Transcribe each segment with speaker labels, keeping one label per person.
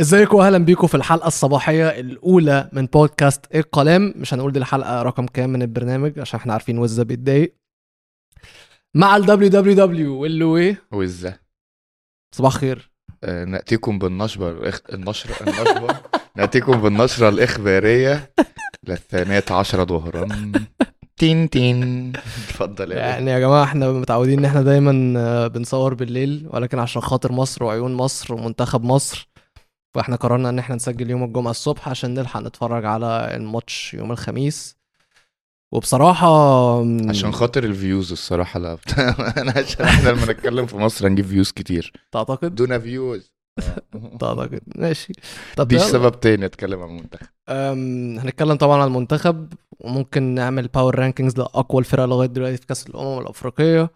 Speaker 1: ازيكم واهلا بيكم في الحلقه الصباحيه الاولى من بودكاست القلم مش هنقول دي الحلقه رقم كام من البرنامج عشان احنا عارفين وزه بيتضايق مع ال دبليو واللي ايه
Speaker 2: وزة
Speaker 1: صباح خير
Speaker 2: آه، نأتيكم بالنشرة الإخ... النشرة النشرة نأتيكم بالنشرة الإخبارية للثانية عشرة ظهرا تين تين اتفضل يا بيه.
Speaker 1: يعني يا جماعه احنا متعودين ان احنا دايما آه، بنصور بالليل ولكن عشان خاطر مصر وعيون مصر ومنتخب مصر فاحنا قررنا ان احنا نسجل يوم الجمعه الصبح عشان نلحق نتفرج على الماتش يوم الخميس وبصراحه م،
Speaker 2: عشان خاطر الفيوز الصراحة لا أنا عشان احنا لما نتكلم في مصر هنجيب فيوز كتير
Speaker 1: تعتقد
Speaker 2: دون فيوز
Speaker 1: تعتقد ماشي طب
Speaker 2: ديش
Speaker 1: يلا.
Speaker 2: سبب تاني اتكلم عن المنتخب
Speaker 1: أم، هنتكلم طبعا عن المنتخب وممكن نعمل باور رانكينجز لاقوى الفرق لغايه دلوقتي في كاس الامم الافريقيه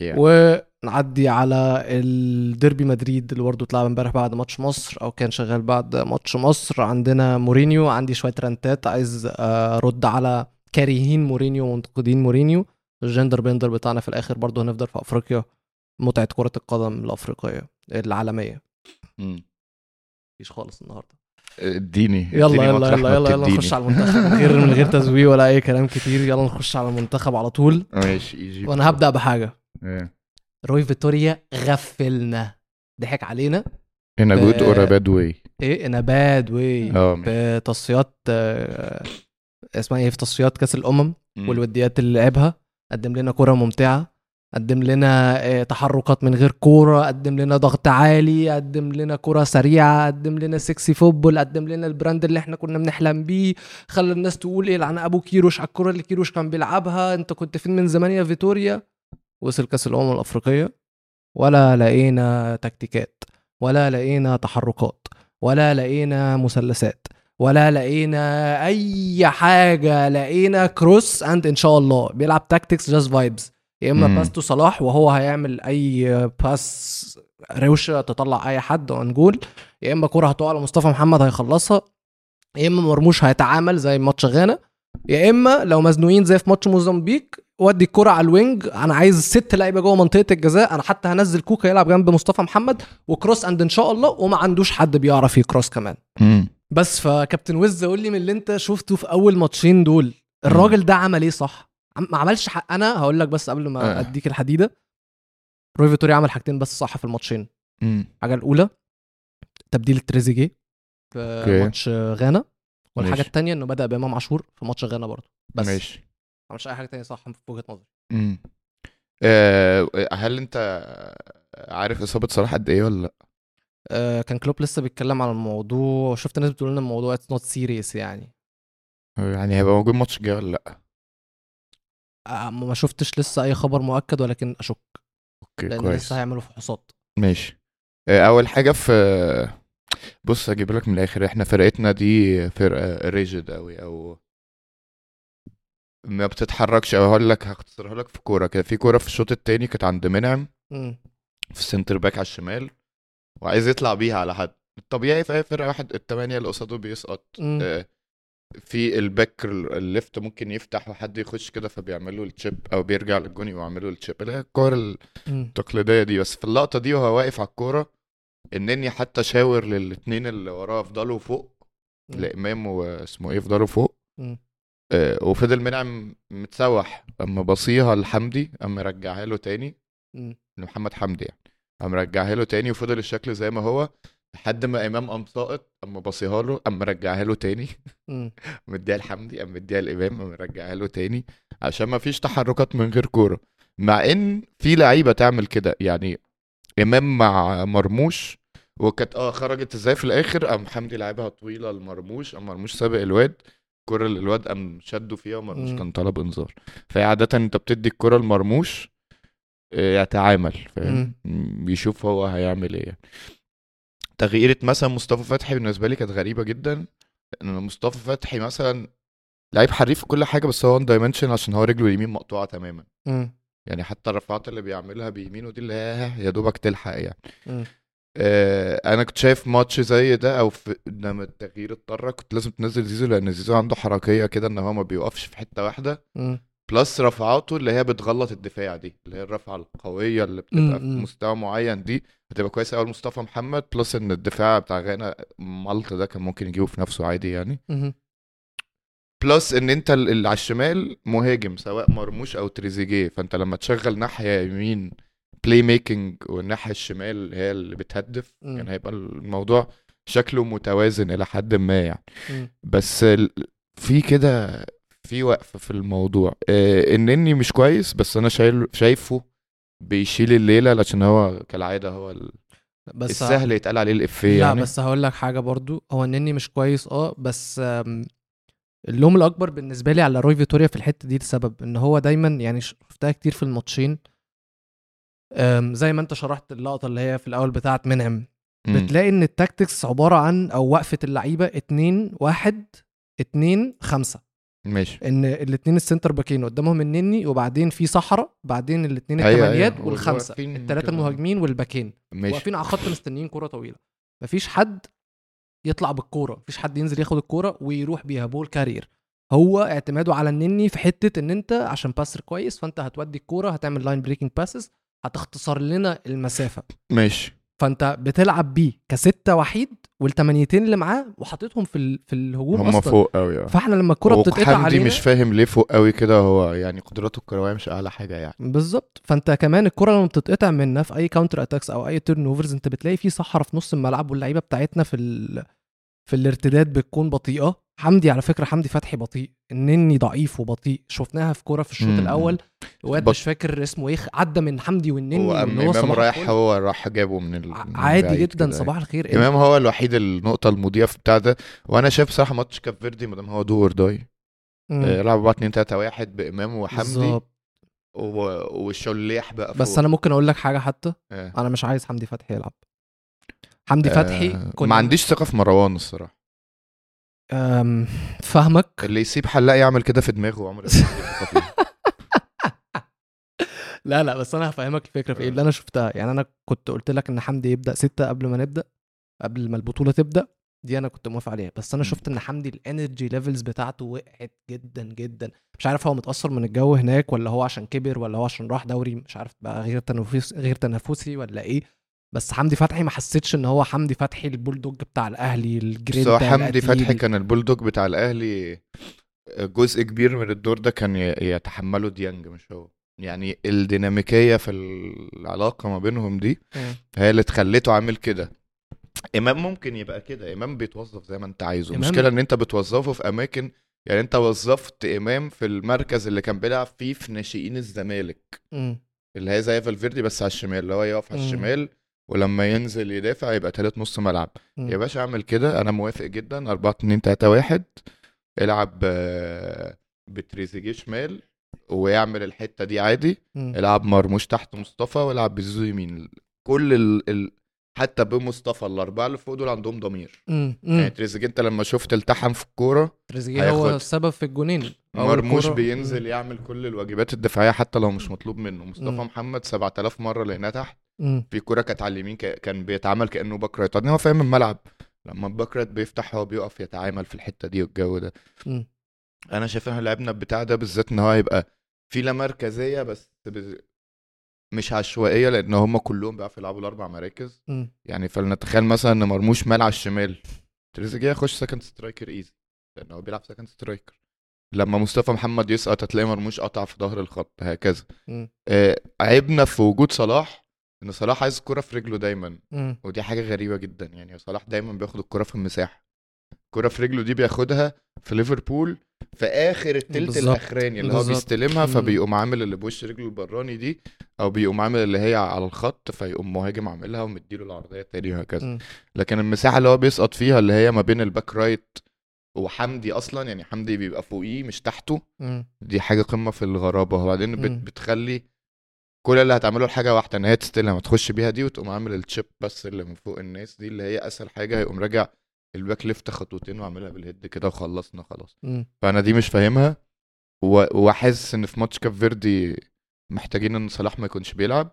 Speaker 2: يعني.
Speaker 1: ونعدي على الديربي مدريد اللي برضه اتلعب امبارح بعد ماتش مصر او كان شغال بعد ماتش مصر عندنا مورينيو عندي شويه رانتات عايز آه، ارد على كارهين مورينيو ومنتقدين مورينيو الجندر بندر بتاعنا في الاخر برضه هنفضل في افريقيا متعه كره القدم الافريقيه العالميه
Speaker 2: مم.
Speaker 1: مفيش خالص النهارده
Speaker 2: اديني
Speaker 1: يلا
Speaker 2: اديني
Speaker 1: يلا
Speaker 2: مطرح
Speaker 1: يلا
Speaker 2: ما
Speaker 1: يلا يلا
Speaker 2: بتديني.
Speaker 1: نخش على المنتخب من غير من غير تزويق ولا اي كلام كتير يلا نخش على المنتخب على طول
Speaker 2: ماشي ايجيبت
Speaker 1: وانا هبدا بحاجه
Speaker 2: إيه.
Speaker 1: روي فيتوريا غفلنا ضحك علينا
Speaker 2: هنا
Speaker 1: ب-
Speaker 2: جود اور باد واي
Speaker 1: ايه انا باد واي
Speaker 2: اه ماشي.
Speaker 1: بتصفيات آه، اسمها ايه في تصفيات كاس الامم
Speaker 2: مم.
Speaker 1: والوديات اللي لعبها قدم لنا كرة ممتعة قدم لنا آه، تحركات من غير كورة قدم لنا ضغط عالي قدم لنا كرة سريعة قدم لنا سكسي فوتبول قدم لنا البراند اللي احنا كنا بنحلم بيه خلى الناس تقول ايه لعن ابو كيروش على الكرة اللي كيروش كان بيلعبها انت كنت فين من زمان يا فيتوريا وصل كاس الامم الافريقية ولا لقينا تكتيكات ولا لقينا تحركات ولا لقينا مثلثات ولا لقينا اي حاجه لقينا كروس اند ان شاء الله بيلعب تاكتكس جاست فايبز يا اما
Speaker 2: مم.
Speaker 1: باس تو صلاح وهو هيعمل اي باس روشه تطلع اي حد ونجول يا اما كره هتقع على مصطفى محمد هيخلصها يا اما مرموش هيتعامل زي ماتش غانا يا اما لو مزنوقين زي في ماتش موزمبيق ودي الكرة على الوينج انا عايز ست لعيبه جوه منطقه الجزاء انا حتى هنزل كوكا يلعب جنب مصطفى محمد وكروس اند ان شاء الله وما عندوش حد بيعرف يكروس كمان
Speaker 2: مم.
Speaker 1: بس فكابتن ويز قول لي من اللي انت شفته في اول ماتشين دول الراجل ده عمل ايه صح عم- ما عملش حق انا هقول لك بس قبل ما
Speaker 2: آه.
Speaker 1: اديك الحديده روي فيتوريا عمل حاجتين بس صح في الماتشين
Speaker 2: مم.
Speaker 1: الحاجه الاولى تبديل تريزيجيه في
Speaker 2: أوكي.
Speaker 1: آه، ماتش غانا والحاجه
Speaker 2: ماشي.
Speaker 1: الثانيه انه بدا بامام عاشور في ماتش غانا برضه بس ما
Speaker 2: ماشي
Speaker 1: عملش اي حاجه ثانيه صح في وجهه نظري
Speaker 2: مم. آه، هل انت عارف اصابه صلاح قد ايه ولا لا؟
Speaker 1: آه كان كلوب لسه بيتكلم على الموضوع وشفت ناس بتقول ان الموضوع اتس نوت سيريس يعني
Speaker 2: يعني هيبقى موجود الماتش الجاي ولا لا؟
Speaker 1: آه ما شفتش لسه اي خبر مؤكد ولكن اشك
Speaker 2: اوكي
Speaker 1: لان
Speaker 2: كويس
Speaker 1: لسه هيعملوا فحوصات
Speaker 2: ماشي آه، اول حاجه في بص هجيب لك من الاخر احنا فرقتنا دي فرقه ريجيد قوي او ما بتتحركش او هقول لك هختصرها لك في كوره كده في كوره في الشوط التاني كانت عند منعم
Speaker 1: مم.
Speaker 2: في السنتر باك على الشمال وعايز يطلع بيها على حد الطبيعي في اي فرقه واحد التمانية اللي قصاده بيسقط
Speaker 1: مم.
Speaker 2: آه، في الباك ال- الليفت ممكن يفتح وحد يخش كده فبيعمل له التشيب او بيرجع للجون يعمل له التشيب اللي هي الكور
Speaker 1: مم.
Speaker 2: التقليديه دي بس في اللقطه دي وهو واقف على الكوره النني حتى شاور للاتنين اللي وراه يفضلوا فوق
Speaker 1: مم.
Speaker 2: لامام واسمه ايه يفضلوا فوق
Speaker 1: مم.
Speaker 2: آه، وفضل منعم متسوح اما بصيها لحمدي اما رجعها له تاني
Speaker 1: مم.
Speaker 2: لمحمد حمدي يعني قام رجعها له تاني وفضل الشكل زي ما هو لحد ما امام قام ساقط اما باصيها له اما رجعها له تاني
Speaker 1: مم.
Speaker 2: مديها لحمدي اما مديها لامام اما رجعها له تاني عشان ما فيش تحركات من غير كوره مع ان في لعيبه تعمل كده يعني امام مع مرموش وكانت اه خرجت ازاي في الاخر قام حمدي لعبها طويله لمرموش قام مرموش سابق الواد الكرة اللي الواد قام شده فيها ومرموش
Speaker 1: مم.
Speaker 2: كان طلب انذار فهي عادة انت بتدي الكرة لمرموش آه، يتعامل فاهم بيشوف هو هيعمل ايه يعني. تغييرة مثلا مصطفى فتحي بالنسبة لي كانت غريبة جدا ان مصطفى فتحي مثلا لعيب حريف في كل حاجة بس هو وان دايمنشن عشان هو رجله اليمين مقطوعة تماما
Speaker 1: مم.
Speaker 2: يعني حتى الرفعات اللي بيعملها بيمينه دي اللي هي يا دوبك تلحق يعني
Speaker 1: مم.
Speaker 2: آه، انا كنت شايف ماتش زي ده او في لما التغيير اضطر كنت لازم تنزل زيزو لان زيزو عنده حركيه كده ان هو ما بيوقفش في حته واحده
Speaker 1: مم.
Speaker 2: بلس رفعاته اللي هي بتغلط الدفاع دي اللي هي الرفعه القويه اللي بتبقى في
Speaker 1: م- م.
Speaker 2: مستوى معين دي هتبقى كويسه قوي مصطفى محمد بلس ان الدفاع بتاع غانا مالطا ده كان ممكن يجيبه في نفسه عادي يعني
Speaker 1: مهم.
Speaker 2: بلس ان انت ال- اللي على الشمال مهاجم سواء مرموش او تريزيجيه فانت لما تشغل ناحيه يمين بلاي ميكنج والناحيه الشمال هي اللي بتهدف
Speaker 1: مم.
Speaker 2: يعني هيبقى الموضوع شكله متوازن الى حد ما يعني
Speaker 1: مم.
Speaker 2: بس ال- في كده في وقفه في الموضوع آه، انني مش كويس بس انا شايل شايفه بيشيل الليله علشان هو كالعاده هو ال-
Speaker 1: بس
Speaker 2: السهل يتقال عليه الافيه
Speaker 1: لا
Speaker 2: يعني
Speaker 1: بس هقول لك حاجه برضو هو انني مش كويس اه بس آم، اللوم الاكبر بالنسبه لي على روي فيتوريا في الحته دي لسبب ان هو دايما يعني شفتها كتير في الماتشين آم، زي ما انت شرحت اللقطه اللي هي في الاول بتاعت منعم
Speaker 2: مم.
Speaker 1: بتلاقي ان التاكتكس عباره عن او وقفه اللعيبه 2 1 2 5
Speaker 2: ماشي
Speaker 1: ان الاثنين السنتر باكين قدامهم النني وبعدين في صحراء بعدين الاثنين
Speaker 2: أيوة، أيوة.
Speaker 1: الثمانيات
Speaker 2: واللي
Speaker 1: والخمسه
Speaker 2: واقفين
Speaker 1: الثلاثه
Speaker 2: كده.
Speaker 1: المهاجمين والباكين
Speaker 2: ماشي
Speaker 1: واقفين على خط مستنيين كوره طويله مفيش حد يطلع بالكوره مفيش حد ينزل ياخد الكوره ويروح بيها بول كارير هو اعتماده على النني في حته ان انت عشان باسر كويس فانت هتودي الكوره هتعمل لاين بريكنج باسز هتختصر لنا المسافه
Speaker 2: ماشي
Speaker 1: فانت بتلعب بيه كسته وحيد والتمانيتين اللي معاه وحاططهم في ال- في الهجوم
Speaker 2: هم
Speaker 1: اصلا
Speaker 2: فوق قوي اه
Speaker 1: فاحنا لما الكوره بتتقطع
Speaker 2: وحمدي
Speaker 1: علينا
Speaker 2: مش فاهم ليه فوق قوي كده هو يعني قدراته الكرويه مش اعلى حاجه يعني
Speaker 1: بالظبط فانت كمان الكره لما بتتقطع منها في اي كاونتر اتاكس او اي تيرن اوفرز انت بتلاقي في صحراء في نص الملعب واللعيبه بتاعتنا في ال... في الارتداد بتكون بطيئه حمدي على فكره حمدي فتحي بطيء النني ضعيف وبطيء شفناها في كوره في الشوط
Speaker 2: مم.
Speaker 1: الاول واد
Speaker 2: بط-
Speaker 1: مش فاكر اسمه ايه عدى من حمدي والنني
Speaker 2: هو
Speaker 1: واللي
Speaker 2: أم
Speaker 1: هو
Speaker 2: امام
Speaker 1: صباح
Speaker 2: رايح
Speaker 1: الفل.
Speaker 2: هو راح جابه من ال... من
Speaker 1: ع- عادي
Speaker 2: بعيد
Speaker 1: جدا
Speaker 2: كده.
Speaker 1: صباح الخير إيه؟
Speaker 2: امام هو الوحيد النقطه المضيئه في بتاع ده وانا شايف صراحه ماتش كاب فيردي مدام هو دور داي
Speaker 1: إيه، مم.
Speaker 2: آه، لعبوا بقى 2 3 1 بامام وحمدي
Speaker 1: بالظبط
Speaker 2: و... والشليح بقى فوق.
Speaker 1: بس انا ممكن اقول لك حاجه حتى
Speaker 2: آه.
Speaker 1: انا مش عايز حمدي فتحي يلعب حمدي
Speaker 2: آه،
Speaker 1: فتحي كنا-
Speaker 2: ما عنديش ثقه في مروان الصراحه
Speaker 1: أم، فاهمك
Speaker 2: اللي يسيب حلاق يعمل كده في دماغه عمري ما عندي ثقة فيه.
Speaker 1: لا لا بس انا هفهمك الفكره في ايه
Speaker 2: آه.
Speaker 1: اللي انا شفتها يعني انا كنت قلت لك ان حمدي يبدا ستة قبل ما نبدا قبل ما البطوله تبدا دي انا كنت موافق عليها بس انا
Speaker 2: مم.
Speaker 1: شفت ان حمدي الانرجي ليفلز بتاعته وقعت جدا جدا مش عارف هو متاثر من الجو هناك ولا هو عشان كبر ولا هو عشان راح دوري مش عارف بقى غير تنافس غير تنافسي ولا ايه بس حمدي فتحي ما حسيتش ان هو حمدي فتحي البولدوج بتاع الاهلي
Speaker 2: بس
Speaker 1: الجرينتا
Speaker 2: هو حمدي
Speaker 1: القتيل.
Speaker 2: فتحي كان البولدوج بتاع الاهلي جزء كبير من الدور ده كان ي- يتحمله ديانج مش هو يعني الديناميكيه في العلاقه ما بينهم دي
Speaker 1: مم.
Speaker 2: هي اللي خليته عامل كده امام ممكن يبقى كده امام بيتوظف زي ما انت عايزه
Speaker 1: إمام-
Speaker 2: المشكله ان انت بتوظفه في اماكن يعني انت وظفت امام في المركز اللي كان بيلعب فيه في ناشئين الزمالك
Speaker 1: مم.
Speaker 2: اللي هي زي فالفيردي بس على الشمال اللي هو يقف على
Speaker 1: مم.
Speaker 2: الشمال ولما ينزل يدافع يبقى تالت نص ملعب
Speaker 1: مم.
Speaker 2: يا باشا اعمل كده انا موافق جدا 4 2 3 1 العب آه، بتريزيجيه شمال ويعمل الحته دي عادي
Speaker 1: مم.
Speaker 2: العب مرموش تحت مصطفى والعب بزيزو يمين كل ال... ال... حتى بمصطفى الاربعه اللي فوق دول عندهم ضمير
Speaker 1: مم. مم.
Speaker 2: يعني تريزيجيه انت لما شفت التحم في الكوره
Speaker 1: تريزيجيه هو
Speaker 2: هياخد.
Speaker 1: السبب في الجونين أو
Speaker 2: مرموش
Speaker 1: الكرة-
Speaker 2: بينزل يعني. يعمل كل الواجبات الدفاعيه حتى لو مش مطلوب منه مصطفى
Speaker 1: مم.
Speaker 2: محمد 7000 مره لهنا تحت
Speaker 1: مم.
Speaker 2: في كوره كانت على اليمين ك- كان بيتعامل كانه بكره يعني هو فاهم الملعب لما بكرت بيفتح هو بيقف يتعامل في الحته دي والجو ده
Speaker 1: مم.
Speaker 2: انا شايف احنا لعبنا بتاع ده بالذات ان هو هيبقى في لا مركزيه بس بز... مش عشوائيه لان هم كلهم بيعرفوا يلعبوا الاربع مراكز
Speaker 1: مم.
Speaker 2: يعني فلنتخيل مثلا ان مرموش مال على الشمال تريزيجيه يخش سكند سترايكر ايزي لان هو بيلعب سكند سترايكر لما مصطفى محمد يسقط هتلاقي مرموش قطع في ظهر الخط هكذا
Speaker 1: مم.
Speaker 2: آه عيبنا في وجود صلاح ان صلاح عايز الكرة في رجله دايما
Speaker 1: مم.
Speaker 2: ودي حاجة غريبة جدا يعني صلاح دايما بياخد الكرة في المساحة الكرة في رجله دي بياخدها في ليفربول في آخر التلت
Speaker 1: بالظبط.
Speaker 2: الأخراني اللي هو
Speaker 1: بالظبط.
Speaker 2: بيستلمها
Speaker 1: مم.
Speaker 2: فبيقوم عامل اللي بوش رجله البراني دي أو بيقوم عامل اللي هي على الخط فيقوم مهاجم عاملها ومديله العرضية التانية وهكذا
Speaker 1: مم.
Speaker 2: لكن المساحة اللي هو بيسقط فيها اللي هي ما بين الباك رايت وحمدي أصلا يعني حمدي بيبقى فوقيه مش تحته
Speaker 1: مم.
Speaker 2: دي حاجه قمه في الغرابه وبعدين بت
Speaker 1: مم.
Speaker 2: بتخلي كل اللي هتعمله لحاجه واحده ان هي تستلم هتخش بيها دي وتقوم عامل التشيب بس اللي من فوق الناس دي اللي هي اسهل حاجه هيقوم راجع الباك ليفت خطوتين وعاملها بالهيد كده وخلصنا خلاص
Speaker 1: مم.
Speaker 2: فانا دي مش فاهمها و- وحاسس ان في ماتش كاب فيردي محتاجين ان صلاح ما يكونش بيلعب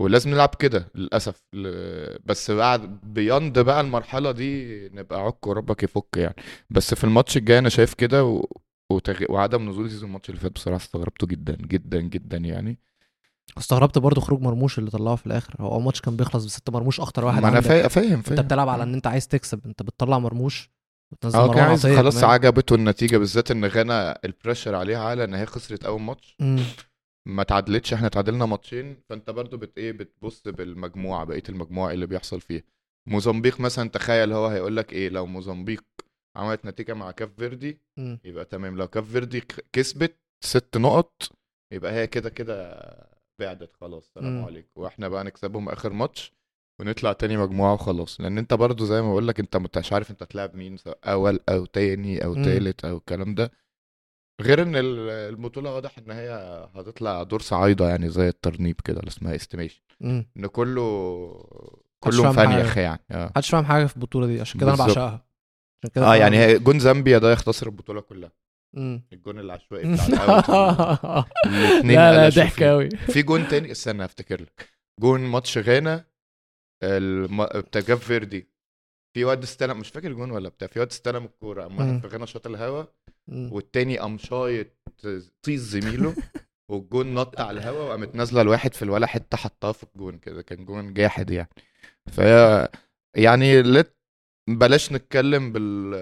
Speaker 2: ولازم نلعب كده للاسف ل- بس بعد بياند بقى المرحله دي نبقى عك وربك يفك يعني بس في الماتش الجاي انا شايف كده و... وتغ... وعدم نزول زيزو الماتش اللي فات بصراحه استغربته جدا جدا جدا يعني
Speaker 1: واستغربت برضو خروج مرموش اللي طلعه في الاخر هو الماتش كان بيخلص بست مرموش اخطر واحد
Speaker 2: ما انا
Speaker 1: عندك.
Speaker 2: فا- فاهم
Speaker 1: انت
Speaker 2: فاهم
Speaker 1: بتلعب على ان انت عايز تكسب انت بتطلع مرموش وتنزل
Speaker 2: اه كان
Speaker 1: مروان
Speaker 2: عايز
Speaker 1: عطيه
Speaker 2: خلاص
Speaker 1: كمان.
Speaker 2: عجبته النتيجه بالذات ان غانا البريشر عليها على ان هي خسرت اول ماتش
Speaker 1: مم.
Speaker 2: ما تعادلتش احنا تعادلنا ماتشين فانت برضو بت ايه بتبص بالمجموعه بقيه المجموعه اللي بيحصل فيها موزمبيق مثلا تخيل هو هيقول لك ايه لو موزمبيق عملت نتيجه مع كاف فيردي
Speaker 1: مم.
Speaker 2: يبقى تمام لو كاف فيردي ك- كسبت ست نقط يبقى هي كده كده بعدت خلاص سلام
Speaker 1: مم.
Speaker 2: عليكم واحنا بقى نكسبهم اخر ماتش ونطلع تاني مجموعه وخلاص لان انت برضو زي ما بقول لك انت مش عارف انت هتلاعب مين سواء اول او تاني او
Speaker 1: مم.
Speaker 2: تالت او الكلام ده غير ان ال- البطوله واضح ان هي هتطلع دور صعايده يعني زي الترنيب كده اللي اسمها استيميشن
Speaker 1: مم.
Speaker 2: ان كله
Speaker 1: مش فاهم
Speaker 2: كله فانيخ يعني اه
Speaker 1: محدش فاهم حاجه في البطوله دي عشان كده انا
Speaker 2: بالظبط.
Speaker 1: بعشقها عشان كده
Speaker 2: اه
Speaker 1: أنا-
Speaker 2: يعني هي جون زامبيا ده يختصر البطوله كلها
Speaker 1: مم.
Speaker 2: الجون العشوائي بتاع الأول. الاتنين
Speaker 1: لا لا
Speaker 2: قلشوا
Speaker 1: ضحك
Speaker 2: فيه.
Speaker 1: قوي
Speaker 2: في جون تاني استنى افتكر لك جون ماتش غانا الم... بتاع جاب فيردي في واد استلم مش فاكر جون ولا بتاع في واد استلم الكوره قام
Speaker 1: مم.
Speaker 2: واحد في غانا شاط الهوا والتاني قام شايط طيز زميله والجون نط على الهوا وقامت نازله الواحد في الولا حته حطها في الجون كده كان جون جاحد يعني فهي يعني لت بلاش نتكلم بال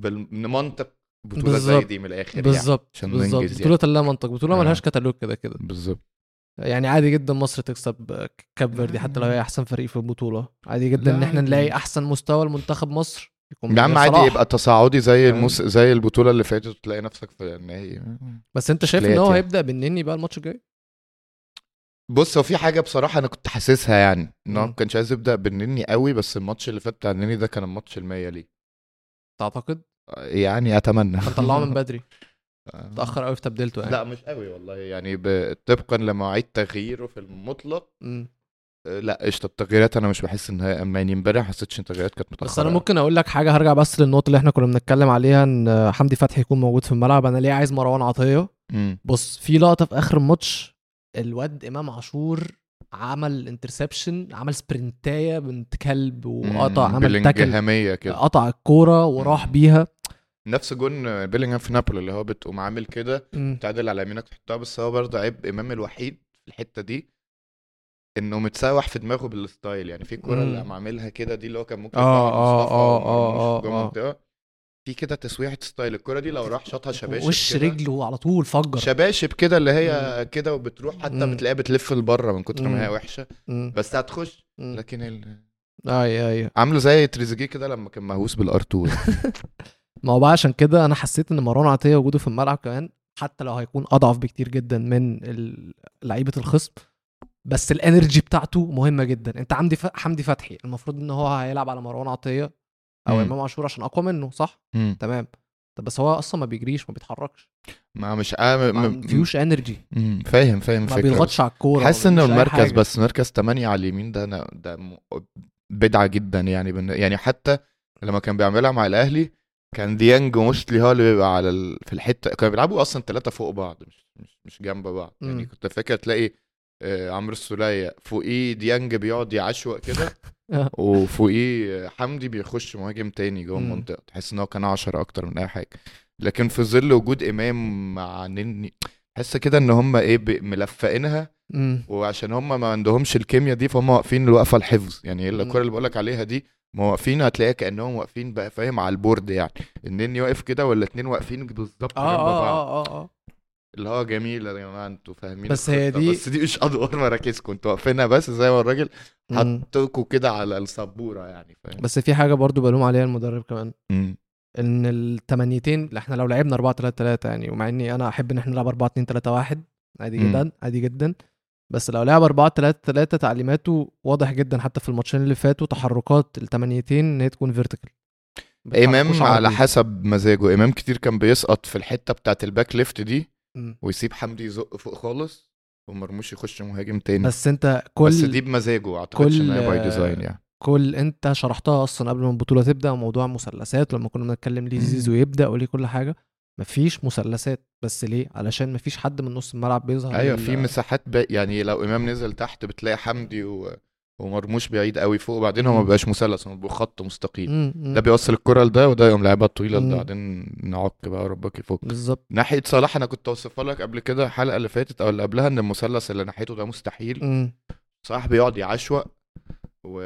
Speaker 2: بالمنطق بطوله زي
Speaker 1: بالظبط.
Speaker 2: دي من الاخر يعني
Speaker 1: بالظبط
Speaker 2: عشان
Speaker 1: بالظبط
Speaker 2: ننجز يعني.
Speaker 1: بطوله لا منطق بطوله
Speaker 2: آه.
Speaker 1: ملهاش كتالوج كده كده
Speaker 2: بالظبط
Speaker 1: يعني عادي جدا مصر تكسب كاب فيردي حتى لو هي احسن فريق في البطوله عادي جدا
Speaker 2: لا
Speaker 1: ان احنا
Speaker 2: عادي.
Speaker 1: نلاقي احسن مستوى لمنتخب مصر يكون من
Speaker 2: يا عم
Speaker 1: غير
Speaker 2: عادي
Speaker 1: صلاح. يعني
Speaker 2: يبقى تصاعدي زي
Speaker 1: فاهم؟
Speaker 2: المس... زي البطوله اللي فاتت وتلاقي نفسك في النهائي
Speaker 1: بس انت شايف ان
Speaker 2: شكليات
Speaker 1: هو
Speaker 2: يعني.
Speaker 1: هيبدا بالنني بقى الماتش الجاي
Speaker 2: بص هو في حاجه بصراحه انا كنت حاسسها يعني ان هو
Speaker 1: مم.
Speaker 2: ما كانش عايز يبدا بالنني قوي بس الماتش اللي فات بتاع النني ده كان الماتش المية ليه
Speaker 1: تعتقد
Speaker 2: يعني اتمنى
Speaker 1: كان طلعه من بدري اتاخر قوي في تبديلته يعني
Speaker 2: لا مش قوي والله يعني ب... طبقا لمواعيد تغييره في المطلق
Speaker 1: مم.
Speaker 2: آه، لا قشطه التغييرات انا مش بحس ان هي اماني امبارح ما حسيتش ان التغييرات كانت متاخره
Speaker 1: بس انا ممكن اقول لك حاجه هرجع بس للنقطه اللي احنا كنا بنتكلم عليها ان حمدي فتحي يكون موجود في الملعب انا ليه عايز مروان عطيه
Speaker 2: مم.
Speaker 1: بص في لقطه في اخر الماتش الواد امام عاشور عمل انترسبشن عمل سبرنتايه بنت كلب وقطع
Speaker 2: مم.
Speaker 1: عمل تاكل آه.
Speaker 2: بلينجهامية كده
Speaker 1: قطع الكوره وراح
Speaker 2: مم.
Speaker 1: بيها
Speaker 2: نفس جون بيلينجهام في نابولي اللي هو بتقوم عامل كده
Speaker 1: مم.
Speaker 2: تعدل على يمينك تحطها بس هو برضه عيب امام الوحيد في الحته دي انه متسوح في دماغه بالستايل يعني في كوره اللي
Speaker 1: مم.
Speaker 2: قام عاملها كده دي اللي هو كان ممكن
Speaker 1: امم. آه،
Speaker 2: يطلعها
Speaker 1: آه،
Speaker 2: مصطفى
Speaker 1: آه،
Speaker 2: ومرموش
Speaker 1: آه،
Speaker 2: جوه
Speaker 1: آه.
Speaker 2: المنطقة. في كده تسويحه ستايل الكوره دي لو راح شاطها شباشب
Speaker 1: وش
Speaker 2: كده-
Speaker 1: رجله امم. على طول فجر
Speaker 2: شباشب كده اللي هي كده وبتروح حتى
Speaker 1: مم.
Speaker 2: بتلاقيها بتلف لبره من كتر
Speaker 1: مم.
Speaker 2: ما هي وحشه
Speaker 1: مم.
Speaker 2: بس هتخش
Speaker 1: مم.
Speaker 2: لكن ال...
Speaker 1: اي اي
Speaker 2: عامله زي تريزيجيه كده لما كان مهووس بالار 2
Speaker 1: ما هو بقى عشان كده انا حسيت ان مروان عطيه وجوده في الملعب كمان حتى لو هيكون اضعف بكتير جدا من ال- لعيبه الخصم بس الانرجي بتاعته مهمه جدا انت حمدي ف... حمدي فتحي المفروض ان هو هيلعب على مروان عطيه او
Speaker 2: مم.
Speaker 1: امام عاشور عشان اقوى منه صح
Speaker 2: مم.
Speaker 1: تمام طب بس هو اصلا ما بيجريش ما بيتحركش
Speaker 2: ما مش آه م...
Speaker 1: ما
Speaker 2: م-
Speaker 1: فيهوش انرجي
Speaker 2: مم. فاهم فاهم
Speaker 1: ما
Speaker 2: الفكرة.
Speaker 1: بيضغطش على الكوره ما
Speaker 2: حاسس ان
Speaker 1: بيعملش أي
Speaker 2: المركز
Speaker 1: حاجة.
Speaker 2: بس مركز 8 على اليمين ده انا ده م- بدعه جدا يعني بن- يعني حتى لما كان بيعملها مع الاهلي كان ديانج ومشلي هو اللي بيبقى على ال... في الحته كانوا بيلعبوا اصلا ثلاثه فوق بعض مش مش مش جنب بعض يعني
Speaker 1: مم.
Speaker 2: كنت فاكر تلاقي آه، عمرو السولية فوقيه ديانج بيقعد يعشوق كده
Speaker 1: آه.
Speaker 2: وفوقيه حمدي بيخش مهاجم تاني جوه
Speaker 1: مم.
Speaker 2: المنطقه تحس ان هو كان 10 اكتر من اي حاجه لكن في ظل وجود امام مع نني تحس كده ان هم ايه بي- ملفقينها
Speaker 1: مم.
Speaker 2: وعشان هم ما عندهمش الكيمياء دي فهم واقفين الوقفه الحفظ يعني
Speaker 1: مم.
Speaker 2: الكره اللي بقولك عليها دي ما واقفين هتلاقيها كانهم واقفين بقى فاهم على البورد يعني النني واقف كده ولا اتنين واقفين بالظبط
Speaker 1: اه
Speaker 2: جنب
Speaker 1: اه
Speaker 2: بعض
Speaker 1: اه اه, آه.
Speaker 2: اللي هو جميل يا جماعه انتوا فاهمين
Speaker 1: بس هي
Speaker 2: الخطة.
Speaker 1: دي-
Speaker 2: بس دي مش ادوار مراكزكم انتوا واقفينها بس زي ما الراجل
Speaker 1: مم.
Speaker 2: حطكوا كده على السبوره يعني فاهم
Speaker 1: بس في حاجه برضو بلوم عليها المدرب كمان
Speaker 2: مم.
Speaker 1: ان التمانيتين لا، احنا لو لعبنا 4 3 3 يعني ومع اني انا احب ان احنا نلعب 4 2 3 1 عادي
Speaker 2: مم.
Speaker 1: جدا عادي جدا بس لو لعب 4 3 3 تعليماته واضح جدا حتى في الماتشين اللي فاتوا تحركات التمانيتين ان هي تكون فيرتيكال
Speaker 2: امام إيه، على حسب مزاجه امام كتير كان بيسقط في الحته بتاعت الباك ليفت دي ويسيب حمدي يزق فوق خالص ومرموش يخش مهاجم تاني
Speaker 1: بس انت
Speaker 2: بس
Speaker 1: كل
Speaker 2: دي بمزاجه اعتقدش ان هي باي
Speaker 1: كل-
Speaker 2: ديزاين يعني
Speaker 1: كل انت شرحتها اصلا قبل ما البطوله تبدا موضوع المثلثات ولما كنا بنتكلم ليه
Speaker 2: مم.
Speaker 1: زيزو يبدا وليه كل حاجه مفيش مثلثات بس ليه علشان مفيش حد من نص الملعب بيظهر
Speaker 2: ايوه
Speaker 1: لل-
Speaker 2: في مساحات بقى يعني لو امام نزل تحت بتلاقي حمدي و... ومرموش بعيد قوي فوق وبعدين هو ما
Speaker 1: مم.
Speaker 2: بيبقاش مثلث هو بيبقى خط مستقيم
Speaker 1: مم، مم.
Speaker 2: ده بيوصل الكرة لده وده يقوم لعبها الطويلة
Speaker 1: مم.
Speaker 2: لده بعدين نعك بقى ربك يفك
Speaker 1: بالظبط
Speaker 2: ناحية صلاح أنا كنت أوصفها لك قبل كده الحلقة اللي فاتت أو اللي قبلها إن المثلث اللي ناحيته ده مستحيل
Speaker 1: مم.
Speaker 2: صلاح بيقعد يعشوق و...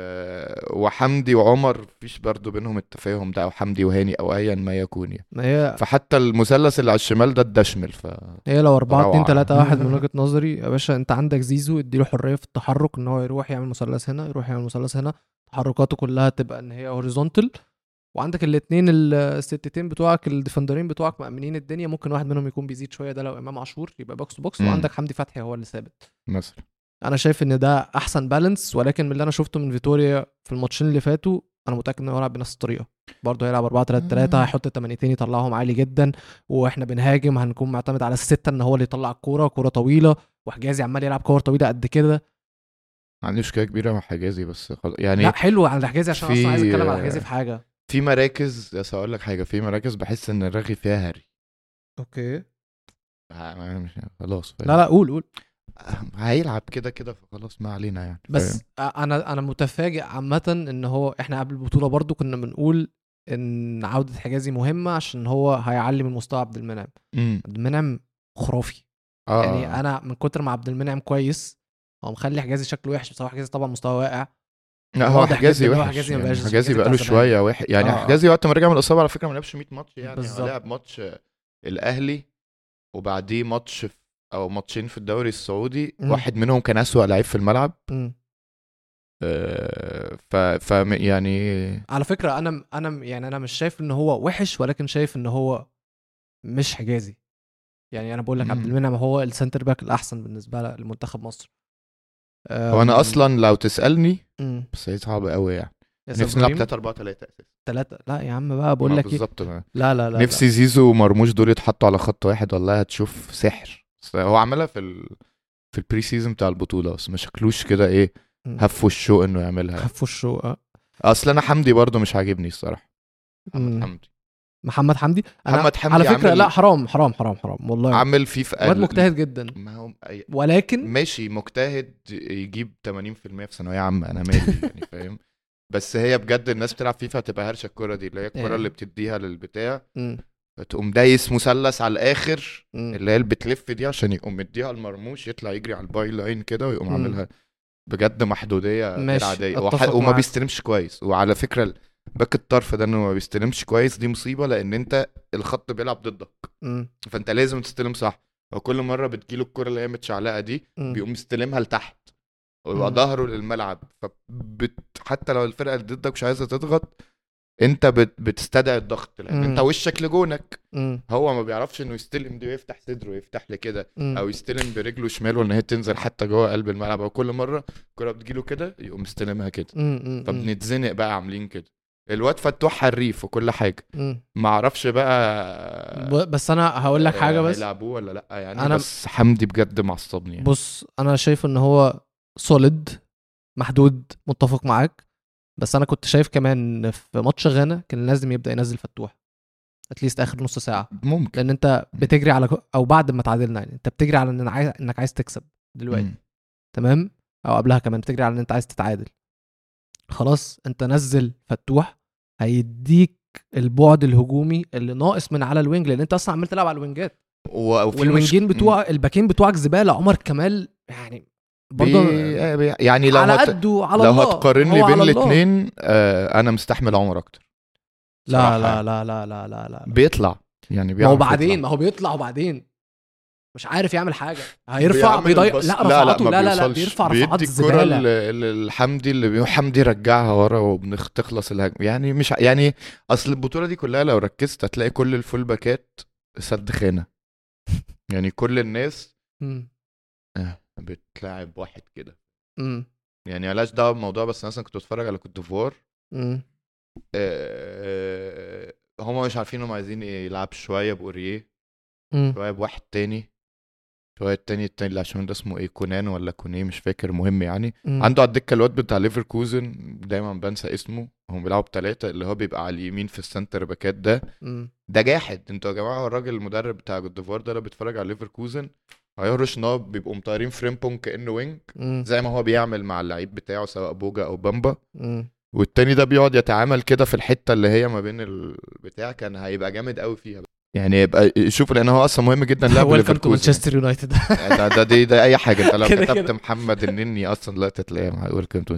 Speaker 2: وحمدي وعمر مفيش برضه بينهم التفاهم ده أو حمدي وهاني أو أيا ما يكون يعني
Speaker 1: ما هي
Speaker 2: فحتى المثلث اللي على الشمال ده اتدشمل ف
Speaker 1: هي لو 4 2
Speaker 2: روعة. يعني.
Speaker 1: 3 1 من وجهة نظري يا باشا انت عندك زيزو اديله حرية في التحرك ان هو يروح يعمل مثلث هنا يروح يعمل مثلث هنا تحركاته كلها تبقى ان هي هوريزونتال وعندك الاثنين الستتين بتوعك الديفندرين بتوعك مأمنين الدنيا ممكن واحد منهم يكون بيزيد شوية ده لو امام عاشور يبقى بوكس تو بوكس
Speaker 2: مم.
Speaker 1: وعندك حمدي فتحي هو اللي ثابت
Speaker 2: مثلا
Speaker 1: انا شايف ان ده احسن بالانس ولكن من اللي انا شفته من فيتوريا في الماتشين اللي فاتوا انا متاكد انه هيلعب بنفس الطريقه برضه هيلعب 4 3 3
Speaker 2: مم.
Speaker 1: هيحط تمانيتين يطلعهم عالي جدا واحنا بنهاجم هنكون معتمد على السته ان هو اللي يطلع الكوره كوره طويله وحجازي عمال يلعب كور طويله قد كده
Speaker 2: ما عندي مشكله كبيره مع حجازي بس خلاص يعني
Speaker 1: لا حلو على حجازي عشان
Speaker 2: في-
Speaker 1: اصلا عايز اتكلم على حجازي في حاجه
Speaker 2: في مراكز بس هقول لك حاجه في مراكز بحس ان الرغي فيها هري
Speaker 1: اوكي
Speaker 2: آه، ما- مش- خلاص
Speaker 1: لا لا قول قول
Speaker 2: آه، هيلعب كده كده فخلاص ما علينا يعني
Speaker 1: بس
Speaker 2: فاهم؟
Speaker 1: انا انا متفاجئ عامه ان هو احنا قبل البطوله برضو كنا بنقول ان عوده حجازي مهمه عشان هو هيعلي من مستوى عبد المنعم
Speaker 2: مم.
Speaker 1: عبد المنعم خرافي
Speaker 2: اه
Speaker 1: يعني انا من كتر ما عبد المنعم كويس هو مخلي حجازي شكله وحش بصراحه حجازي طبعا مستواه واقع
Speaker 2: لا هو
Speaker 1: واضح
Speaker 2: حجازي
Speaker 1: جدا إن هو
Speaker 2: وحش
Speaker 1: حجازي
Speaker 2: حجازي
Speaker 1: ما
Speaker 2: يعني
Speaker 1: بقاش-
Speaker 2: حجازي
Speaker 1: حجازي بتاع
Speaker 2: بقاله
Speaker 1: زمان.
Speaker 2: شويه وحش يعني
Speaker 1: آه.
Speaker 2: حجازي وقت ما رجع من الاصابه على فكره ما لعبش 100 ماتش يعني
Speaker 1: بالظبط.
Speaker 2: هو لعب ماتش آه، الاهلي وبعديه ماتش في او ماتشين في الدوري السعودي
Speaker 1: مم.
Speaker 2: واحد منهم كان اسوأ لعيب في الملعب
Speaker 1: مم.
Speaker 2: آه، ف ف يعني
Speaker 1: على فكره انا انا يعني انا مش شايف ان هو وحش ولكن شايف ان هو مش حجازي يعني انا بقول لك عبد
Speaker 2: مم.
Speaker 1: المنعم هو السنتر باك الاحسن بالنسبه لمنتخب مصر
Speaker 2: هو انا
Speaker 1: أم،
Speaker 2: اصلا لو تسالني
Speaker 1: مم.
Speaker 2: بس هي صعبه قوي يعني
Speaker 1: ياسر
Speaker 2: نفسي نلعب
Speaker 1: إبراهيم،
Speaker 2: 3 4 3 اساسا
Speaker 1: تلاتة لا يا عم بقى بقول لك ايه
Speaker 2: آه، بالظبط ما-
Speaker 1: لا لا لا
Speaker 2: نفسي زيزو ومرموش دول يتحطوا على خط واحد والله هتشوف سحر بس هو عملها في ال... في البري سيزون بتاع البطوله بس ما شكلوش كده ايه
Speaker 1: مم.
Speaker 2: هفوا الشوق انه يعملها
Speaker 1: خفوا الشوق
Speaker 2: اصل انا حمدي برضه مش عاجبني الصراحه
Speaker 1: مم.
Speaker 2: محمد حمدي
Speaker 1: محمد حمدي انا
Speaker 2: محمد حمدي
Speaker 1: على فكره
Speaker 2: عامل-
Speaker 1: لا حرام حرام حرام حرام والله
Speaker 2: عامل فيه في
Speaker 1: آه. واد مجتهد جدا
Speaker 2: ما هو أي-
Speaker 1: ولكن
Speaker 2: ماشي مجتهد يجيب 80% في ثانويه عامه انا مالي يعني فاهم بس هي بجد الناس بتلعب فيفا هتبقى هرشه الكره دي اللي هي
Speaker 1: إيه.
Speaker 2: الكره اللي بتديها للبتاع
Speaker 1: مم.
Speaker 2: تقوم دايس مثلث على الاخر
Speaker 1: مم.
Speaker 2: اللي هي اللي بتلف دي عشان يقوم مديها المرموش يطلع يجري على الباي لاين كده ويقوم
Speaker 1: مم.
Speaker 2: عاملها بجد محدوديه غير
Speaker 1: ماشي،
Speaker 2: عاديه
Speaker 1: أتفق
Speaker 2: وح- وما
Speaker 1: معاك.
Speaker 2: بيستلمش كويس وعلى فكره ال- باك الطرف ده انه ما بيستلمش كويس دي مصيبه لان انت الخط بيلعب ضدك
Speaker 1: مم.
Speaker 2: فانت لازم تستلم صح وكل مره بتجيله الكره اللي هي متشعلقه دي
Speaker 1: مم.
Speaker 2: بيقوم يستلمها لتحت ويبقى
Speaker 1: مم.
Speaker 2: ظهره للملعب فبت... حتى لو الفرقه اللي ضدك مش عايزه تضغط انت بت... بتستدعي الضغط لان
Speaker 1: مم.
Speaker 2: انت وشك لجونك
Speaker 1: مم.
Speaker 2: هو ما بيعرفش انه يستلم دي ويفتح صدره ويفتح لكده
Speaker 1: مم.
Speaker 2: او يستلم برجله شماله ان هي تنزل حتى جوه قلب الملعب او كل مره الكره بتجيله كده يقوم يستلمها كده
Speaker 1: مم. مم.
Speaker 2: فبنتزنق بقى عاملين كده الواد فتوح حريف وكل حاجه
Speaker 1: مم.
Speaker 2: معرفش بقى
Speaker 1: ب- بس انا هقول لك حاجه بس
Speaker 2: هيلعبوه ولا آه، لا يعني
Speaker 1: أنا-
Speaker 2: أنا بس حمدي بجد معصبني يعني.
Speaker 1: بص انا شايف ان هو سوليد محدود متفق معاك بس انا كنت شايف كمان إن في ماتش غانا كان لازم يبدا ينزل فتوح اتليست اخر نص ساعه
Speaker 2: ممكن
Speaker 1: لان انت بتجري على او بعد ما تعادلنا يعني انت بتجري على ان عايز انك عايز تكسب دلوقتي
Speaker 2: مم.
Speaker 1: تمام او قبلها كمان بتجري على ان انت عايز تتعادل خلاص انت نزل فتوح هيديك البعد الهجومي اللي ناقص من على الوينج لان انت اصلا عمال تلعب على الوينجات
Speaker 2: و- وفي
Speaker 1: والوينجين
Speaker 2: مشك-
Speaker 1: بتوع الباكين بتوعك زباله عمر كمال يعني برضه
Speaker 2: بي... آه، بي... يعني لو
Speaker 1: على
Speaker 2: هت...
Speaker 1: قده على
Speaker 2: لو
Speaker 1: الله
Speaker 2: هتقارن لي
Speaker 1: هو
Speaker 2: بين
Speaker 1: على الله.
Speaker 2: الاثنين آه انا مستحمل عمر اكتر
Speaker 1: لا
Speaker 2: صراحة
Speaker 1: لا
Speaker 2: يعني.
Speaker 1: لا لا لا لا لا
Speaker 2: بيطلع يعني
Speaker 1: ما هو
Speaker 2: بيعرف
Speaker 1: بعدين
Speaker 2: يطلع.
Speaker 1: ما هو بيطلع وبعدين مش عارف يعمل حاجه هيرفع
Speaker 2: بيعمل
Speaker 1: بيضيع
Speaker 2: الباص-
Speaker 1: لا رفعاته
Speaker 2: ما
Speaker 1: لا لا, لا,
Speaker 2: بيوصلش.
Speaker 1: بيرفع رفعات
Speaker 2: بيدي الكرة
Speaker 1: زباله
Speaker 2: للحمدي اللي بي... حمدي رجعها ورا وبنخلص الهجمه يعني مش ع- يعني اصل البطوله دي كلها لو ركزت هتلاقي كل الفول باكات سد خانه يعني كل الناس
Speaker 1: مم.
Speaker 2: بتلاعب واحد كده
Speaker 1: مم.
Speaker 2: يعني علاش دعوه بالموضوع بس انا مثلا كنت بتفرج على كوت ديفوار
Speaker 1: مم.
Speaker 2: آه، آه، هما مش عارفين هما عايزين ايه يلعب شويه باوريه
Speaker 1: مم.
Speaker 2: شويه بواحد تاني شويه التاني التاني اللي عشان ده اسمه ايه كونان ولا كونيه مش فاكر مهم يعني
Speaker 1: مم.
Speaker 2: عنده على الدكه الواد بتاع ليفركوزن دايما بنسى اسمه هم بيلعبوا بتلاته اللي هو بيبقى على اليمين في السنتر باكات ده
Speaker 1: مم.
Speaker 2: ده جاحد انتوا يا جماعه هو الراجل المدرب بتاع كوت ديفوار ده لو بيتفرج على ليفركوزن هيهرش ان هو بيبقوا مطيرين فريمبونج كانه وينج
Speaker 1: مم.
Speaker 2: زي ما هو بيعمل مع اللعيب بتاعه سواء بوجا او بامبا
Speaker 1: مم.
Speaker 2: والتاني ده بيقعد يتعامل كده في الحته اللي هي ما بين البتاع كان هيبقى جامد قوي فيها يعني يبقى شوف لان هو اصلا مهم جدا لعب
Speaker 1: ويلكم تو
Speaker 2: ليفركوزن
Speaker 1: مانشستر يونايتد
Speaker 2: ده ده دي ده اي حاجه انت لو
Speaker 1: كده
Speaker 2: كتبت
Speaker 1: كده.
Speaker 2: محمد النني اصلا لا تتلاقيها ويلكم تو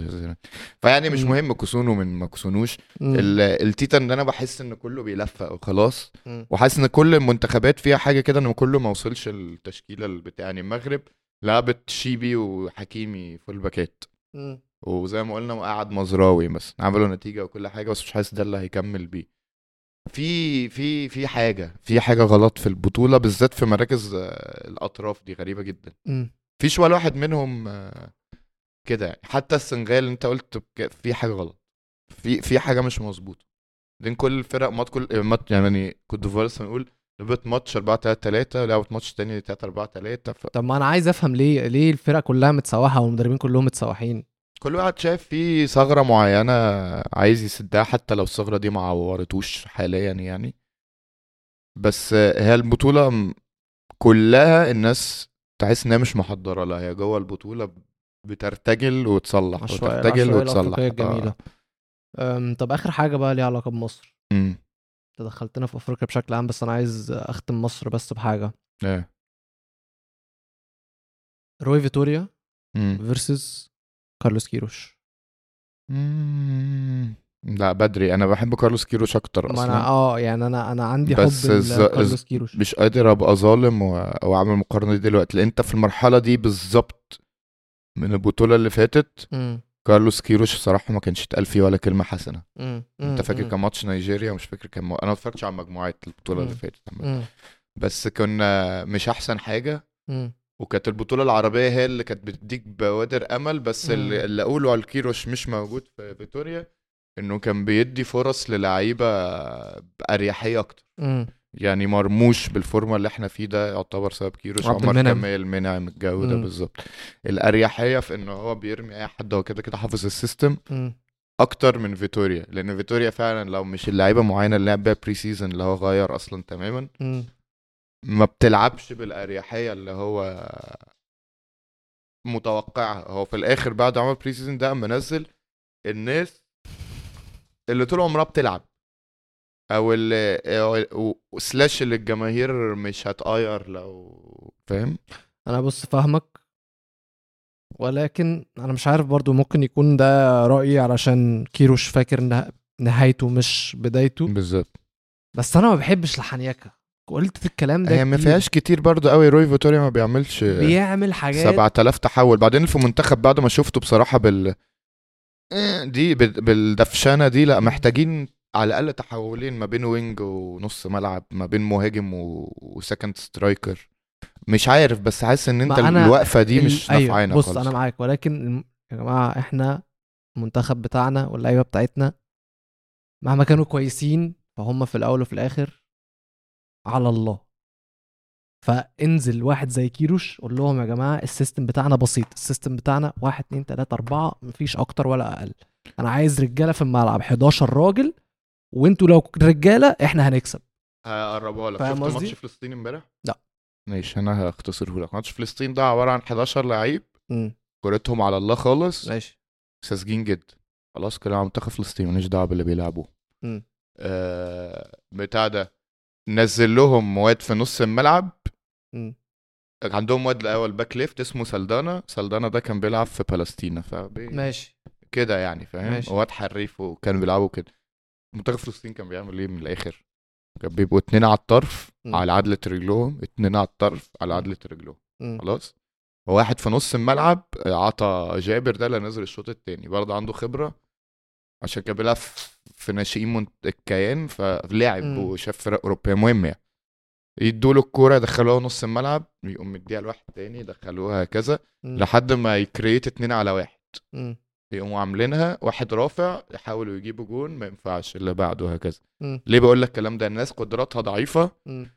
Speaker 2: فيعني مش
Speaker 1: مم.
Speaker 2: مهم كسونه من ما كسونوش
Speaker 1: مم.
Speaker 2: ال- التيتا ان انا بحس ان كله بيلفق وخلاص
Speaker 1: مم.
Speaker 2: وحاسس ان كل المنتخبات فيها حاجه كده ان كله ما وصلش التشكيله اللي بتاع يعني المغرب لعبت شيبي وحكيمي فول باكات
Speaker 1: مم.
Speaker 2: وزي ما قلنا وقعد مزراوي مثلا عملوا نتيجه وكل حاجه بس مش حاسس ده اللي هيكمل بيه في في في حاجه في حاجه غلط في البطوله بالذات في مراكز آه، الاطراف دي غريبه جدا
Speaker 1: مم.
Speaker 2: فيش ولا واحد منهم آه، كده يعني. حتى السنغال انت قلت بك- في حاجه غلط في في حاجه مش مظبوطه لان كل الفرق مات كل آه، مات يعني كوت ديفوار لسه بنقول لعبت ماتش 4 3 3 لعبت ماتش تاني 3 4 3
Speaker 1: طب ما انا عايز افهم ليه ليه الفرق كلها متسوحه والمدربين كلهم متسوحين
Speaker 2: كل واحد شايف في ثغرة معينة عايز يسدها حتى لو الثغرة دي ما عورتوش حاليا يعني بس هي البطولة م- كلها الناس تحس انها مش محضرة لها هي جوه البطولة بترتجل وتصلح
Speaker 1: عشوائية-
Speaker 2: وترتجل
Speaker 1: العشوائية
Speaker 2: وتصلح
Speaker 1: الأفريقية الجميلة أم، طب اخر حاجه بقى ليها علاقه بمصر
Speaker 2: آه. أمم.
Speaker 1: تدخلتنا في افريقيا بشكل عام بس انا عايز اختم مصر بس بحاجه
Speaker 2: إيه.
Speaker 1: روي فيتوريا
Speaker 2: أمم.
Speaker 1: فيرسز كارلوس كيروش
Speaker 2: أمم. لا بدري انا بحب كارلوس كيروش اكتر
Speaker 1: ما
Speaker 2: اصلا
Speaker 1: انا اه يعني انا انا عندي حب
Speaker 2: بس الز-
Speaker 1: لكارلوس كيروش
Speaker 2: مش قادر ابقى ظالم و- واعمل مقارنه دي دلوقتي لان انت في المرحله دي بالظبط من البطوله اللي فاتت
Speaker 1: مم.
Speaker 2: كارلوس كيروش بصراحه ما كانش اتقال فيه ولا كلمه حسنه
Speaker 1: مم.
Speaker 2: انت
Speaker 1: مم.
Speaker 2: فاكر
Speaker 1: مم.
Speaker 2: كان ماتش نيجيريا مش فاكر كان م... انا ما اتفرجتش على مجموعات البطوله اللي
Speaker 1: مم.
Speaker 2: فاتت عامة.
Speaker 1: مم.
Speaker 2: بس كنا مش احسن حاجه
Speaker 1: مم.
Speaker 2: وكانت البطوله العربيه هي اللي كانت بتديك بوادر امل بس
Speaker 1: مم.
Speaker 2: اللي, اللي اقوله على كيروش مش موجود في فيتوريا انه كان بيدي فرص للعيبه باريحيه اكتر
Speaker 1: مم.
Speaker 2: يعني مرموش بالفورمه اللي احنا فيه ده يعتبر سبب كيروش
Speaker 1: وعبد
Speaker 2: عمر
Speaker 1: المنعم.
Speaker 2: كمال منعم الجو ده
Speaker 1: مم.
Speaker 2: بالظبط الاريحيه في ان هو بيرمي اي حد هو كده كده حافظ السيستم
Speaker 1: مم.
Speaker 2: اكتر من فيتوريا لان فيتوريا فعلا لو مش اللعيبه معينه اللي لعب بيها بري سيزون اللي هو غير اصلا تماما
Speaker 1: مم.
Speaker 2: ما بتلعبش بالاريحيه اللي هو متوقعها هو في الاخر بعد عمل بري سيزون ده اما نزل الناس اللي طول عمرها بتلعب او ال سلاش اللي الجماهير مش هتقير لو فاهم
Speaker 1: انا بص فاهمك ولكن انا مش عارف برضو ممكن يكون ده رايي علشان كيروش فاكر نه- نهايته مش بدايته
Speaker 2: بالظبط
Speaker 1: بس انا ما بحبش الحنيكه قلت الكلام ده
Speaker 2: هي ما
Speaker 1: كتير.
Speaker 2: فيهاش كتير برضو قوي روي فيتوريا ما بيعملش
Speaker 1: بيعمل حاجات
Speaker 2: 7000 تحول بعدين في منتخب بعد ما شفته بصراحه بال إيه دي بال- بالدفشانه دي لا محتاجين على الاقل تحولين ما بين وينج ونص ملعب ما بين مهاجم و... وسكند سترايكر مش عارف بس حاسس ان انت
Speaker 1: ما أنا
Speaker 2: الوقفه دي مش
Speaker 1: ال- أيوه،
Speaker 2: نافعانا
Speaker 1: بص
Speaker 2: خالص
Speaker 1: انا معاك ولكن الم- يا جماعه احنا المنتخب بتاعنا واللعيبه بتاعتنا مهما كانوا كويسين فهم في الاول وفي الاخر على الله فانزل واحد زي كيروش قول لهم يا جماعه السيستم بتاعنا بسيط السيستم بتاعنا واحد اتنين تلاته اربعه مفيش اكتر ولا اقل انا عايز رجاله في الملعب 11 راجل وانتوا لو رجاله احنا هنكسب
Speaker 2: هقربها لك
Speaker 1: فاهم
Speaker 2: شفت
Speaker 1: قصدي؟
Speaker 2: ماتش فلسطين امبارح؟
Speaker 1: لا.
Speaker 2: ماشي انا هختصره لك ماتش فلسطين ده عباره عن 11 لعيب
Speaker 1: امم
Speaker 2: كورتهم على الله خالص
Speaker 1: ماشي
Speaker 2: ساذجين جدا خلاص كده على منتخب فلسطين ماليش دعوه باللي بيلعبوه
Speaker 1: مم.
Speaker 2: آه بتاع ده نزل لهم واد في نص الملعب
Speaker 1: مم.
Speaker 2: عندهم واد الاول باك ليفت اسمه سلدانا سلدانا ده كان بيلعب في فلسطين فكده
Speaker 1: ماشي
Speaker 2: يعني فاهم
Speaker 1: ماشي.
Speaker 2: واد حريف وكان بيلعبوا كده منتخب فلسطين كان بيعمل ايه من الاخر كان بيبقوا اتنين على الطرف
Speaker 1: مم.
Speaker 2: على عدلة رجلهم اتنين على الطرف على عدلة رجلهم
Speaker 1: مم.
Speaker 2: خلاص وواحد في نص الملعب آه، عطى جابر ده اللي نزل الشوط التاني برضه عنده خبره عشان كان بيلعب في- في ناشئين منت- الكيان فلاعب
Speaker 1: مم.
Speaker 2: وشاف فرق اوروبيه مهمه يعني يدوا له الكوره يدخلوها نص الملعب يقوم مديها لواحد تاني يدخلوها هكذا
Speaker 1: مم.
Speaker 2: لحد ما يكريت اتنين على واحد
Speaker 1: مم.
Speaker 2: يقوموا عاملينها واحد رافع يحاولوا يجيبوا جون ما ينفعش اللي بعده هكذا
Speaker 1: مم.
Speaker 2: ليه بقول لك الكلام ده الناس قدراتها ضعيفه
Speaker 1: مم.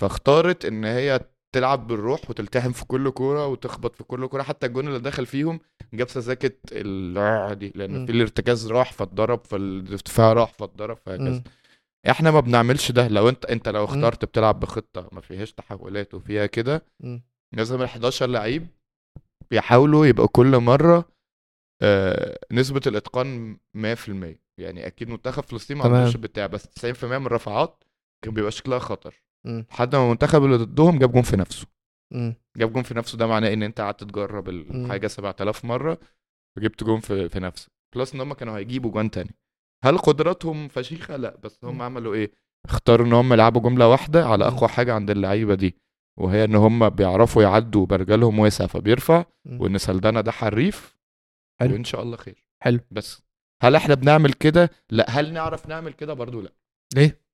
Speaker 2: فاختارت ان هي تلعب بالروح وتلتحم في كل كوره وتخبط في كل كوره حتى الجون اللي دخل فيهم جاب سذاكه الرع دي
Speaker 1: مم.
Speaker 2: لان في الارتكاز راح فاتضرب فالدفاع راح فاتضرب
Speaker 1: مم.
Speaker 2: فهكذا احنا ما بنعملش ده لو انت انت لو
Speaker 1: مم.
Speaker 2: اخترت بتلعب بخطه ما فيهاش تحولات وفيها كده
Speaker 1: مم.
Speaker 2: لازم ال 11 لعيب بيحاولوا يبقى كل مره آه نسبه الاتقان 100% يعني اكيد منتخب فلسطين ما
Speaker 1: تمام.
Speaker 2: عندوش بتاع بس 90% من الرفعات كان بيبقى شكلها خطر
Speaker 1: مم.
Speaker 2: لحد ما المنتخب اللي ضدهم جاب جون في نفسه
Speaker 1: مم.
Speaker 2: جاب جون في نفسه ده معناه ان انت قعدت تجرب الحاجه 7000 مره وجبت جون في في نفسك بلس ان هم كانوا هيجيبوا جوان تاني هل قدراتهم فشيخه لا بس هم
Speaker 1: مم.
Speaker 2: عملوا ايه اختاروا ان هم يلعبوا جمله واحده على
Speaker 1: مم.
Speaker 2: اقوى حاجه عند اللعيبه دي وهي ان هم بيعرفوا يعدوا برجلهم واسع فبيرفع
Speaker 1: مم.
Speaker 2: وان سلدانه ده حريف
Speaker 1: حلو.
Speaker 2: وان شاء الله خير
Speaker 1: حلو.
Speaker 2: بس هل احنا بنعمل كده لا هل نعرف نعمل كده برضو لا
Speaker 1: ليه؟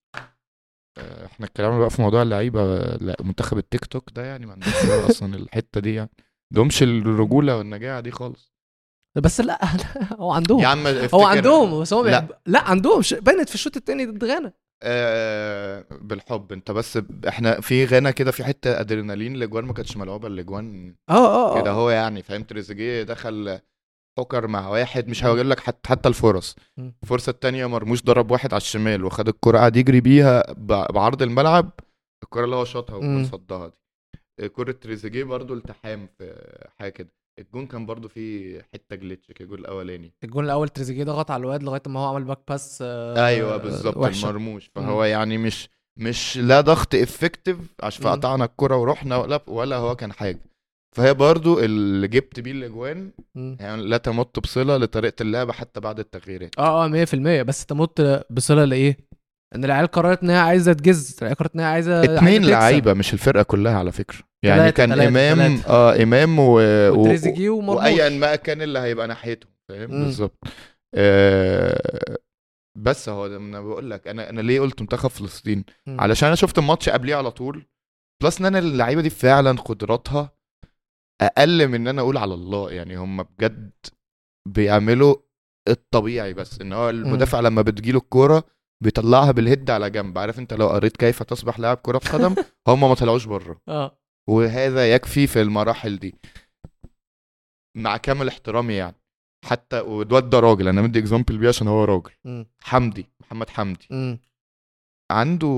Speaker 2: آه، احنا اتكلمنا بقى في موضوع اللعيبه لا منتخب التيك توك ده يعني ما عندهمش اصلا الحته دي يعني دومش الرجوله والنجاعه دي خالص
Speaker 1: بس لا هو عندهم
Speaker 2: يا عم
Speaker 1: هو
Speaker 2: افتكر-
Speaker 1: عندهم بس هو
Speaker 2: يعني لا.
Speaker 1: لا, لا عندهم ش... بانت في الشوط الثاني ضد غانا
Speaker 2: آه بالحب انت بس ب- احنا في غانا كده في حته ادرينالين الاجوان ما كانتش ملعوبه الاجوان
Speaker 1: اه اه
Speaker 2: كده
Speaker 1: اه
Speaker 2: هو يعني فاهم تريزيجيه دخل حكر مع واحد مش هقول لك حتى حتى الفرص
Speaker 1: مم.
Speaker 2: الفرصه التانية مرموش ضرب واحد على الشمال وخد الكره قعد يجري بيها ب- بعرض الملعب الكره اللي هو شاطها والجون
Speaker 1: مم.
Speaker 2: صدها دي آه، كره تريزيجيه برضو التحام في حاجه كده الجون كان برضو فيه حته جليتش كده الجون الاولاني
Speaker 1: الجون الاول تريزيجيه ضغط على الواد لغايه ما هو عمل باك باس آه،
Speaker 2: ايوه بالظبط
Speaker 1: وحشة.
Speaker 2: المرموش فهو يعني مش مش لا ضغط افكتيف عشان
Speaker 1: مم.
Speaker 2: قطعنا الكرة ورحنا ولا ولا هو كان حاجه فهي برضو اللي جبت بيه الاجوان
Speaker 1: مم.
Speaker 2: يعني لا تمت بصله لطريقه اللعبه حتى بعد التغييرات
Speaker 1: اه اه 100% بس تموت بصله لايه؟ ان العيال قررت ان هي عايزه تجز العيال قررت ان هي عايزه عايزة
Speaker 2: اتنين
Speaker 1: آه، تكسب.
Speaker 2: لعيبه مش الفرقه كلها على فكره يعني
Speaker 1: تلاتة-
Speaker 2: كان
Speaker 1: تلاتة-
Speaker 2: امام
Speaker 1: تلاتة.
Speaker 2: اه امام و... و...
Speaker 1: وتريزيجيه ومرموش
Speaker 2: وايا ما كان اللي هيبقى ناحيتهم فاهم
Speaker 1: مم.
Speaker 2: بالظبط آه بس هو ده انا بقول لك انا انا ليه قلت منتخب فلسطين
Speaker 1: مم.
Speaker 2: علشان انا شفت الماتش قبليه على طول بلس ان انا اللعيبه دي فعلا قدراتها اقل من ان انا اقول على الله يعني هم بجد بيعملوا الطبيعي بس ان هو المدافع لما بتجيله الكوره بيطلعها بالهد على جنب عارف انت لو قريت كيف تصبح لاعب كره قدم هم ما طلعوش بره
Speaker 1: اه
Speaker 2: وهذا يكفي في المراحل دي مع كامل احترامي يعني حتى والواد ده راجل انا مدي اكزامبل بيه عشان هو راجل
Speaker 1: مم.
Speaker 2: حمدي محمد حمدي
Speaker 1: مم.
Speaker 2: عنده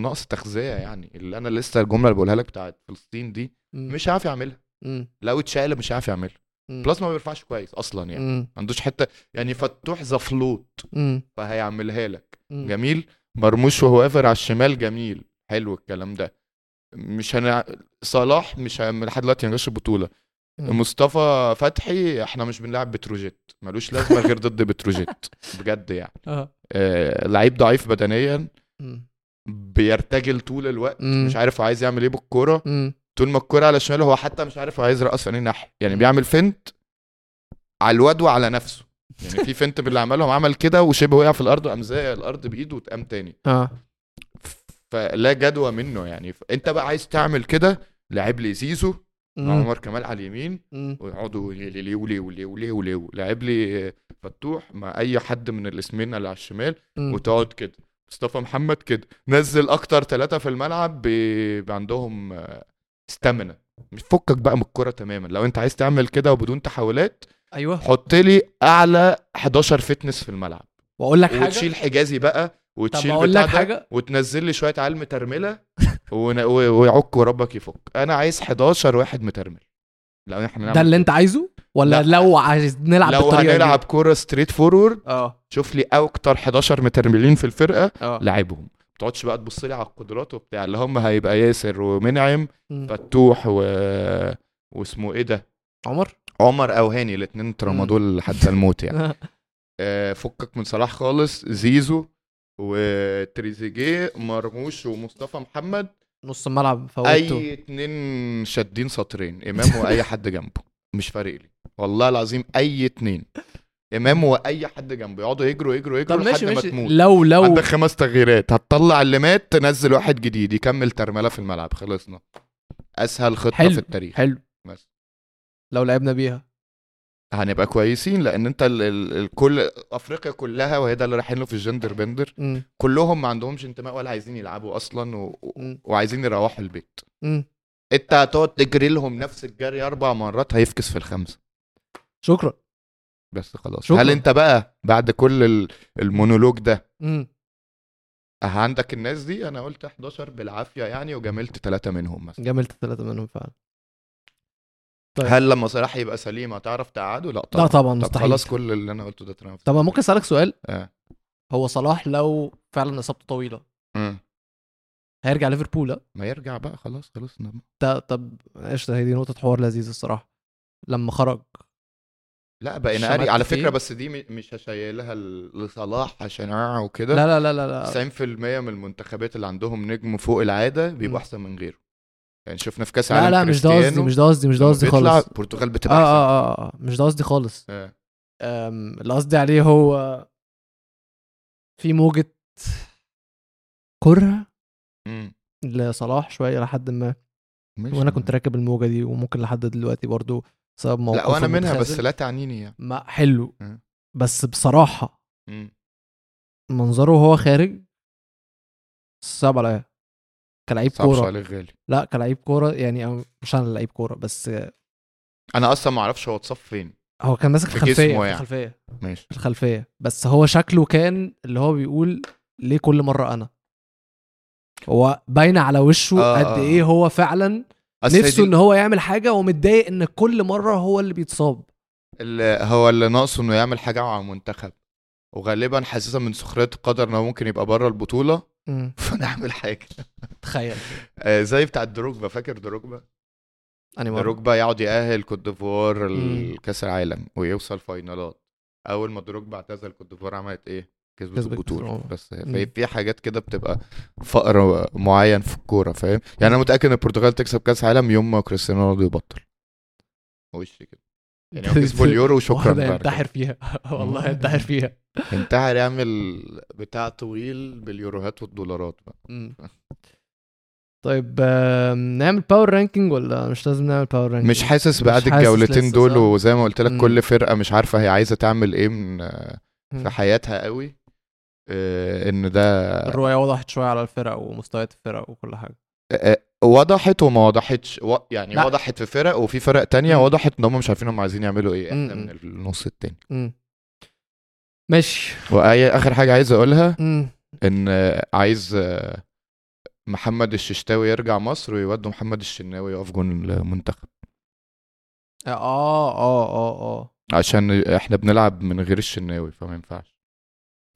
Speaker 2: نقص تغذيه يعني اللي انا لسه الجمله اللي بقولها لك بتاعت فلسطين دي
Speaker 1: مم.
Speaker 2: مش عارف يعملها
Speaker 1: مم.
Speaker 2: لو اتشال مش عارف يعملها
Speaker 1: مم.
Speaker 2: بلس ما بيرفعش كويس اصلا يعني
Speaker 1: مم.
Speaker 2: ما عندوش حته يعني فتوح زفلوط
Speaker 1: مم.
Speaker 2: فهيعملها لك
Speaker 1: مم.
Speaker 2: جميل مرموش وهو قافر على الشمال جميل حلو الكلام ده مش هنع... صلاح مش ه- من لحد دلوقتي ما جاش البطوله
Speaker 1: مم.
Speaker 2: مصطفى فتحي احنا مش بنلعب بتروجيت ملوش لازمه غير ضد بتروجيت بجد يعني
Speaker 1: اه
Speaker 2: آه لعيب ضعيف بدنيا
Speaker 1: مم.
Speaker 2: بيرتجل طول الوقت
Speaker 1: مم.
Speaker 2: مش عارف هو عايز يعمل ايه بالكوره
Speaker 1: مم.
Speaker 2: طول ما الكرة على شماله هو حتى مش عارف هو عايز يرقص في انهي ناحية يعني
Speaker 1: مم.
Speaker 2: بيعمل فنت على الواد وعلى نفسه يعني في فنت باللي عملهم عمل كده وشبه وقع في الارض قام زي الارض بايده واتقام تاني
Speaker 1: اه
Speaker 2: فلا جدوى منه يعني ف- انت بقى عايز تعمل كده لعب لي زيزو مع
Speaker 1: مم.
Speaker 2: عمر كمال على اليمين
Speaker 1: مم.
Speaker 2: ويقعدوا لي- لي- ولي ولي ولي ولي لعب لي فتوح مع اي حد من الاسمين اللي على الشمال
Speaker 1: مم.
Speaker 2: وتقعد كده مصطفى محمد كده نزل اكتر ثلاثة في الملعب ب- عندهم استامنا مش فكك بقى من الكوره تماما لو انت عايز تعمل كده وبدون تحولات
Speaker 1: ايوه
Speaker 2: حط لي اعلى 11 فتنس في الملعب
Speaker 1: واقول لك حاجه
Speaker 2: وتشيل حجازي بقى وتشيل
Speaker 1: أقول
Speaker 2: بتاع
Speaker 1: لك
Speaker 2: ده،
Speaker 1: حاجة؟
Speaker 2: وتنزل لي شويه عيال مترمله ون- و- ويعك وربك يفك انا عايز 11 واحد مترمل لو احنا نعمل
Speaker 1: ده اللي انت عايزه ولا
Speaker 2: نعم. لا.
Speaker 1: لو عايز نلعب
Speaker 2: لو
Speaker 1: بالطريقه دي؟
Speaker 2: هنلعب كوره ستريت فورورد
Speaker 1: اه
Speaker 2: شوف لي اكتر 11 مترملين في الفرقه
Speaker 1: اه
Speaker 2: لعبهم ما تقعدش بقى تبص لي على القدرات وبتاع اللي هم هيبقى ياسر ومنعم
Speaker 1: مم.
Speaker 2: فتوح و... واسمه ايه ده
Speaker 1: عمر
Speaker 2: عمر او هاني الاثنين ترمدوا لحد الموت يعني
Speaker 1: آه.
Speaker 2: آه، فكك من صلاح خالص زيزو وتريزيجيه مرموش ومصطفى محمد
Speaker 1: نص الملعب فوتته
Speaker 2: اي اتنين شادين سطرين امام واي حد جنبه مش فارق لي والله العظيم اي اتنين امام واي حد جنبه يقعدوا يجروا يجروا
Speaker 1: طب
Speaker 2: يجروا لحد
Speaker 1: ماشي
Speaker 2: ما
Speaker 1: ماشي
Speaker 2: تموت
Speaker 1: لو لو
Speaker 2: عندك خمس تغييرات هتطلع اللي مات تنزل واحد جديد يكمل ترمله في الملعب خلصنا اسهل خطه
Speaker 1: حلو.
Speaker 2: في التاريخ
Speaker 1: حلو
Speaker 2: بس.
Speaker 1: لو لعبنا بيها
Speaker 2: هنبقى كويسين لان انت ال- ال- الكل افريقيا كلها وهي ده اللي رايحين له في الجندر بندر
Speaker 1: مم.
Speaker 2: كلهم ما عندهمش انتماء ولا عايزين يلعبوا اصلا و... و-
Speaker 1: مم.
Speaker 2: وعايزين يروحوا البيت
Speaker 1: مم.
Speaker 2: انت هتقعد تجري لهم نفس الجري اربع مرات هيفكس في الخمسه
Speaker 1: شكرا
Speaker 2: بس خلاص
Speaker 1: شكراً.
Speaker 2: هل انت بقى بعد كل ال- المونولوج ده
Speaker 1: مم.
Speaker 2: عندك الناس دي انا قلت 11 بالعافيه يعني وجملت ثلاثه منهم مثلا
Speaker 1: جملت ثلاثه منهم فعلا طيب.
Speaker 2: هل لما صلاح يبقى سليم هتعرف تقعده؟ لا طبعا
Speaker 1: لا طبعا
Speaker 2: طب
Speaker 1: مستحيل
Speaker 2: خلاص كل اللي انا قلته ده اترمى في
Speaker 1: طب ممكن اسالك سؤال
Speaker 2: آه.
Speaker 1: هو صلاح لو فعلا اصابته طويله
Speaker 2: مم.
Speaker 1: هيرجع ليفربول لا؟
Speaker 2: ما يرجع بقى خلاص خلاص نعم.
Speaker 1: تا- طب قشطه هي دي نقطه حوار لذيذ الصراحه لما خرج
Speaker 2: لا بقينا
Speaker 1: شمال
Speaker 2: قاري على
Speaker 1: كتير.
Speaker 2: فكره بس دي م- مش هشيلها ل- لصلاح عشان آه وكده
Speaker 1: لا لا لا لا, لا.
Speaker 2: 90% من المنتخبات اللي عندهم نجم فوق العاده بيبقوا
Speaker 1: مم.
Speaker 2: احسن من غيره يعني شفنا في كاس
Speaker 1: لا
Speaker 2: العالم
Speaker 1: لا مش ده قصدي
Speaker 2: كريستيانو
Speaker 1: مش ده قصدي مش ده
Speaker 2: لما
Speaker 1: قصدي
Speaker 2: بيطلع
Speaker 1: خالص
Speaker 2: البرتغال
Speaker 1: آه,
Speaker 2: بتبقى احسن
Speaker 1: آه, اه اه مش ده قصدي خالص
Speaker 2: آه.
Speaker 1: أم، اللي قصدي عليه هو في موجة كره
Speaker 2: مم.
Speaker 1: لصلاح شوية لحد ما
Speaker 2: ماشي.
Speaker 1: وانا كنت راكب الموجة دي وممكن لحد دلوقتي برضو سبب موقف
Speaker 2: لا وانا منها بس لا تعنيني يعني
Speaker 1: ما حلو
Speaker 2: آه.
Speaker 1: بس بصراحة
Speaker 2: مم.
Speaker 1: منظره وهو خارج صعب عليا كلاعب
Speaker 2: صعب
Speaker 1: كورة
Speaker 2: سؤال غالي
Speaker 1: لا كلاعب كورة يعني أنا مش انا لعيب كورة بس
Speaker 2: انا اصلا ما اعرفش هو اتصف فين
Speaker 1: هو كان ماسك
Speaker 2: في
Speaker 1: الخلفية
Speaker 2: جسمه
Speaker 1: في
Speaker 2: يعني.
Speaker 1: الخلفية
Speaker 2: ماشي
Speaker 1: في الخلفية بس هو شكله كان اللي هو بيقول ليه كل مرة أنا هو باينة على وشه
Speaker 2: آه،
Speaker 1: قد
Speaker 2: آه.
Speaker 1: إيه هو فعلا
Speaker 2: أصل هي
Speaker 1: نفسه
Speaker 2: دي
Speaker 1: إن هو يعمل حاجة ومتضايق إن كل مرة هو اللي بيتصاب
Speaker 2: اللي هو اللي ناقصه انه يعمل حاجه مع المنتخب وغالبا حاسسها من سخريه القدر انه ممكن يبقى بره البطوله
Speaker 1: مم،
Speaker 2: فنعمل حاجه
Speaker 1: تخيل
Speaker 2: آه، زي بتاع دروجبا فاكر دروجبا
Speaker 1: أنا يعني مرة
Speaker 2: دروجبا يقعد يأهل كوت ديفوار
Speaker 1: مم.
Speaker 2: لكأس العالم ويوصل فاينالات اول ما دروجبا اعتزل كوت ديفوار عملت ايه كسبت
Speaker 1: كسبت
Speaker 2: البطوله
Speaker 1: البطولة.
Speaker 2: بس
Speaker 1: مم.
Speaker 2: في في حاجات كده بتبقى فقر معين في الكوره فاهم يعني انا متاكد ان البرتغال تكسب كاس عالم يوم ما كريستيانو رونالدو يبطل وش كده يعني هو كسبوا اليورو وشكرا
Speaker 1: واحد
Speaker 2: بقى.
Speaker 1: هينتحر فيها والله هينتحر فيها
Speaker 2: انتحر يعمل بتاع طويل باليوروهات والدولارات بقى
Speaker 1: مم. طيب آم، نعمل باور رانكينج ولا مش لازم نعمل باور رانكينج
Speaker 2: مش حاسس
Speaker 1: مش
Speaker 2: بعد
Speaker 1: حاسس
Speaker 2: الجولتين
Speaker 1: لسه،
Speaker 2: دول
Speaker 1: صح؟
Speaker 2: وزي ما قلت لك
Speaker 1: مم.
Speaker 2: كل فرقه مش عارفه هي عايزه تعمل ايه من في حياتها قوي آه، ان ده
Speaker 1: الرؤية وضحت شوية على الفرق ومستويات الفرق وكل حاجة
Speaker 2: آه، وضحت وما وضحتش و... يعني
Speaker 1: لا.
Speaker 2: وضحت في فرق وفي فرق تانية
Speaker 1: مم.
Speaker 2: وضحت ان هم مش عارفين هم عايزين يعملوا ايه احنا
Speaker 1: مم.
Speaker 2: من النص التاني
Speaker 1: مم. ماشي
Speaker 2: واي اخر حاجه عايز اقولها
Speaker 1: مم.
Speaker 2: ان آه، عايز آه، محمد الششتاوي يرجع مصر ويودوا محمد الشناوي يقف جون المنتخب
Speaker 1: اه اه اه اه
Speaker 2: عشان احنا بنلعب من غير الشناوي فما ينفعش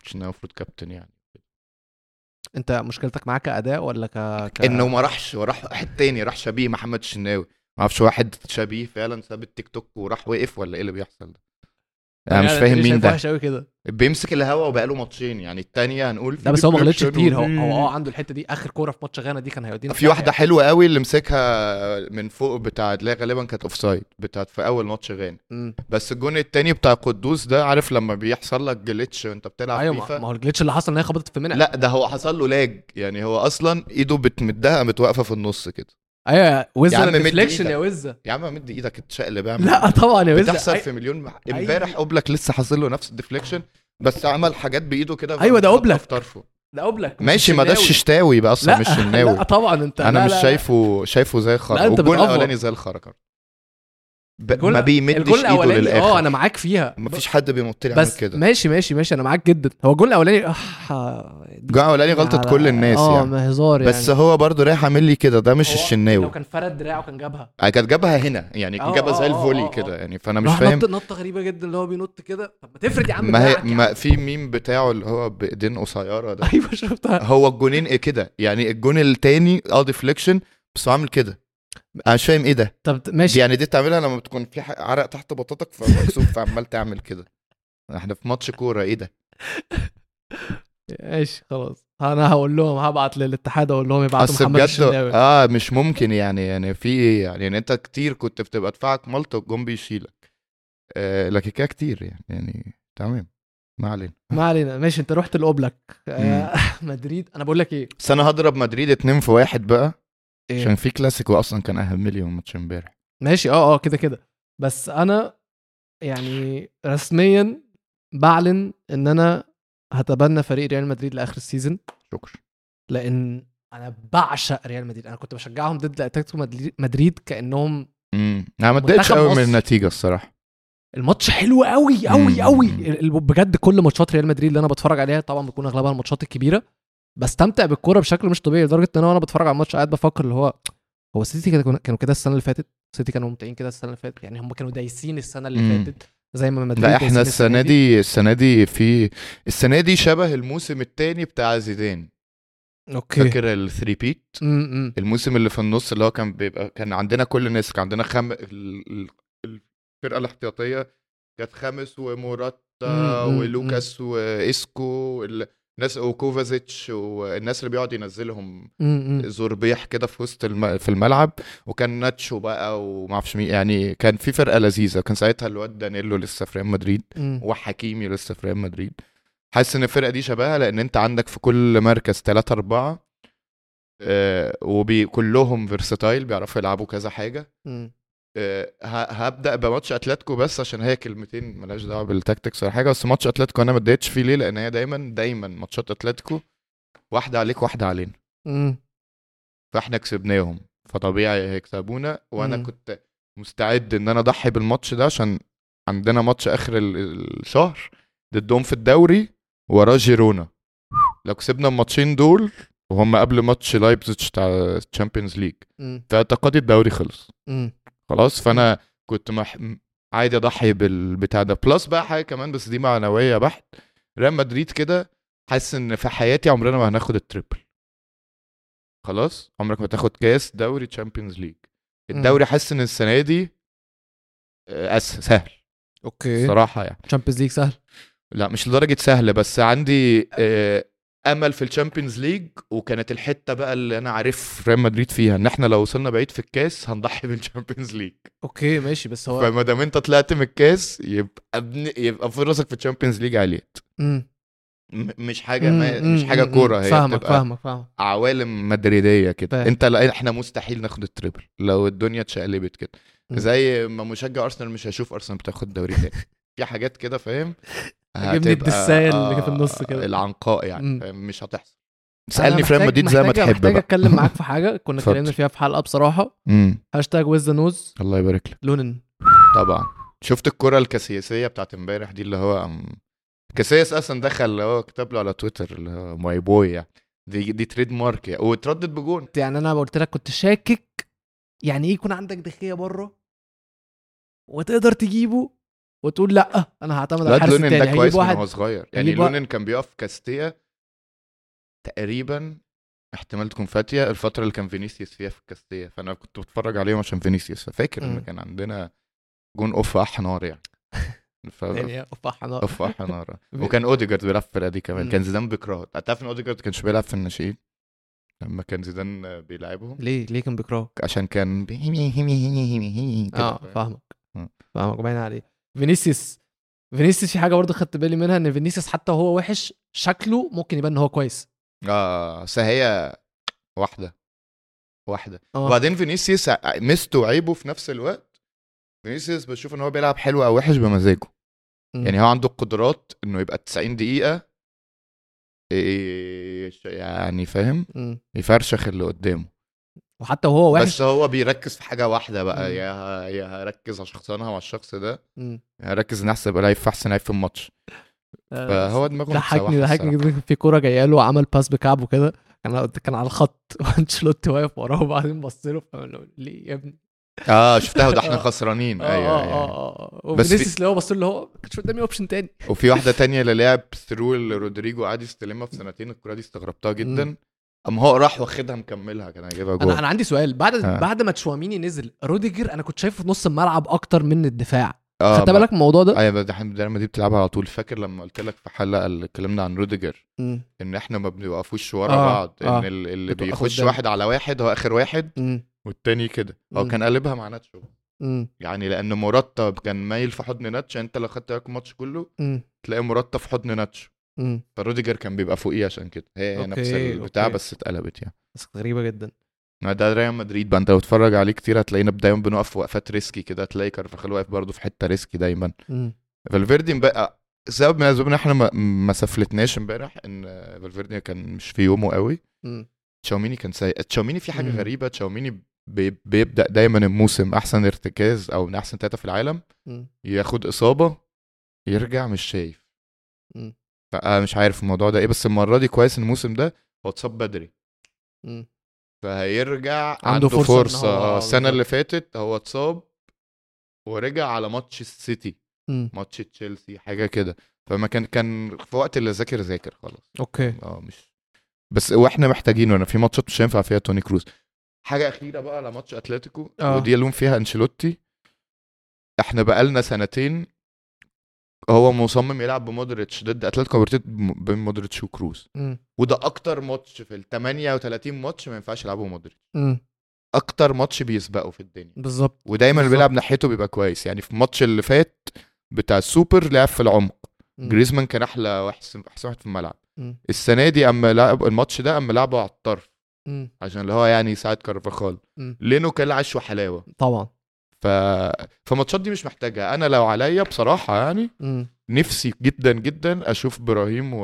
Speaker 2: الشناوي المفروض كابتن يعني
Speaker 1: انت مشكلتك معاه كاداء ولا ك, ك...
Speaker 2: انه ما راحش وراح واحد تاني راح شبيه محمد الشناوي ما اعرفش واحد شبيه فعلا ساب التيك توك وراح وقف ولا ايه اللي بيحصل ده انا مش
Speaker 1: يعني
Speaker 2: فاهم
Speaker 1: دي
Speaker 2: مين
Speaker 1: شايفها
Speaker 2: ده
Speaker 1: وحشه قوي كده
Speaker 2: بيمسك الهوا وبقاله ماتشين يعني التانية هنقول
Speaker 1: لا بس هو ما غلطش
Speaker 2: فيليب
Speaker 1: كتير هو
Speaker 2: لوبشن
Speaker 1: هو
Speaker 2: ودي-
Speaker 1: اه عنده الحته دي اخر كوره في ماتش غانا دي كان هيودينا
Speaker 2: في واحدة حلوة قوي اللي مسكها من فوق بتاعت لا غالبا كانت اوف سايد بتاعت في أول ماتش غانا
Speaker 1: امم
Speaker 2: بس الجون التاني بتاع قدوس ده عارف لما بيحصل لك جليتش وأنت بتلعب
Speaker 1: ايوه ما-
Speaker 2: فيفا
Speaker 1: ما هو الجلitch اللي حصل ان هي خبطت في منى
Speaker 2: لا ده هو حصل له لاج يعني هو أصلا إيده بتمدها قامت واقفة في النص كده
Speaker 1: ايوه
Speaker 2: يا
Speaker 1: وزه
Speaker 2: عم مد
Speaker 1: ريفليكشن
Speaker 2: إيدك.
Speaker 1: يا وزه
Speaker 2: يا عم مد إيدك اتشقلب اعمل
Speaker 1: لا طبعا يا وزه
Speaker 2: بتحصل
Speaker 1: أي-
Speaker 2: في مليون مح...
Speaker 1: أي-
Speaker 2: امبارح اوبلك لسه حاصل له نفس الديفليكشن بس عمل حاجات بايده كده
Speaker 1: أيوة، ده
Speaker 2: خبطها
Speaker 1: أوبلاك.
Speaker 2: في طرفه
Speaker 1: ده قبلك
Speaker 2: ماشي ما ده الششتاوي بقى اصلا
Speaker 1: لا
Speaker 2: مش الناوي
Speaker 1: لا طبعا انت لا-
Speaker 2: انا مش
Speaker 1: لا- لا.
Speaker 2: شايفه شايفه زي الخرا
Speaker 1: لا، أنت
Speaker 2: والجول
Speaker 1: بتأفور.
Speaker 2: الاولاني زي الخرا ب...
Speaker 1: الجول-
Speaker 2: ما بيمدش
Speaker 1: الجول
Speaker 2: ايده
Speaker 1: الاولاني اه
Speaker 2: للاخر
Speaker 1: انا معاك فيها
Speaker 2: مفيش حد بيمط لي يعمل
Speaker 1: بس
Speaker 2: كده
Speaker 1: ماشي ماشي ماشي انا معاك جدا هو الجول الاولاني آه،
Speaker 2: الجول الاولاني غلطه
Speaker 1: على-
Speaker 2: كل الناس
Speaker 1: اه
Speaker 2: يعني
Speaker 1: ما هزار يعني
Speaker 2: بس هو برضه رايح عامل لي كده ده مش
Speaker 1: هو لو
Speaker 2: الشناوي
Speaker 1: كان فرد دراعه كان جابها
Speaker 2: آه، كانت جابها هنا يعني كان
Speaker 1: آه،
Speaker 2: جابها
Speaker 1: آه،
Speaker 2: زي
Speaker 1: آه،
Speaker 2: الفولي
Speaker 1: آه،
Speaker 2: كده يعني فانا مش
Speaker 1: راح
Speaker 2: فاهم
Speaker 1: نط نطه غريبه جدا اللي هو بينط كده طب ما تفرد يا عم
Speaker 2: ما هي
Speaker 1: دراعك يا عم.
Speaker 2: ما في ميم بتاعه اللي هو بايدين قصيره ده
Speaker 1: ايوه شفتها
Speaker 2: هو الجونين ايه كده يعني الجون التاني اه ديفليكشن بس هو عامل كده انا مش فاهم ايه ده
Speaker 1: طب
Speaker 2: دي
Speaker 1: ماشي
Speaker 2: يعني دي بتعملها لما بتكون في ح- عرق تحت بطاطك فمكسوف فعمال تعمل كده احنا في ماتش كوره ايه ده
Speaker 1: ماشي خلاص انا هقول لهم هبعت للاتحاد اقول لهم يبعتوا
Speaker 2: اصل
Speaker 1: محمد
Speaker 2: بجد
Speaker 1: الشناوي
Speaker 2: اه مش ممكن يعني يعني في ايه يعني, يعني انت كتير كنت بتبقى دفاعك ملط والجون بيشيلك آه لكن كده كتير يعني يعني تمام ما علينا
Speaker 1: ما علينا ماشي انت رحت الاوبلك آه، مدريد انا بقول لك ايه
Speaker 2: بس انا هضرب مدريد 2 في واحد بقى
Speaker 1: إيه؟
Speaker 2: عشان في كلاسيكو اصلا كان اهم لي من ماتش امبارح
Speaker 1: ماشي اه اه كده كده بس انا يعني رسميا بعلن ان انا هتبنى فريق ريال مدريد لاخر السيزون
Speaker 2: شكرا
Speaker 1: لان انا بعشق ريال مدريد انا كنت بشجعهم ضد اتلتيكو مدري- مدريد كانهم
Speaker 2: امم انا ما اتضايقتش
Speaker 1: منتخب
Speaker 2: قوي
Speaker 1: مصر.
Speaker 2: من النتيجه الصراحه
Speaker 1: الماتش حلو قوي قوي
Speaker 2: مم.
Speaker 1: قوي ال- بجد كل ماتشات ريال مدريد اللي انا بتفرج عليها طبعا بتكون اغلبها الماتشات الكبيره بستمتع بالكوره بشكل مش طبيعي لدرجه ان انا وانا بتفرج على الماتش قاعد بفكر اللي هو هو السيتي كده كانوا كده السنه اللي فاتت سيتي كانوا ممتعين كده السنه اللي فاتت يعني هم كانوا دايسين السنه اللي
Speaker 2: مم.
Speaker 1: فاتت زي ما مدريد
Speaker 2: لا
Speaker 1: دايسين
Speaker 2: احنا السنه دي السنه دي في السنه دي شبه الموسم التاني بتاع زيدان
Speaker 1: اوكي
Speaker 2: فاكر الثري بيت
Speaker 1: امم
Speaker 2: الموسم اللي في النص اللي هو كان بيبقى كان عندنا كل الناس كان عندنا خم ال- ال- الفرقه الاحتياطيه كانت خامس وموراتا
Speaker 1: مم، مم،
Speaker 2: ولوكاس واسكو الناس وكوفازيتش والناس اللي بيقعد ينزلهم
Speaker 1: امم
Speaker 2: زوربيح كده في وسط الم... في الملعب وكان ناتشو بقى وما اعرفش مين يعني كان في فرقه لذيذه كان ساعتها الواد دانيلو لسه في ريال مدريد وحكيمي لسه في ريال مدريد حاسس ان الفرقه دي شبهها لان انت عندك في كل مركز ثلاثة أربعة آه وكلهم فيرساتايل بيعرفوا يلعبوا كذا حاجة
Speaker 1: امم
Speaker 2: آه ه- هبدأ بماتش أتلتيكو بس عشان هي كلمتين ملهاش دعوة بالتكتكس ولا حاجة بس ماتش أتلتيكو أنا ما اتضايقتش فيه ليه لأن هي دايما دايما ماتشات أتلتيكو واحدة عليك واحدة علينا
Speaker 1: امم
Speaker 2: فاحنا كسبناهم فطبيعي هيكسبونا وانا
Speaker 1: مم.
Speaker 2: كنت مستعد ان انا اضحي بالماتش ده عشان عندنا ماتش اخر ال- ال- الشهر ضدهم في الدوري وراه جيرونا لو كسبنا الماتشين دول وهم قبل ماتش لايبزيتش بتاع الشامبيونز ليج فاعتقادي الدوري خلص
Speaker 1: امم
Speaker 2: خلاص فانا كنت مح... عادي اضحي بالبتاع ده بلس بقى حاجه كمان بس دي معنويه بحت ريال مدريد كده حاسس ان في حياتي عمرنا ما هناخد التريبل خلاص عمرك ما تاخد كاس دوري تشامبيونز ليج
Speaker 1: مم.
Speaker 2: الدوري حاسس ان السنه دي آه، أس... سهل
Speaker 1: اوكي
Speaker 2: الصراحه يعني
Speaker 1: تشامبيونز ليج سهل
Speaker 2: لا مش لدرجه سهل بس عندي آه، امل في الشامبيونز ليج وكانت الحته بقى اللي انا عارف ريال مدريد فيها ان احنا لو وصلنا بعيد في الكاس هنضحي بالشامبيونز ليج
Speaker 1: اوكي ماشي بس هو
Speaker 2: فما دام انت طلعت من الكاس يبقى ابن يبقى فرصك في الشامبيونز ليج عاليت
Speaker 1: مم.
Speaker 2: م- مش حاجه ما...
Speaker 1: مم،
Speaker 2: مش
Speaker 1: مم،
Speaker 2: حاجه
Speaker 1: مم،
Speaker 2: كوره هي
Speaker 1: فاهمك
Speaker 2: بتبقى
Speaker 1: فاهمك فاهمك
Speaker 2: عوالم مدريديه كده
Speaker 1: فاهم.
Speaker 2: انت لا احنا مستحيل ناخد التريبل لو الدنيا اتشقلبت كده
Speaker 1: مم.
Speaker 2: زي ما مشجع ارسنال مش هشوف ارسنال بتاخد دوري تاني في حاجات كده فاهم
Speaker 1: عجبني
Speaker 2: هتبقى-
Speaker 1: الدساية اللي
Speaker 2: آه،
Speaker 1: في النص كده.
Speaker 2: العنقاء يعني
Speaker 1: مم.
Speaker 2: فاهم؟ مش هتحصل
Speaker 1: أنا
Speaker 2: سالني في ريال
Speaker 1: محتاج-
Speaker 2: مدريد زي ما
Speaker 1: محتاج-
Speaker 2: تحب
Speaker 1: محتاج
Speaker 2: بقى
Speaker 1: اتكلم معاك في حاجه كنا
Speaker 2: اتفضل.
Speaker 1: اتكلمنا فيها في حلقه بصراحه
Speaker 2: مم.
Speaker 1: هاشتاج ويز ذا نوز
Speaker 2: الله يبارك لك
Speaker 1: لونن
Speaker 2: طبعا شفت الكره الكاسياسيه بتاعت امبارح دي اللي هو أم... كاسياس اصلا دخل اللي هو كتب له على تويتر اللي هو ماي بوي يعني دي دي تريد مارك يعني واتردد بجون
Speaker 1: يعني انا قلت لك كنت شاكك يعني ايه يكون عندك دخيه بره وتقدر تجيبه وتقول لا انا هعتمد على
Speaker 2: الواد
Speaker 1: الحارس
Speaker 2: لونين
Speaker 1: التاني
Speaker 2: ده
Speaker 1: هجيب
Speaker 2: كويس من
Speaker 1: واحد
Speaker 2: هو صغير يعني
Speaker 1: هجيب واحد-
Speaker 2: لونين كان بيقف كاستيا تقريبا احتمال تكون فاتيه الفتره اللي كان فينيسيوس فيها في كاستيا فانا كنت بتفرج عليهم عشان فينيسيوس ففاكر ان
Speaker 1: مم.
Speaker 2: كان عندنا جون اوف احنار يعني ف...
Speaker 1: يعني أوبا حنار.
Speaker 2: اوف احنار وكان اوديجارد بيلعب في الفرقه دي كمان
Speaker 1: مم.
Speaker 2: كان زيدان بيكرهه تعرف ان اوديجارد كانش بيلعب في الناشئين لما كان زيدان بيلعبهم
Speaker 1: ليه ليه كان بيكرهه
Speaker 2: عشان كان بي- هيمي هيمي هيمي هيمي هيمي كده،
Speaker 1: اه
Speaker 2: فاهم؟
Speaker 1: فاهمك
Speaker 2: مم.
Speaker 1: فاهمك باين عليه فينيسيوس فينيسيوس في حاجه برضه خدت بالي منها ان فينيسيوس حتى وهو وحش شكله ممكن يبان ان هو كويس
Speaker 2: اه بس هي واحده واحده
Speaker 1: اه
Speaker 2: وبعدين فينيسيوس ع- ميزته وعيبه في نفس الوقت فينيسيوس بشوف ان هو بيلعب حلو او وحش بمزاجه
Speaker 1: مم.
Speaker 2: يعني هو عنده القدرات انه يبقى 90 دقيقه إيه يعني فاهم
Speaker 1: مم.
Speaker 2: يفرشخ اللي قدامه
Speaker 1: وحتى وهو وحش
Speaker 2: بس هو بيركز في حاجه واحده بقى
Speaker 1: مم.
Speaker 2: يا ه- يا هركز على شخصانها وعلى الشخص ده
Speaker 1: مم.
Speaker 2: يا هركز ان احسب لعيب في احسن لعيب في الماتش
Speaker 1: آه،
Speaker 2: فهو دماغه
Speaker 1: ضحكني
Speaker 2: متسوحة
Speaker 1: ضحكني
Speaker 2: الصراحة.
Speaker 1: جدا في كوره جايه له وعمل باس بكعبه كده كان كان على الخط وانشيلوتي واقف وراه وبعدين بص له فقال له ليه يا ابني؟
Speaker 2: اه شفتها وده احنا
Speaker 1: آه.
Speaker 2: خسرانين
Speaker 1: اه
Speaker 2: ايوه
Speaker 1: اه
Speaker 2: ايوه
Speaker 1: اه اه
Speaker 2: بس في-
Speaker 1: وفينيسيوس اللي هو بص له اللي هو ما كانش قدامي اوبشن تاني
Speaker 2: وفي واحده تانية اللي لعب ثرو لرودريجو قعد يستلمها في سنتين الكره دي استغربتها جدا
Speaker 1: مم.
Speaker 2: اما هو راح واخدها مكملها كان هيجيبها جول
Speaker 1: انا انا عندي سؤال بعد
Speaker 2: آه.
Speaker 1: بعد ما تشواميني نزل روديجر انا كنت شايفه في نص الملعب اكتر من الدفاع
Speaker 2: آه
Speaker 1: خدت
Speaker 2: ما-
Speaker 1: بالك من الموضوع ده؟
Speaker 2: ايوه ده احنا دايما دي بتلعبها على طول فاكر لما قلت لك في حلقه اللي اتكلمنا عن روديجر
Speaker 1: مم.
Speaker 2: ان احنا ما بنوقفوش ورا
Speaker 1: آه،
Speaker 2: بعض ان
Speaker 1: آه.
Speaker 2: ال- اللي
Speaker 1: بتوقفوا
Speaker 2: بيخش
Speaker 1: قدام.
Speaker 2: واحد على واحد هو اخر واحد
Speaker 1: مم.
Speaker 2: والتاني كده هو
Speaker 1: مم.
Speaker 2: كان قلبها مع ناتشو
Speaker 1: مم.
Speaker 2: يعني لان مرتب كان مايل في حضن ناتشو يعني انت لو خدت بالك الماتش كله
Speaker 1: مم.
Speaker 2: تلاقي مرتب في حضن ناتشو
Speaker 1: مم.
Speaker 2: فروديجر كان بيبقى فوقيه عشان كده هي هي نفس
Speaker 1: أوكي،
Speaker 2: البتاع
Speaker 1: أوكي.
Speaker 2: بس اتقلبت يعني
Speaker 1: بس غريبه جدا
Speaker 2: ما ده ريال مدريد بقى انت لو بتتفرج عليه كتير هتلاقينا دايما بنقف وقفات ريسكي كده هتلاقي كارفاخال واقف برضه في حته ريسكي دايما
Speaker 1: مم.
Speaker 2: فالفيردي بقى سبب من الاسباب ان احنا ما, ما سفلتناش امبارح ان فالفيردي كان مش في يومه قوي
Speaker 1: مم.
Speaker 2: تشاوميني كان سيء تشاوميني في حاجه
Speaker 1: مم.
Speaker 2: غريبه تشاوميني بي- بيبدا دايما الموسم احسن ارتكاز او من احسن ثلاثه في العالم
Speaker 1: مم.
Speaker 2: ياخد اصابه يرجع مش شايف
Speaker 1: مم.
Speaker 2: إيه، فانا مش عارف الموضوع ده ايه بس المره دي كويس ان الموسم ده هو اتصاب بدري
Speaker 1: مم.
Speaker 2: فهيرجع
Speaker 1: عنده
Speaker 2: عنده,
Speaker 1: فرصة
Speaker 2: فرصه,
Speaker 1: إن
Speaker 2: فرصة.
Speaker 1: هو-
Speaker 2: آه، السنه
Speaker 1: بالظبط.
Speaker 2: اللي فاتت هو اتصاب ورجع على ماتش السيتي
Speaker 1: مم.
Speaker 2: ماتش تشيلسي حاجه كده فما كان كان في وقت اللي ذاكر ذاكر خلاص
Speaker 1: اوكي
Speaker 2: اه مش بس واحنا محتاجينه انا في ماتشات مش هينفع فيها توني كروز حاجه اخيره بقى على ماتش اتلتيكو
Speaker 1: آه.
Speaker 2: ودي الوم فيها انشيلوتي احنا بقالنا سنتين هو مصمم يلعب بمودريتش ضد اتلتيكو بيرتيت بين مودريتش وكروز
Speaker 1: مم.
Speaker 2: وده اكتر ماتش في ال 38 ماتش ما ينفعش يلعبه مودريتش
Speaker 1: مم.
Speaker 2: اكتر ماتش بيسبقه في الدنيا
Speaker 1: بالظبط
Speaker 2: ودايما اللي
Speaker 1: بالظبط.
Speaker 2: بيلعب ناحيته بيبقى كويس يعني في الماتش اللي فات بتاع السوبر لعب في العمق
Speaker 1: مم.
Speaker 2: جريزمان كان احلى واحد احسن واحد في الملعب
Speaker 1: مم.
Speaker 2: السنه دي اما لعب الماتش ده اما لعبه على الطرف
Speaker 1: مم.
Speaker 2: عشان اللي هو يعني يساعد كارفاخال
Speaker 1: مم.
Speaker 2: لينو كان عش وحلاوه
Speaker 1: طبعا
Speaker 2: ف فماتشات دي مش محتاجها انا لو عليا بصراحه يعني
Speaker 1: مم.
Speaker 2: نفسي جدا جدا اشوف ابراهيم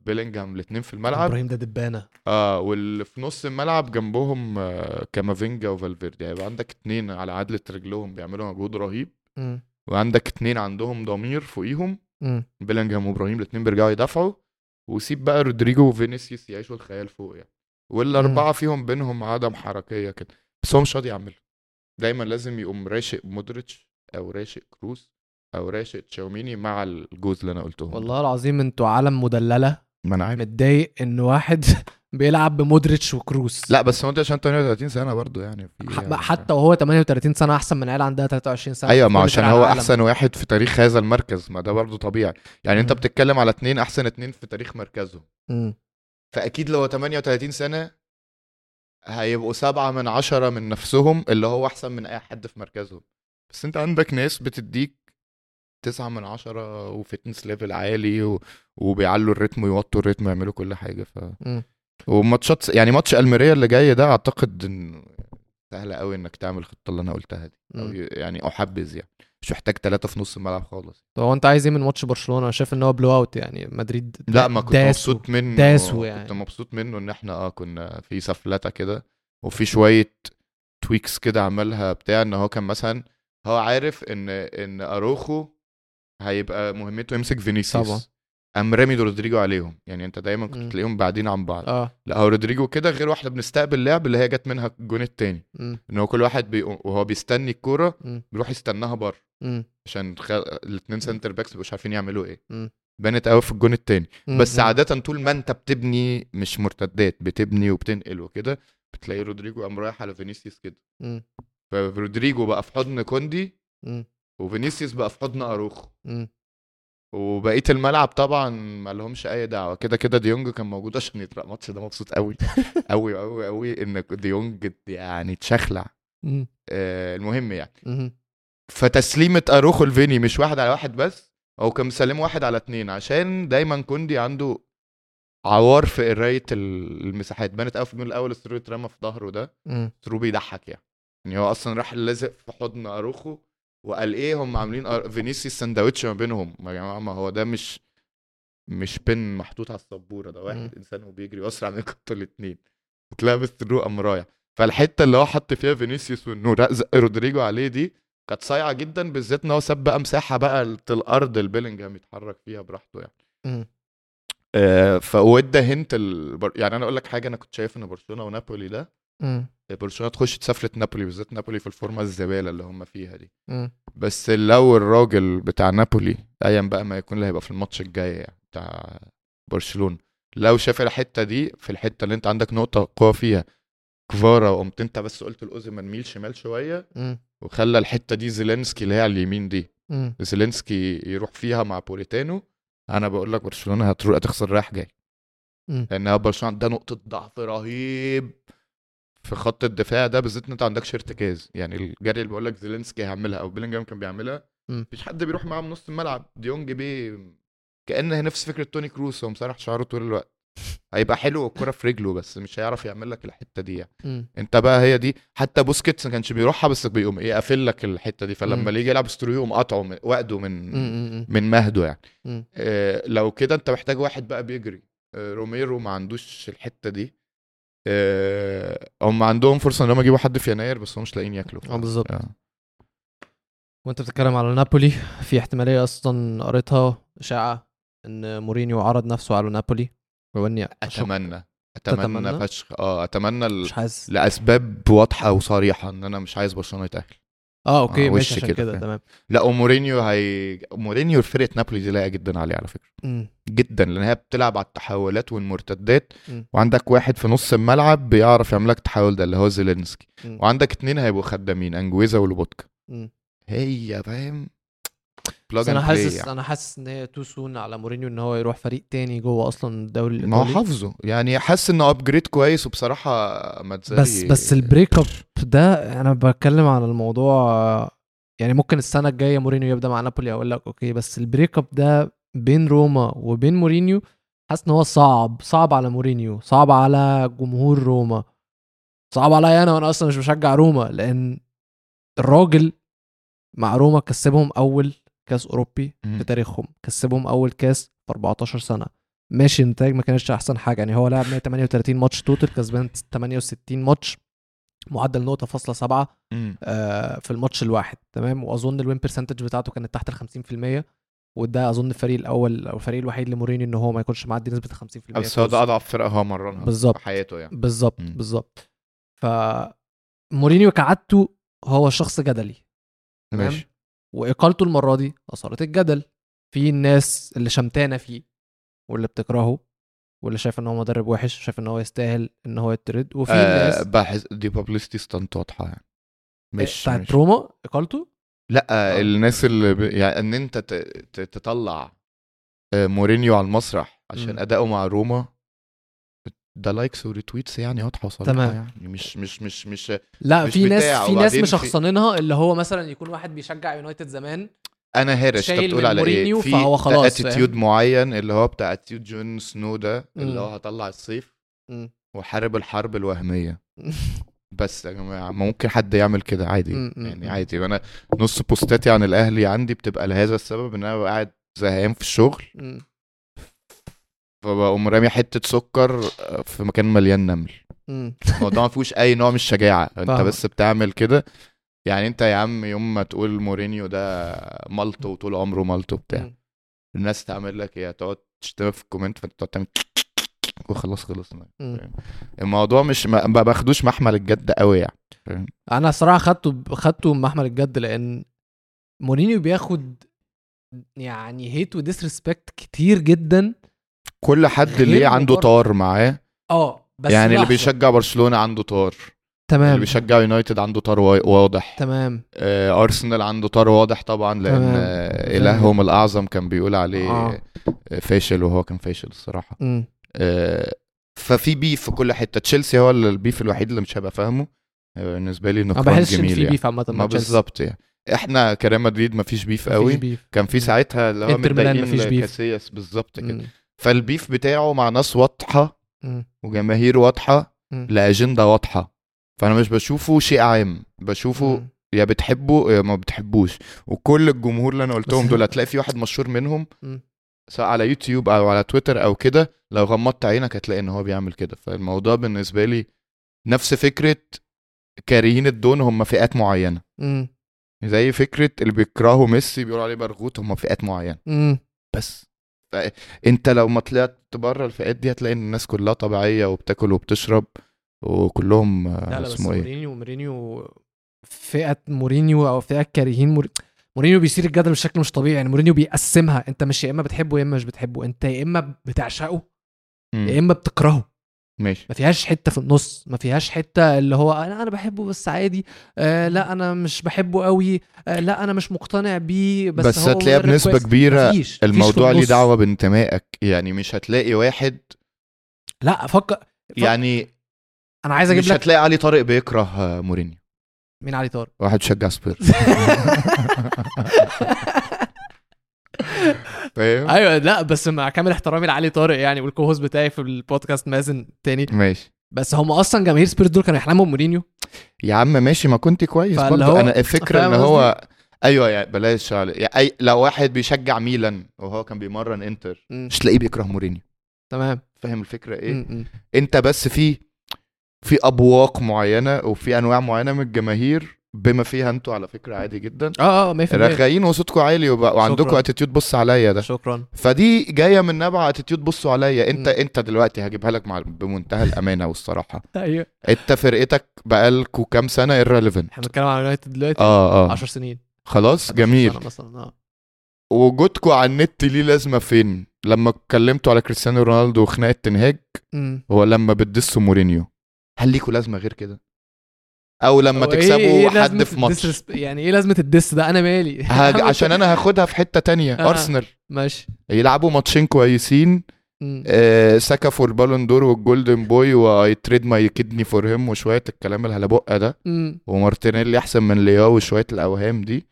Speaker 2: وبيلينجهام الاثنين في الملعب
Speaker 1: ابراهيم ده دبانه
Speaker 2: اه واللي في نص الملعب جنبهم آه، كامافينجا وفالفيردي هيبقى عندك اثنين على عدله رجلهم بيعملوا مجهود رهيب
Speaker 1: مم.
Speaker 2: وعندك اثنين عندهم ضمير فوقيهم
Speaker 1: مم.
Speaker 2: بيلينجهام وابراهيم الاثنين بيرجعوا يدافعوا وسيب بقى رودريجو وفينيسيوس يعيشوا الخيال فوق يعني والاربعه فيهم بينهم عدم حركيه كده بس هو مش راضي يعمله دايما لازم يقوم راشق مودريتش او راشق كروس او راشق تشاوميني مع الجوز اللي انا قلتهم
Speaker 1: والله العظيم انتوا عالم مدلله
Speaker 2: ما انا عارف
Speaker 1: متضايق ان واحد بيلعب بمودريتش وكروز
Speaker 2: لا بس هو انت عشان 38 سنه برضه يعني في
Speaker 1: ح-
Speaker 2: يعني
Speaker 1: حتى وهو 38 سنه احسن من عيال عندها 23 سنه
Speaker 2: ايوه
Speaker 1: في
Speaker 2: ما
Speaker 1: كل
Speaker 2: عشان
Speaker 1: فرق
Speaker 2: هو
Speaker 1: العالم.
Speaker 2: احسن واحد في تاريخ هذا المركز ما ده برضه طبيعي يعني انت
Speaker 1: مم.
Speaker 2: بتتكلم على اتنين احسن اتنين في تاريخ مركزهم
Speaker 1: مم.
Speaker 2: فاكيد لو 38 سنه هيبقوا سبعة من عشرة من نفسهم اللي هو احسن من اي حد في مركزهم بس انت عندك ناس بتديك تسعة من عشرة وفتنس ليفل عالي و... وبيعلوا الريتم ويوطوا الريتم ويعملوا كل حاجة ف
Speaker 1: مم.
Speaker 2: وماتشات يعني ماتش الميريا اللي جاي ده اعتقد ان سهلة قوي انك تعمل الخطة اللي انا قلتها دي أو
Speaker 1: مم.
Speaker 2: ي- يعني احبذ يعني مش محتاج ثلاثة في نص الملعب خالص
Speaker 1: طب هو انت عايز ايه من ماتش برشلونه انا شايف ان هو بلو اوت يعني مدريد
Speaker 2: لا ما كنت
Speaker 1: داسوا.
Speaker 2: مبسوط منه
Speaker 1: داسوا
Speaker 2: كنت
Speaker 1: يعني.
Speaker 2: مبسوط منه ان احنا اه كنا في سفلته كده وفي شويه تويكس كده عملها بتاع ان هو كان مثلا هو عارف ان ان اروخو هيبقى مهمته يمسك فينيسيوس
Speaker 1: طبعا.
Speaker 2: قام رامي رودريجو عليهم يعني انت دايما
Speaker 1: مم.
Speaker 2: كنت تلاقيهم بعدين عن بعض
Speaker 1: اه
Speaker 2: لا هو رودريجو كده غير واحنا بنستقبل لعب اللي هي جت منها الجون التاني
Speaker 1: مم.
Speaker 2: ان هو كل واحد بيقوم وهو بيستني الكوره
Speaker 1: مم.
Speaker 2: بيروح يستناها بره
Speaker 1: مم.
Speaker 2: عشان خ... الاثنين سنتر باكس مبقوش عارفين يعملوا ايه
Speaker 1: مم.
Speaker 2: بانت قوي في الجون التاني
Speaker 1: مم.
Speaker 2: بس
Speaker 1: مم.
Speaker 2: عادة طول ما انت بتبني مش مرتدات بتبني وبتنقل وكده بتلاقي رودريجو قام رايح على فينيسيوس كده
Speaker 1: مم.
Speaker 2: فرودريجو بقى في حضن كوندي
Speaker 1: مم.
Speaker 2: وفينيسيوس بقى في حضن اروخو
Speaker 1: مم.
Speaker 2: وبقيه الملعب طبعا ما لهمش اي دعوه كده كده ديونج كان موجود عشان يترقى الماتش ده مبسوط قوي قوي قوي قوي ان ديونج يعني اتشخلع
Speaker 1: مم.
Speaker 2: آه المهم يعني
Speaker 1: مم.
Speaker 2: فتسليمه اروخو لفيني مش واحد على واحد بس هو كان مسلمه واحد على اتنين عشان دايما كوندي عنده عوار في قرايه ال- المساحات بانت قوي في الجون الاول الثرو اترمى في ظهره ده
Speaker 1: مم.
Speaker 2: ثرو بيضحك يعني يعني هو اصلا راح لازق في حضن اروخو وقال ايه هم عاملين أر- فينيسيوس سندوتش ما بينهم يا جماعه ما هو ده مش مش بن محطوط على السبوره ده واحد
Speaker 1: مم.
Speaker 2: انسان وبيجري واسرع منكم انتوا الاثنين وتلاقي ثرو قام رايح فالحته اللي هو حط فيها فينيسيوس والنور رزق رودريجو عليه دي كانت صايعه جدا بالذات ان هو ساب بقى مساحه بقى لت- الارض البيلينجهام يتحرك فيها براحته يعني
Speaker 1: مم.
Speaker 2: آه، فودى هنت البر... يعني انا اقول لك حاجه انا كنت شايف ان برشلونه ونابولي ده
Speaker 1: مم.
Speaker 2: برشلونه تخش تسافلة نابولي بالذات نابولي في الفورمه الزباله اللي هم فيها دي
Speaker 1: مم.
Speaker 2: بس لو الراجل بتاع نابولي ايا بقى ما يكون اللي هيبقى في الماتش الجاي يعني بتاع برشلونه لو شاف الحته دي في الحته اللي انت عندك نقطه قوه فيها كفارا وقمت انت بس قلت لاوزيمان ميل شمال شويه
Speaker 1: مم.
Speaker 2: وخلى الحته دي زيلينسكي اللي هي على اليمين دي
Speaker 1: مم.
Speaker 2: زيلينسكي يروح فيها مع بوليتانو انا بقول لك برشلونه هتروح هتخسر رايح جاي
Speaker 1: مم.
Speaker 2: لان برشلونه ده نقطه ضعف رهيب في خط الدفاع ده بالذات ان انت عندكش ارتكاز يعني الجري اللي بقول لك زيلينسكي هيعملها او بيلينجهام كان بيعملها
Speaker 1: مم.
Speaker 2: مفيش حد بيروح معاه من نص الملعب ديونج بيه كانه نفس فكره توني كروس هو مسرح شعره طول الوقت هيبقى حلو الكرة في رجله بس مش هيعرف يعمل لك الحته دي يعني
Speaker 1: مم.
Speaker 2: انت بقى هي دي حتى بوسكيتس ما كانش بيروحها بس بيقوم ايه قافل لك الحته دي
Speaker 1: مم.
Speaker 2: فلما يجي يلعب ستوريو يقوم قطعه من وقته من
Speaker 1: مم.
Speaker 2: من مهده يعني
Speaker 1: مم.
Speaker 2: آه، لو كده انت محتاج واحد بقى بيجري آه، روميرو ما عندوش الحته دي آه، هم عندهم فرصه ان هم يجيبوا حد في يناير بس هم مش لاقيين ياكلوا
Speaker 1: اه بالظبط
Speaker 2: آه.
Speaker 1: وانت بتتكلم على نابولي في احتماليه اصلا قريتها اشاعه ان مورينيو عرض نفسه على نابولي واني اشك
Speaker 2: اتمنى اتمنى
Speaker 1: تتمنى؟
Speaker 2: فشخ اه اتمنى ل...
Speaker 1: مش حاسس
Speaker 2: لاسباب واضحه وصريحه ان انا مش عايز برشلونه يتاهل
Speaker 1: اه اوكي
Speaker 2: آه،
Speaker 1: ماشي
Speaker 2: وش
Speaker 1: عشان
Speaker 2: كده،
Speaker 1: كده
Speaker 2: فاهم.
Speaker 1: تمام
Speaker 2: لا ومورينيو هي مورينيو فرقه نابولي دي لايقه جدا عليه على فكره
Speaker 1: مم.
Speaker 2: جدا لان هي بتلعب على التحولات والمرتدات
Speaker 1: مم.
Speaker 2: وعندك واحد في نص الملعب بيعرف يعمل لك التحول ده اللي هو زيلينسكي
Speaker 1: مم.
Speaker 2: وعندك اتنين هيبقوا خدامين انجويزا ولوبوتكا
Speaker 1: مم.
Speaker 2: هي فاهم بلاج
Speaker 1: بس انا
Speaker 2: اند
Speaker 1: حاسس
Speaker 2: حاسس يعني.
Speaker 1: انا حاسس ان هي تو سون على مورينيو ان هو يروح فريق تاني جوه اصلا الدوري
Speaker 2: ما هو
Speaker 1: الايطالي
Speaker 2: حافظه يعني حاسس انه ابجريد كويس وبصراحه ما
Speaker 1: بس بس البريك اب ده انا بتكلم عن الموضوع يعني ممكن السنه الجايه مورينيو يبدا مع نابولي اقول لك اوكي بس البريك اب ده بين روما وبين مورينيو حاسس ان هو صعب صعب على مورينيو صعب على جمهور روما صعب عليا انا وانا اصلا مش بشجع روما لان الراجل مع روما كسبهم اول كاس اوروبي في تاريخهم كسبهم اول كاس في 14 سنه ماشي النتائج ما كانتش احسن حاجه يعني هو لعب 138 ماتش توتال كسبان 68 ماتش معدل نقطه فاصله سبعه
Speaker 2: مم.
Speaker 1: آه، في الماتش الواحد تمام واظن الوين برسنتج بتاعته كانت تحت ال 50% وده اظن الفريق الاول او الفريق الوحيد لمورينيو ان هو ما يكونش معدي نسبه ال 50%
Speaker 2: بس هو ده
Speaker 1: فوز.
Speaker 2: اضعف فرقه هو مرنها
Speaker 1: بالظبط.
Speaker 2: في حياته يعني
Speaker 1: بالظبط
Speaker 2: مم.
Speaker 1: بالظبط ف مورينيو كعادته هو شخص جدلي تمام؟
Speaker 2: ماشي
Speaker 1: واقالته المره دي اثارت الجدل في الناس اللي شمتانه فيه واللي بتكرهه واللي شايف ان هو مدرب وحش شايف ان هو يستاهل ان هو يترد وفي آه
Speaker 2: آه
Speaker 1: ناس آه،
Speaker 2: بحس دي بابليستي ستانت واضحه يعني مش
Speaker 1: بتاعت
Speaker 2: مش-
Speaker 1: روما اقالته
Speaker 2: لا
Speaker 1: آه.
Speaker 2: آه. الناس اللي ب... يعني ان انت ت... ت... تطلع آه، مورينيو على المسرح عشان
Speaker 1: مم.
Speaker 2: اداؤه مع روما ده لايكس وريتويتس يعني واضحه وصريحه
Speaker 1: تمام.
Speaker 2: يعني مش مش مش مش
Speaker 1: لا
Speaker 2: مش
Speaker 1: في ناس
Speaker 2: بتاعه،
Speaker 1: في ناس
Speaker 2: وبعدين في-
Speaker 1: مشخصنينها اللي هو مثلا يكون واحد بيشجع يونايتد زمان
Speaker 2: انا هرش انت
Speaker 1: شايل
Speaker 2: بتقول
Speaker 1: من
Speaker 2: على
Speaker 1: مورينيو
Speaker 2: ايه في
Speaker 1: فهو خلاص، فاهم؟
Speaker 2: اتيتيود معين اللي هو بتاع اتيتيود جون سنو ده اللي
Speaker 1: مم.
Speaker 2: هو هطلع الصيف
Speaker 1: مم.
Speaker 2: وحارب الحرب الوهميه بس يا جماعه ما ممكن حد يعمل كده عادي
Speaker 1: مم، مم،
Speaker 2: يعني
Speaker 1: مم.
Speaker 2: عادي انا نص بوستاتي عن الاهلي عندي بتبقى لهذا السبب ان انا ببقى قاعد زهقان في الشغل
Speaker 1: مم.
Speaker 2: فبقوم رامي حته سكر آه، في مكان مليان نمل
Speaker 1: مم.
Speaker 2: الموضوع ما فيهوش اي نوع من الشجاعه انت
Speaker 1: فاهمك.
Speaker 2: بس بتعمل كده يعني انت يا عم يوم ما تقول مورينيو ده مالطو وطول عمره مالطو بتاع
Speaker 1: مم.
Speaker 2: الناس تعمل لك ايه هتقعد تشتمك في الكومنت فانت تقعد تعمل وخلاص خلصنا
Speaker 1: مم.
Speaker 2: الموضوع مش ما ما باخدوش محمل الجد قوي يعني
Speaker 1: انا صراحه خدته خدته محمل الجد لان مورينيو بياخد يعني هيت وديسريسبكت كتير جدا
Speaker 2: كل حد
Speaker 1: غير
Speaker 2: ليه عنده
Speaker 1: مبرر.
Speaker 2: طار معاه
Speaker 1: اه بس
Speaker 2: يعني اللي
Speaker 1: لحظة.
Speaker 2: بيشجع برشلونه عنده طار اللي
Speaker 1: تمام
Speaker 2: بيشجع يونايتد عنده طار وا- واضح
Speaker 1: تمام
Speaker 2: آه، ارسنال عنده طار واضح طبعا لان
Speaker 1: تمام.
Speaker 2: آه، الههم الاعظم كان بيقول عليه
Speaker 1: آه.
Speaker 2: آه، فاشل وهو كان فاشل الصراحه
Speaker 1: مم.
Speaker 2: آه، ففي بيف في كل حته تشيلسي هو ال- البيف الوحيد اللي مش هبقى فاهمه هيبقى بالنسبه لي
Speaker 1: ما
Speaker 2: نكران
Speaker 1: بحسش ان
Speaker 2: جميل
Speaker 1: في
Speaker 2: يعني
Speaker 1: بيف عامه
Speaker 2: ما
Speaker 1: مع تشيلسي.
Speaker 2: بالظبط يعني احنا كريم مدريد ما فيش بيف
Speaker 1: مفيش
Speaker 2: قوي
Speaker 1: بيف
Speaker 2: كان في
Speaker 1: مم.
Speaker 2: ساعتها اللي هو
Speaker 1: إنتر ميلان
Speaker 2: متضايقين
Speaker 1: مفيش بيف.
Speaker 2: كاسياس بالظبط كده
Speaker 1: مم.
Speaker 2: فالبيف بتاعه مع ناس واضحه
Speaker 1: مم.
Speaker 2: وجماهير واضحه
Speaker 1: مم.
Speaker 2: لاجنده واضحه فانا مش بشوفه شيء عام بشوفه
Speaker 1: مم.
Speaker 2: يا بتحبه يا ما بتحبوش وكل الجمهور اللي انا قلتهم
Speaker 1: بس-
Speaker 2: دول هتلاقي في واحد مشهور منهم
Speaker 1: مم.
Speaker 2: سواء على يوتيوب او على تويتر او كده لو غمضت عينك هتلاقي ان هو بيعمل كده فالموضوع بالنسبه لي نفس فكره كارهين الدون هم فئات معينه
Speaker 1: مم.
Speaker 2: زي فكره اللي بيكرهوا ميسي بيقولوا عليه برغوت هم فئات معينه
Speaker 1: مم.
Speaker 2: بس ف- انت لو ما طلعت بره الفئات دي هتلاقي ان الناس كلها طبيعيه وبتاكل وبتشرب وكلهم آه،
Speaker 1: لا لا بس
Speaker 2: اسمه ايه
Speaker 1: مورينيو مورينيو فئه مورينيو او فئه كارهين مور... مورينيو بيثير الجدل بشكل مش طبيعي يعني مورينيو بيقسمها انت مش يا اما بتحبه يا اما مش بتحبه انت يا اما بتعشقه
Speaker 2: مم.
Speaker 1: يا اما بتكرهه
Speaker 2: ماشي
Speaker 1: ما فيهاش حته في النص ما فيهاش حته اللي هو انا انا بحبه بس عادي آه لا انا مش بحبه قوي آه لا انا مش مقتنع بيه بس,
Speaker 2: بس,
Speaker 1: هو
Speaker 2: هتلاقيها
Speaker 1: مدرب
Speaker 2: بنسبه
Speaker 1: كويس.
Speaker 2: كبيره
Speaker 1: مفيش- مفيش
Speaker 2: الموضوع
Speaker 1: في
Speaker 2: ليه
Speaker 1: النص.
Speaker 2: دعوه بانتمائك يعني مش هتلاقي واحد
Speaker 1: لا فكر
Speaker 2: يعني
Speaker 1: انا عايز اجيب
Speaker 2: مش
Speaker 1: لك
Speaker 2: هتلاقي علي طارق بيكره آه، مورينيو
Speaker 1: مين علي طارق
Speaker 2: واحد شجع سبيرز فاهم
Speaker 1: ايوه لا بس مع كامل احترامي لعلي طارق يعني والكوهوس بتاعي في البودكاست مازن تاني
Speaker 2: ماشي
Speaker 1: بس هم اصلا جماهير سبيرت دول كانوا يحلموا بمورينيو
Speaker 2: يا عم ماشي ما كنت كويس
Speaker 1: فاللي
Speaker 2: برضه
Speaker 1: هو-
Speaker 2: انا الفكره
Speaker 1: فاهم
Speaker 2: ان هو ايوه يعني بلاش على- يعني أي... لو واحد بيشجع ميلان وهو كان بيمرن انتر
Speaker 1: مم. إيه؟
Speaker 2: مش تلاقيه بيكره مورينيو
Speaker 1: تمام
Speaker 2: فاهم الفكره ايه
Speaker 1: مم، مم.
Speaker 2: انت بس في في ابواق معينه وفي انواع معينه من الجماهير بما فيها انتوا على فكره عادي جدا
Speaker 1: اه اه 100%
Speaker 2: رخايين وصوتكم عالي وبقى- وعندكم
Speaker 1: شكراً.
Speaker 2: اتيتيود بص عليا ده
Speaker 1: شكرا
Speaker 2: فدي جايه من نبع اتيتيود بصوا عليا انت
Speaker 1: مم.
Speaker 2: انت دلوقتي هجيبها لك مع بمنتهى الامانه والصراحه
Speaker 1: ايوه
Speaker 2: انت فرقتك بقالكوا كام سنه irrelevant
Speaker 1: احنا بنتكلم على يونايتد دلوقتي
Speaker 2: اه اه
Speaker 1: 10 سنين
Speaker 2: خلاص
Speaker 1: 11
Speaker 2: جميل
Speaker 1: سنة مثلا اه
Speaker 2: وجودكم على النت ليه لازمه فين لما اتكلمتوا على كريستيانو رونالدو وخناقه تنهاج
Speaker 1: أمم.
Speaker 2: هو لما بتدسوا مورينيو هل ليكوا لازمه غير كده او لما
Speaker 1: هو إيه-
Speaker 2: تكسبوا
Speaker 1: إيه
Speaker 2: حد
Speaker 1: لازمة
Speaker 2: في ماتش
Speaker 1: الديسريسب- يعني ايه لازمه الدس ده انا مالي
Speaker 2: هاج... عشان انا هاخدها في حته تانية
Speaker 1: آه.
Speaker 2: ارسنال
Speaker 1: ماشي
Speaker 2: يلعبوا ماتشين كويسين
Speaker 1: أمم.
Speaker 2: آه ساكا فور البالون دور والجولدن بوي واي تريد ماي كدني فور هيم وشويه الكلام الهلبقه ده
Speaker 1: أمم.
Speaker 2: ومارتينيلي احسن من لياو وشويه الاوهام دي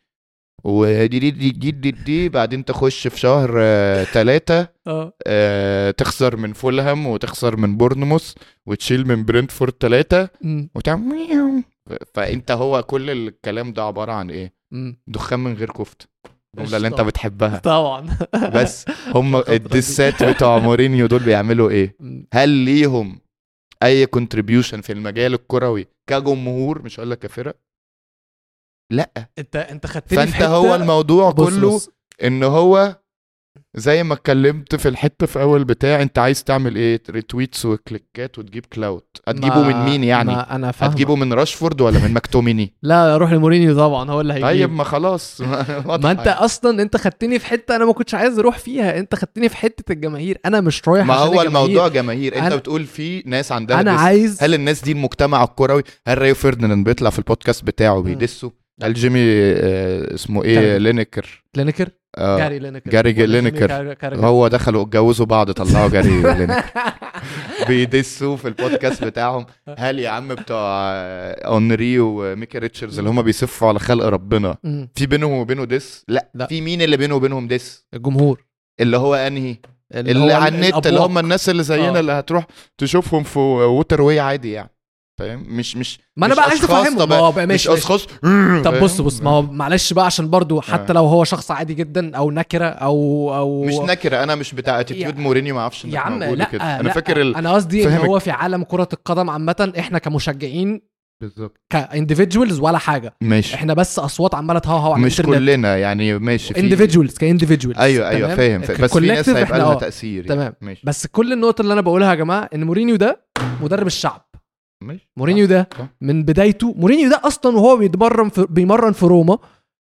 Speaker 2: ودي دي دي دي, دي, دي بعدين تخش في شهر آه تلاتة
Speaker 1: اه
Speaker 2: آه تخسر من فولهام وتخسر من بورنموث وتشيل من برنتفورد تلاتة
Speaker 1: أمم.
Speaker 2: وتعمل مياو. فانت هو كل الكلام ده عباره عن ايه؟
Speaker 1: أمم.
Speaker 2: دخان من غير كفته الجمله اللي انت
Speaker 1: قشطة.
Speaker 2: بتحبها
Speaker 1: طبعا
Speaker 2: بس هم
Speaker 1: الخبرة دي.
Speaker 2: الدسات بتوع مورينيو دول بيعملوا ايه؟
Speaker 1: أمم.
Speaker 2: هل ليهم اي كونتريبيوشن في المجال الكروي كجمهور مش هقول لك كفرق لا
Speaker 1: انت انت خدتني في
Speaker 2: فانت
Speaker 1: حته
Speaker 2: هو الموضوع
Speaker 1: بص-
Speaker 2: كله
Speaker 1: بص.
Speaker 2: ان هو زي ما اتكلمت في الحته في اول بتاع انت عايز تعمل ايه ريتويتس وكليكات وتجيب كلاوت هتجيبه
Speaker 1: ما-
Speaker 2: من مين يعني
Speaker 1: ما انا فاهم
Speaker 2: هتجيبه من راشفورد ولا من مكتوميني
Speaker 1: لا روح لمورينيو طبعا هو اللي هيجيب
Speaker 2: طيب ما طيب. خلاص
Speaker 1: ما انت اصلا انت خدتني في حته انا ما كنتش عايز اروح فيها انت خدتني في حته الجماهير انا مش رايح
Speaker 2: ما
Speaker 1: عشان
Speaker 2: هو
Speaker 1: الجماهير.
Speaker 2: الموضوع جماهير انت
Speaker 1: أنا-
Speaker 2: بتقول في ناس عندها
Speaker 1: انا
Speaker 2: دس.
Speaker 1: عايز
Speaker 2: هل الناس دي المجتمع الكروي هل ريو فيرديناند بيطلع في البودكاست بتاعه بيدسه
Speaker 1: لا.
Speaker 2: هل جيمي آه، اسمه ايه
Speaker 1: جاري.
Speaker 2: لينكر
Speaker 1: لينكر
Speaker 2: آه،
Speaker 1: جاري لينكر
Speaker 2: جاري
Speaker 1: ولا جيمي
Speaker 2: لينكر.
Speaker 1: كار- كارجر.
Speaker 2: هو دخلوا اتجوزوا بعض طلعوا جاري لينكر بيدسوا في البودكاست بتاعهم هل يا عم بتوع آه، اونري وميكي ريتشاردز اللي هم بيسفوا على خلق ربنا
Speaker 1: مم.
Speaker 2: في بينهم وبينه دس لا,
Speaker 1: لا.
Speaker 2: في مين اللي بينه وبينهم دس
Speaker 1: الجمهور
Speaker 2: اللي هو انهي اللي,
Speaker 1: هو
Speaker 2: على النت اللي
Speaker 1: الأبواق.
Speaker 2: هم الناس اللي زينا
Speaker 1: آه.
Speaker 2: اللي هتروح تشوفهم في ووتر واي عادي يعني فاهم مش مش
Speaker 1: ما انا
Speaker 2: مش
Speaker 1: بقى عايز
Speaker 2: أشخاص،
Speaker 1: افهمه
Speaker 2: طب
Speaker 1: ما هو بقى
Speaker 2: مش
Speaker 1: ماشي ماشي.
Speaker 2: اشخاص
Speaker 1: طب بص بص ما هو معلش بقى عشان برضو حتى
Speaker 2: آه.
Speaker 1: لو هو شخص عادي جدا او نكره او او
Speaker 2: مش نكره انا مش بتاع اتيتيود
Speaker 1: يا-
Speaker 2: مورينيو ما اعرفش
Speaker 1: يا عم لا
Speaker 2: كده انا
Speaker 1: لا،
Speaker 2: فاكر ال...
Speaker 1: انا قصدي ان
Speaker 2: فاهمك.
Speaker 1: هو في عالم كره القدم عامه احنا كمشجعين
Speaker 2: بالظبط
Speaker 1: كانديفيدجوالز ولا حاجه
Speaker 2: ماشي
Speaker 1: احنا بس اصوات عماله تهوهو على
Speaker 2: مش
Speaker 1: الانترنت
Speaker 2: كلنا يعني ماشي في
Speaker 1: انديفيدجوالز كانديفيدجوالز
Speaker 2: ايوه ايوه فاهم فاهم. بس في ناس هيبقى لها تاثير يعني.
Speaker 1: تمام.
Speaker 2: ماشي
Speaker 1: آه. بس كل النقطه اللي انا بقولها يا جماعه ان مورينيو ده مدرب الشعب
Speaker 2: ماشي
Speaker 1: مورينيو ده
Speaker 2: صح.
Speaker 1: من بدايته مورينيو ده اصلا وهو بيتمرن في بيمرن في روما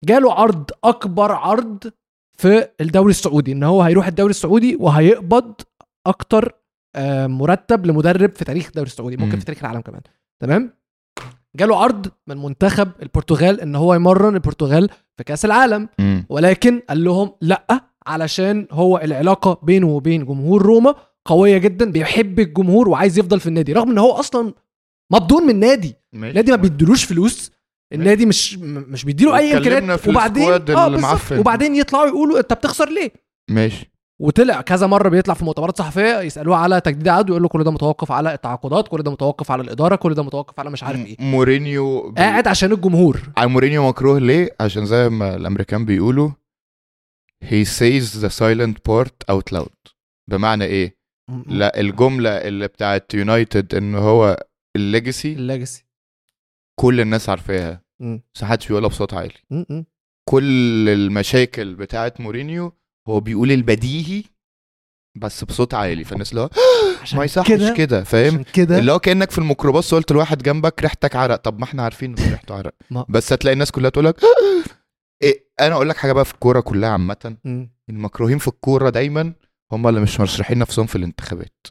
Speaker 1: جاله عرض اكبر عرض في الدوري السعودي ان هو هيروح الدوري السعودي وهيقبض اكتر آه، مرتب لمدرب في تاريخ الدوري السعودي ممكن
Speaker 2: مم.
Speaker 1: في تاريخ العالم كمان تمام جاله عرض من منتخب البرتغال ان هو يمرن البرتغال في كاس العالم
Speaker 2: مم.
Speaker 1: ولكن قال لهم لا علشان هو العلاقه بينه وبين جمهور روما قويه جدا بيحب الجمهور وعايز يفضل في النادي رغم ان هو اصلا مبدون من النادي
Speaker 2: ماشي.
Speaker 1: النادي ما بيدلوش فلوس النادي مش م- مش بيديله اي
Speaker 2: واتكلمنا
Speaker 1: امكانيات
Speaker 2: في
Speaker 1: وبعدين
Speaker 2: السكواد
Speaker 1: اه بالظبط
Speaker 2: المعفن.
Speaker 1: وبعدين يطلعوا يقولوا انت بتخسر ليه
Speaker 2: ماشي
Speaker 1: وطلع كذا مره بيطلع في مؤتمرات صحفيه يسالوه على تجديد عقد ويقول له كل ده متوقف على التعاقدات كل ده متوقف على الاداره كل ده متوقف على مش عارف آه، ايه
Speaker 2: مورينيو بي-
Speaker 1: قاعد عشان الجمهور
Speaker 2: على مورينيو مكروه ليه؟ عشان زي ما الامريكان بيقولوا he says the silent part out loud بمعنى ايه؟ لا الجمله اللي بتاعت يونايتد ان هو الليجاسي
Speaker 1: الليجاسي
Speaker 2: كل الناس عارفاها
Speaker 1: مم.
Speaker 2: بس محدش بيقولها بصوت عالي
Speaker 1: م- م.
Speaker 2: كل المشاكل بتاعت مورينيو هو بيقول البديهي بس بصوت عالي فالناس اللي هو
Speaker 1: عشان
Speaker 2: ما يصحش
Speaker 1: كده
Speaker 2: كده فاهم
Speaker 1: عشان كده
Speaker 2: اللي هو كانك في الميكروباص قلت لواحد جنبك ريحتك عرق طب ما احنا عارفين ان ريحته عرق
Speaker 1: ما-
Speaker 2: بس هتلاقي الناس كلها تقول لك إيه انا اقول لك حاجه بقى في الكوره كلها عامه
Speaker 1: مم.
Speaker 2: المكروهين في الكوره دايما هم اللي مش مرشحين نفسهم في الانتخابات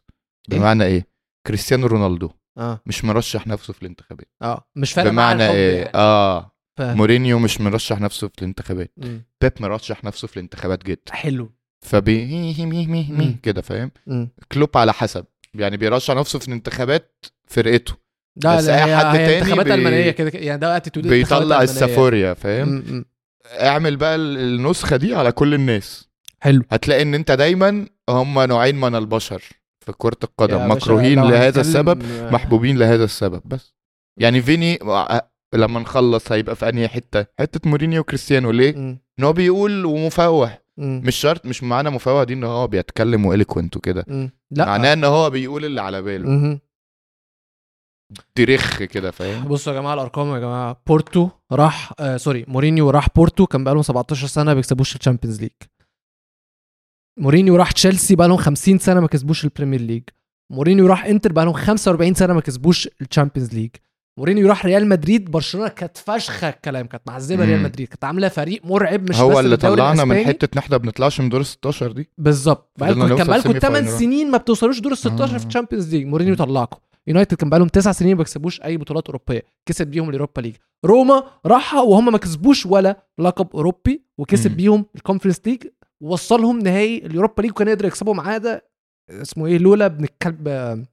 Speaker 1: إيه؟
Speaker 2: بمعنى ايه كريستيانو رونالدو
Speaker 1: اه
Speaker 2: مش مرشح نفسه في الانتخابات
Speaker 1: اه مش فارق معاه
Speaker 2: بمعنى
Speaker 1: الحب
Speaker 2: ايه
Speaker 1: يعني.
Speaker 2: اه
Speaker 1: ف...
Speaker 2: مورينيو مش مرشح نفسه في الانتخابات
Speaker 1: مم.
Speaker 2: بيب مرشح نفسه في الانتخابات جدا
Speaker 1: حلو
Speaker 2: فبي هي- هي- هي- هي- هي
Speaker 1: مم.
Speaker 2: كده فاهم
Speaker 1: مم.
Speaker 2: كلوب على حسب يعني بيرشح نفسه في الانتخابات فرقته
Speaker 1: ده
Speaker 2: بس
Speaker 1: لا،
Speaker 2: أي
Speaker 1: هي-
Speaker 2: حد
Speaker 1: هي
Speaker 2: تاني
Speaker 1: انتخابات
Speaker 2: بي-
Speaker 1: المانيه كده كده، يعني ده اتيتود
Speaker 2: بيطلع السافوريا فاهم اعمل بقى ال- النسخه دي على كل الناس
Speaker 1: حلو
Speaker 2: هتلاقي ان انت دايما هم نوعين من البشر في كره
Speaker 1: يا
Speaker 2: القدم
Speaker 1: باشا،
Speaker 2: مكروهين
Speaker 1: لو
Speaker 2: لهذا
Speaker 1: هنتكلم-
Speaker 2: السبب محبوبين لهذا السبب بس يعني فيني آه، لما نخلص هيبقى في انهي حته حته مورينيو وكريستيانو ليه
Speaker 1: مم.
Speaker 2: ان هو بيقول ومفوه
Speaker 1: مم.
Speaker 2: مش شرط مش معنى مفوه دي ان هو بيتكلم واليكوينت وكده
Speaker 1: مم. لا
Speaker 2: معناه ان هو بيقول اللي على باله
Speaker 1: مهم.
Speaker 2: ترخ كده فاهم
Speaker 1: بصوا يا جماعه الارقام يا جماعه بورتو راح آه سوري مورينيو راح بورتو كان بقالهم 17 سنه ما بيكسبوش الشامبيونز ليج مورينيو راح تشيلسي بقالهم 50 سنه ما كسبوش البريمير ليج مورينيو راح انتر بقالهم 45 سنه ما كسبوش الشامبيونز ليج مورينيو راح ريال مدريد برشلونه كانت فشخه الكلام كانت معذبه ريال
Speaker 2: مم.
Speaker 1: مدريد كانت عامله فريق مرعب مش بس
Speaker 2: هو اللي
Speaker 1: للدوري
Speaker 2: طلعنا من
Speaker 1: الإسباني.
Speaker 2: حته ان احنا بنطلعش من دور 16 دي
Speaker 1: بالظبط بقالكم
Speaker 2: فضلنا
Speaker 1: كان
Speaker 2: نوصل
Speaker 1: بقالكم
Speaker 2: semi
Speaker 1: 8
Speaker 2: final.
Speaker 1: سنين ما بتوصلوش دور ال 16 في
Speaker 2: آه.
Speaker 1: الشامبيونز ليج مورينيو طلعكم يونايتد كان بقالهم 9 سنين ما بيكسبوش اي بطولات اوروبيه كسب بيهم اليوروبا ليج روما راحها وهم ما كسبوش ولا لقب اوروبي وكسب
Speaker 2: مم.
Speaker 1: بيهم الكونفرنس ليج ووصلهم نهائي اليوروبا ليج وكان يقدر يكسبوا معاه ده اسمه ايه لولا ابن الكلب آه،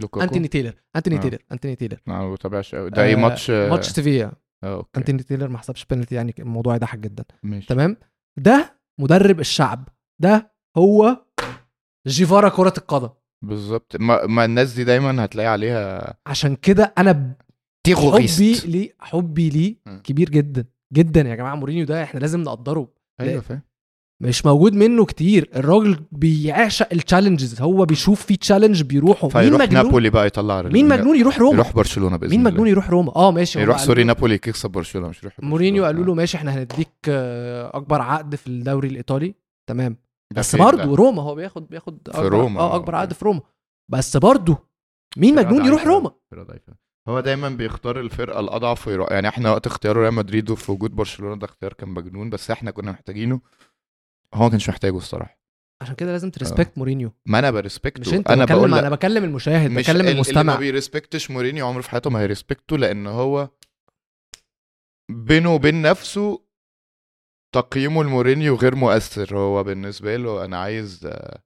Speaker 2: لوكاكو
Speaker 1: انتوني تايلر انتوني
Speaker 2: آه.
Speaker 1: تايلر انتوني تايلر
Speaker 2: أنا ما بتابعش قوي ده ايه
Speaker 1: آه،
Speaker 2: ماتش آه،
Speaker 1: ماتش سيفيا
Speaker 2: اه اوكي
Speaker 1: انتوني تايلر ما حسبش بينالتي يعني الموضوع يضحك جدا
Speaker 2: ماشي
Speaker 1: تمام ده مدرب الشعب ده هو جيفارا كره القدم
Speaker 2: بالظبط ما, ما الناس دي دايما هتلاقي عليها
Speaker 1: عشان كده انا حبي
Speaker 2: تيغوريست
Speaker 1: ليه حبي ليه
Speaker 2: م.
Speaker 1: كبير جدا جدا يا جماعه مورينيو ده احنا لازم نقدره
Speaker 2: ايوه فاهم
Speaker 1: مش موجود منه كتير الراجل بيعشق التشالنجز هو بيشوف في تشالنج بيروحه مين
Speaker 2: فيروح
Speaker 1: مجنون
Speaker 2: نابولي بقى يطلع رجل-
Speaker 1: مين مجنون يروح روما
Speaker 2: يروح برشلونه باذن
Speaker 1: مين
Speaker 2: الله.
Speaker 1: مجنون يروح روما اه ماشي هم
Speaker 2: يروح
Speaker 1: قالوا
Speaker 2: سوري
Speaker 1: له-
Speaker 2: نابولي يكسب برشلونه مش يروح برشلونة.
Speaker 1: مورينيو قالوا له
Speaker 2: آه.
Speaker 1: ماشي احنا هنديك آه، اكبر عقد في الدوري الايطالي تمام
Speaker 2: ده
Speaker 1: بس
Speaker 2: فين ده؟
Speaker 1: برضه روما هو بياخد بياخد في
Speaker 2: روما،
Speaker 1: اه
Speaker 2: آه،
Speaker 1: اكبر
Speaker 2: أوكي.
Speaker 1: عقد في روما بس برضه مين
Speaker 2: فرقة
Speaker 1: مجنون يروح
Speaker 2: ضعيفة.
Speaker 1: روما
Speaker 2: فرقة ضعيفة. هو دايما بيختار الفرقه الاضعف ويروح يعني احنا وقت اختياره ريال مدريد وفي وجود برشلونه ده اختيار كان مجنون بس احنا كنا محتاجينه هو ما كانش محتاجه الصراحه
Speaker 1: عشان كده لازم
Speaker 2: آه.
Speaker 1: تريسبكت مورينيو
Speaker 2: ما انا بريسبكته
Speaker 1: مش انت
Speaker 2: انا بقول لك
Speaker 1: انا بكلم المشاهد
Speaker 2: مش
Speaker 1: بكلم
Speaker 2: ال- اللي
Speaker 1: المستمع
Speaker 2: ما بيرسبكتش مورينيو عمره في حياته ما هيرسبكته لان هو بينه وبين نفسه تقييمه لمورينيو غير مؤثر هو بالنسبه له انا عايز آه،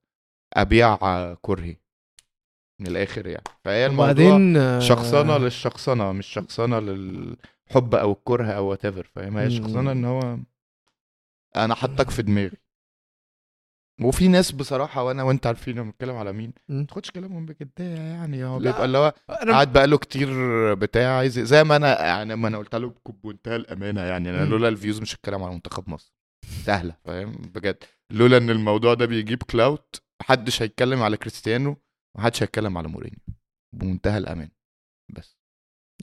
Speaker 2: ابيع آه، كرهي من الاخر يعني فهي الموضوع
Speaker 1: وبعدين آه،
Speaker 2: شخصنه للشخصنه مش شخصنه للحب او الكره او وات ايفر فاهم هي
Speaker 1: مم.
Speaker 2: شخصنه ان هو انا حاطك في دماغي وفي ناس بصراحه وانا وانت عارفين انا بتكلم على مين
Speaker 1: مم.
Speaker 2: ما تاخدش كلامهم بجديه يعني هو
Speaker 1: لا.
Speaker 2: بيبقى اللي هو
Speaker 1: انا
Speaker 2: قعد بقاله كتير بتاع عايز زي ما انا يعني ما انا قلت له بكب- بمنتهى الامانه يعني انا
Speaker 1: مم.
Speaker 2: لولا الفيوز مش هتكلم على منتخب مصر سهله فاهم بجد لولا ان الموضوع ده بيجيب كلاوت محدش هيتكلم على كريستيانو محدش هيتكلم على مورينيو بمنتهى الامان بس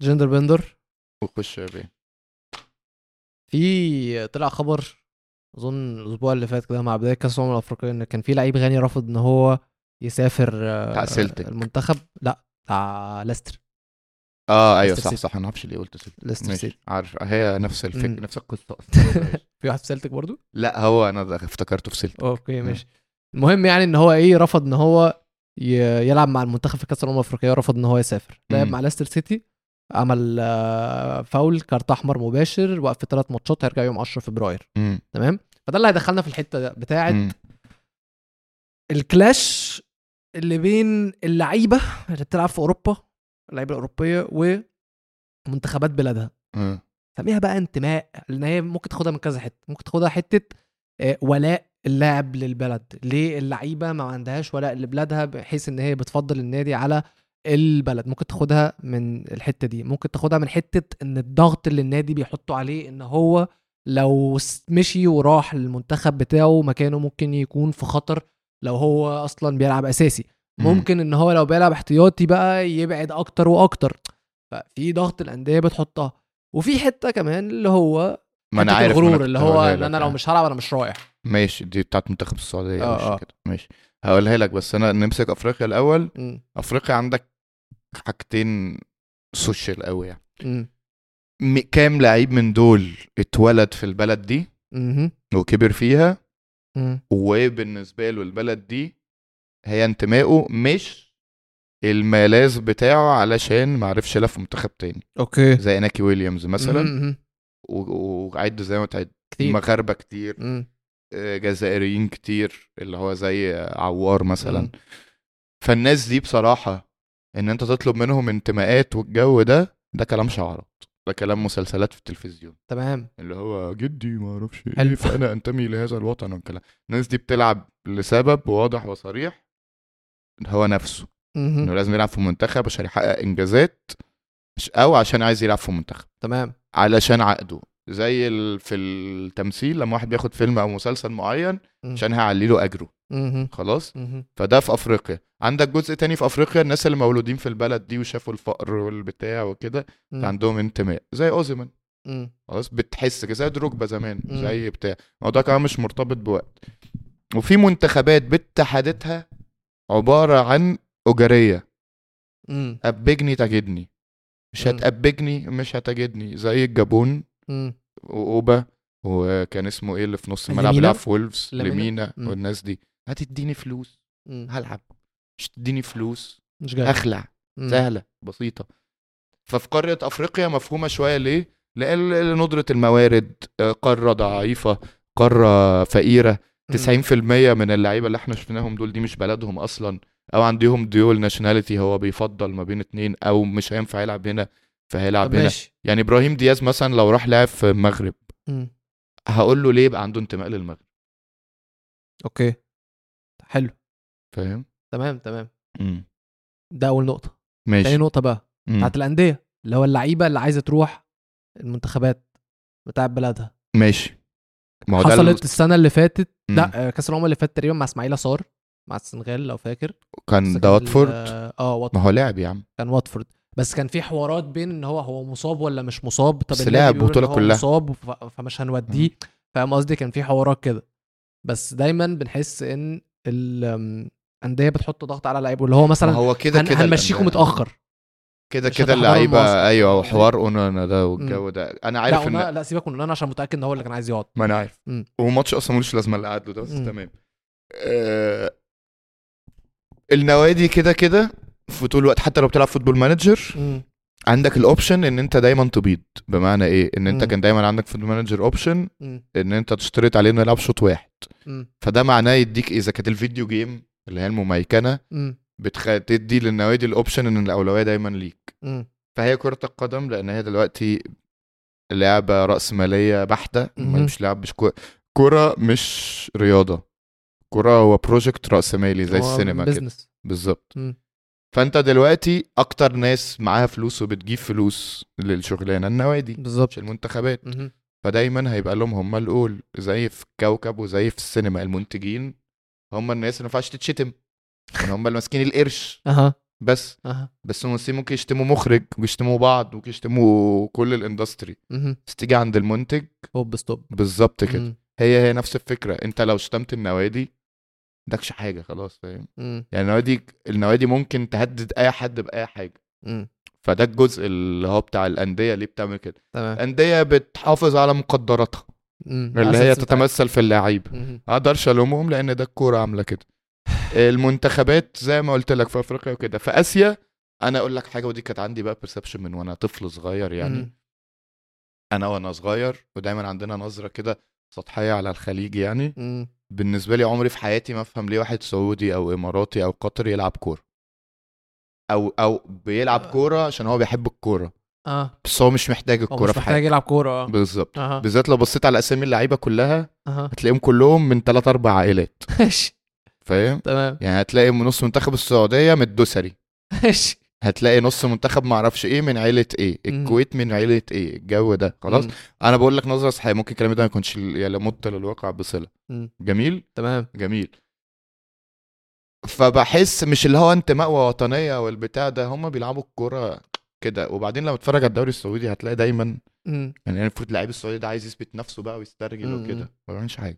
Speaker 1: جندر بندر
Speaker 2: وخش يا بيه
Speaker 1: في طلع خبر اظن الاسبوع اللي فات كده مع بدايه كاس الامم الافريقيه ان كان في لعيب غاني رفض ان هو يسافر آه،
Speaker 2: بتاع سيلتك
Speaker 1: المنتخب لا بتاع ليستر
Speaker 2: اه ايوه
Speaker 1: ليستر
Speaker 2: صح
Speaker 1: سيتي.
Speaker 2: صح انا معرفش ليه قلت سيلتك
Speaker 1: ليستر
Speaker 2: ماشي
Speaker 1: سيتي.
Speaker 2: عارف هي نفس
Speaker 1: مم.
Speaker 2: الفكره نفس القصه أصلاً.
Speaker 1: في واحد في سيلتك برضو
Speaker 2: لا هو انا ده افتكرته في سيلتك
Speaker 1: اوكي
Speaker 2: مم.
Speaker 1: ماشي المهم يعني ان هو ايه رفض ان هو ي- يلعب مع المنتخب في كاس الامم الافريقيه رفض ان هو يسافر لعب
Speaker 2: مم.
Speaker 1: مع ليستر سيتي عمل آه، فاول كارت احمر مباشر وقف في ثلاث ماتشات هيرجع يوم 10 فبراير
Speaker 2: مم.
Speaker 1: تمام فده اللي هيدخلنا في الحته بتاعه
Speaker 2: مم.
Speaker 1: الكلاش اللي بين اللعيبه اللي بتلعب في اوروبا اللعيبه الاوروبيه ومنتخبات بلادها
Speaker 2: آه.
Speaker 1: سميها بقى انتماء لان هي ممكن تاخدها من كذا حته ممكن تاخدها حته آه، ولاء اللاعب للبلد ليه اللعيبه ما عندهاش ولاء لبلادها بحيث ان هي بتفضل النادي على البلد ممكن تاخدها من الحته دي ممكن تاخدها من حته ان الضغط اللي النادي بيحطه عليه ان هو لو س- مشي وراح المنتخب بتاعه مكانه ممكن يكون في خطر لو هو اصلا بيلعب اساسي
Speaker 2: مم.
Speaker 1: ممكن ان هو لو بيلعب احتياطي بقى يبعد اكتر واكتر ففي ضغط الانديه بتحطها وفي حته كمان اللي هو
Speaker 2: ما انا
Speaker 1: حتة
Speaker 2: عارف ما أنا
Speaker 1: الغرور اللي
Speaker 2: كنت
Speaker 1: هو
Speaker 2: هقولها
Speaker 1: ان انا
Speaker 2: لك،
Speaker 1: لو
Speaker 2: آه.
Speaker 1: مش هلعب انا مش رايح
Speaker 2: ماشي دي بتاعت منتخب السعوديه
Speaker 1: آه،
Speaker 2: ماشي
Speaker 1: آه.
Speaker 2: كده ماشي هقولها لك بس انا نمسك افريقيا الاول
Speaker 1: مم.
Speaker 2: افريقيا عندك حاجتين سوشيال قوي يعني
Speaker 1: مم.
Speaker 2: م- كام لعيب من دول اتولد في البلد دي
Speaker 1: مهم.
Speaker 2: وكبر فيها
Speaker 1: مم.
Speaker 2: وبالنسبه له البلد دي هي انتمائه مش الملاذ بتاعه علشان ما عرفش يلعب في منتخب تاني
Speaker 1: اوكي
Speaker 2: زي اناكي ويليامز مثلا
Speaker 1: مهم.
Speaker 2: و- و- وعد زي ما تعد
Speaker 1: كتير
Speaker 2: مغاربه كتير
Speaker 1: مم.
Speaker 2: آه، جزائريين كتير اللي هو زي آه، عوار مثلا
Speaker 1: مم.
Speaker 2: فالناس دي بصراحة إن أنت تطلب منهم انتماءات والجو ده ده كلام شعارات ده كلام مسلسلات في التلفزيون
Speaker 1: تمام
Speaker 2: اللي هو جدي ما أعرفش
Speaker 1: حلو.
Speaker 2: إيه فأنا أنتمي لهذا الوطن والكلام الناس دي بتلعب لسبب واضح وصريح هو نفسه
Speaker 1: مهم.
Speaker 2: إنه لازم يلعب في منتخب عشان يحقق إنجازات مش- أو عشان عايز يلعب في منتخب
Speaker 1: تمام
Speaker 2: علشان عقده زي ال- في التمثيل لما واحد بياخد فيلم او مسلسل معين
Speaker 1: مم.
Speaker 2: عشان هعلي له اجره
Speaker 1: مهم.
Speaker 2: خلاص
Speaker 1: مهم.
Speaker 2: فده في افريقيا عندك جزء تاني في افريقيا الناس اللي مولودين في البلد دي وشافوا الفقر والبتاع وكده
Speaker 1: مم.
Speaker 2: عندهم انتماء زي اوزيمان
Speaker 1: مم.
Speaker 2: خلاص بتحس كده زي دروجبا زمان
Speaker 1: مم.
Speaker 2: زي بتاع الموضوع كمان مش مرتبط بوقت وفي منتخبات باتحاداتها عباره عن اجاريه
Speaker 1: مم.
Speaker 2: ابجني تجدني مش
Speaker 1: مم.
Speaker 2: هتأبجني مش هتجدني زي الجابون
Speaker 1: مم.
Speaker 2: واوبا وكان اسمه ايه اللي في نص الملعب
Speaker 1: لمينا؟
Speaker 2: بيلعب في وولفز
Speaker 1: لمينا؟
Speaker 2: لمينا
Speaker 1: مم.
Speaker 2: والناس دي هتديني فلوس
Speaker 1: مم.
Speaker 2: هلعب مش تديني فلوس
Speaker 1: مش جاي
Speaker 2: هخلع
Speaker 1: مم.
Speaker 2: سهله بسيطه ففي قاره افريقيا مفهومه شويه ليه لأن- لندره الموارد آه، قاره ضعيفه قاره فقيره
Speaker 1: مم.
Speaker 2: 90% من اللعيبه اللي احنا شفناهم دول دي مش بلدهم اصلا او عندهم ديول ناشوناليتي هو بيفضل ما بين اتنين او مش هينفع يلعب هنا
Speaker 1: طب
Speaker 2: فهيلعب هنا
Speaker 1: ماشي
Speaker 2: يعني ابراهيم دياز مثلا لو راح لعب في المغرب
Speaker 1: مم.
Speaker 2: هقول له ليه يبقى عنده انتماء للمغرب
Speaker 1: اوكي حلو
Speaker 2: فاهم
Speaker 1: تمام تمام
Speaker 2: مم.
Speaker 1: ده اول نقطه تاني
Speaker 2: ماشي
Speaker 1: نقطه بقى
Speaker 2: مم.
Speaker 1: بتاعت الانديه اللي هو اللعيبه اللي عايزه تروح المنتخبات بتاعت بلدها
Speaker 2: ماشي ما هو ده ال-
Speaker 1: حصلت السنه اللي فاتت
Speaker 2: مم.
Speaker 1: لا آه، كاس الامم اللي فات تقريبا مع اسماعيل صار مع السنغال لو فاكر بس
Speaker 2: كان
Speaker 1: كان
Speaker 2: ده
Speaker 1: ال-
Speaker 2: واتفورد
Speaker 1: اه آه، واتفورد
Speaker 2: ما هو لعب يا عم
Speaker 1: كان واتفورد بس كان في حوارات بين ان هو هو مصاب ولا مش مصاب طب
Speaker 2: بس
Speaker 1: النادي
Speaker 2: لعب
Speaker 1: بيقول إن
Speaker 2: البطولة
Speaker 1: هو
Speaker 2: كلها.
Speaker 1: مصاب ف- فمش هنوديه فاهم قصدي كان في حوارات كده بس دايما بنحس ان الانديه بتحط ضغط على اللعيبه اللي هو
Speaker 2: ما
Speaker 1: مثلا
Speaker 2: هو كده
Speaker 1: هن
Speaker 2: كده
Speaker 1: هنمشيكم
Speaker 2: الأندية.
Speaker 1: متاخر
Speaker 2: كده
Speaker 1: مش
Speaker 2: كده
Speaker 1: هتحضروا المواصلة.
Speaker 2: اللعيبه ايوه وحوار اونانا ده والجو ده انا عارف
Speaker 1: لا
Speaker 2: ان
Speaker 1: أنا لا سيبك من انا عشان متاكد ان هو اللي كان عايز يقعد
Speaker 2: ما انا عارف
Speaker 1: مم.
Speaker 2: وماتش اصلا ملوش لازمه اللي قعد له ده بس
Speaker 1: مم.
Speaker 2: تمام آه... النوادي كده كده في طول الوقت حتى لو بتلعب فوتبول مانجر
Speaker 1: مم.
Speaker 2: عندك الاوبشن ان انت دايما تبيض بمعنى ايه ان انت
Speaker 1: مم.
Speaker 2: كان دايما عندك فوتبول مانجر اوبشن
Speaker 1: مم.
Speaker 2: ان انت تشترط عليه انه يلعب شوط واحد
Speaker 1: مم.
Speaker 2: فده معناه يديك اذا كانت الفيديو جيم اللي هي المميكنه
Speaker 1: مم.
Speaker 2: بتخ... تدي للنوادي الاوبشن ان الاولويه دايما ليك
Speaker 1: مم.
Speaker 2: فهي كرة القدم لأن هي دلوقتي لعبة رأسمالية بحتة
Speaker 1: مهم.
Speaker 2: مش لعب مش كورة كرة مش رياضة كرة هو بروجكت رأسمالي زي
Speaker 1: هو
Speaker 2: السينما كده
Speaker 1: بيزنس
Speaker 2: بالظبط
Speaker 1: مم.
Speaker 2: فأنت دلوقتي أكتر ناس معاها فلوس وبتجيب فلوس للشغلانة النوادي
Speaker 1: بالظبط
Speaker 2: مش المنتخبات
Speaker 1: مهم.
Speaker 2: فدايما هيبقى لهم هم الأول زي في كوكب وزي في السينما المنتجين هم الناس اللي ما ينفعش تتشتم يعني هم اللي ماسكين القرش
Speaker 1: اها
Speaker 2: بس
Speaker 1: اها
Speaker 2: بس الممثلين ممكن يشتموا مخرج ويشتموا بعض ممكن يشتموا كل الاندستري
Speaker 1: مهم.
Speaker 2: بس تيجي عند المنتج
Speaker 1: هوب ستوب
Speaker 2: بالظبط كده
Speaker 1: مم.
Speaker 2: هي هي نفس الفكره انت لو شتمت النوادي مالكش حاجه خلاص فاهم
Speaker 1: مم.
Speaker 2: يعني النوادي النوادي ممكن تهدد اي حد باي حاجه
Speaker 1: مم.
Speaker 2: فده الجزء اللي هو بتاع الانديه اللي بتعمل كده
Speaker 1: تمام
Speaker 2: الانديه بتحافظ على مقدراتها
Speaker 1: مم.
Speaker 2: اللي هي
Speaker 1: assets بتاعت-
Speaker 2: تتمثل في اللعيبه
Speaker 1: مهم.
Speaker 2: ما اقدرش الومهم لان ده الكوره عامله كده المنتخبات زي ما قلت لك في افريقيا وكده في اسيا انا اقول لك حاجه ودي كانت عندي بقى بيرسبشن من وانا طفل صغير يعني
Speaker 1: مم.
Speaker 2: انا وانا صغير ودايما عندنا نظره كده سطحيه على الخليج يعني
Speaker 1: مم.
Speaker 2: بالنسبه لي عمري في حياتي ما افهم ليه واحد سعودي او اماراتي او قطري يلعب كوره او او بيلعب
Speaker 1: آه.
Speaker 2: كوره عشان هو بيحب الكوره
Speaker 1: اه
Speaker 2: بس هو مش محتاج
Speaker 1: هو
Speaker 2: الكوره
Speaker 1: مش
Speaker 2: في
Speaker 1: محتاج
Speaker 2: حياته
Speaker 1: يلعب كوره اه
Speaker 2: بالظبط
Speaker 1: اها
Speaker 2: بالذات لو بصيت على اسامي اللعيبه كلها
Speaker 1: اها
Speaker 2: هتلاقيهم كلهم من ثلاث اربع عائلات
Speaker 1: ماشي
Speaker 2: فاهم
Speaker 1: تمام
Speaker 2: يعني هتلاقي من نص منتخب السعوديه من الدوسري
Speaker 1: ماشي
Speaker 2: هتلاقي نص منتخب معرفش ايه من عيله ايه
Speaker 1: مم.
Speaker 2: الكويت من عيله ايه الجو ده خلاص
Speaker 1: مم.
Speaker 2: انا بقول لك نظره صحيحه ممكن الكلام ده ما يكونش لا مت للواقع بصله
Speaker 1: مم.
Speaker 2: جميل
Speaker 1: تمام
Speaker 2: جميل فبحس مش اللي هو انتماء ووطنيه والبتاع ده هم بيلعبوا الكوره كده وبعدين لما تتفرج على الدوري السعودي هتلاقي دايما
Speaker 1: مم.
Speaker 2: يعني المفروض لعيب السعودي ده عايز يثبت نفسه بقى ويسترجل
Speaker 1: مم.
Speaker 2: وكده ما بيعملش حاجه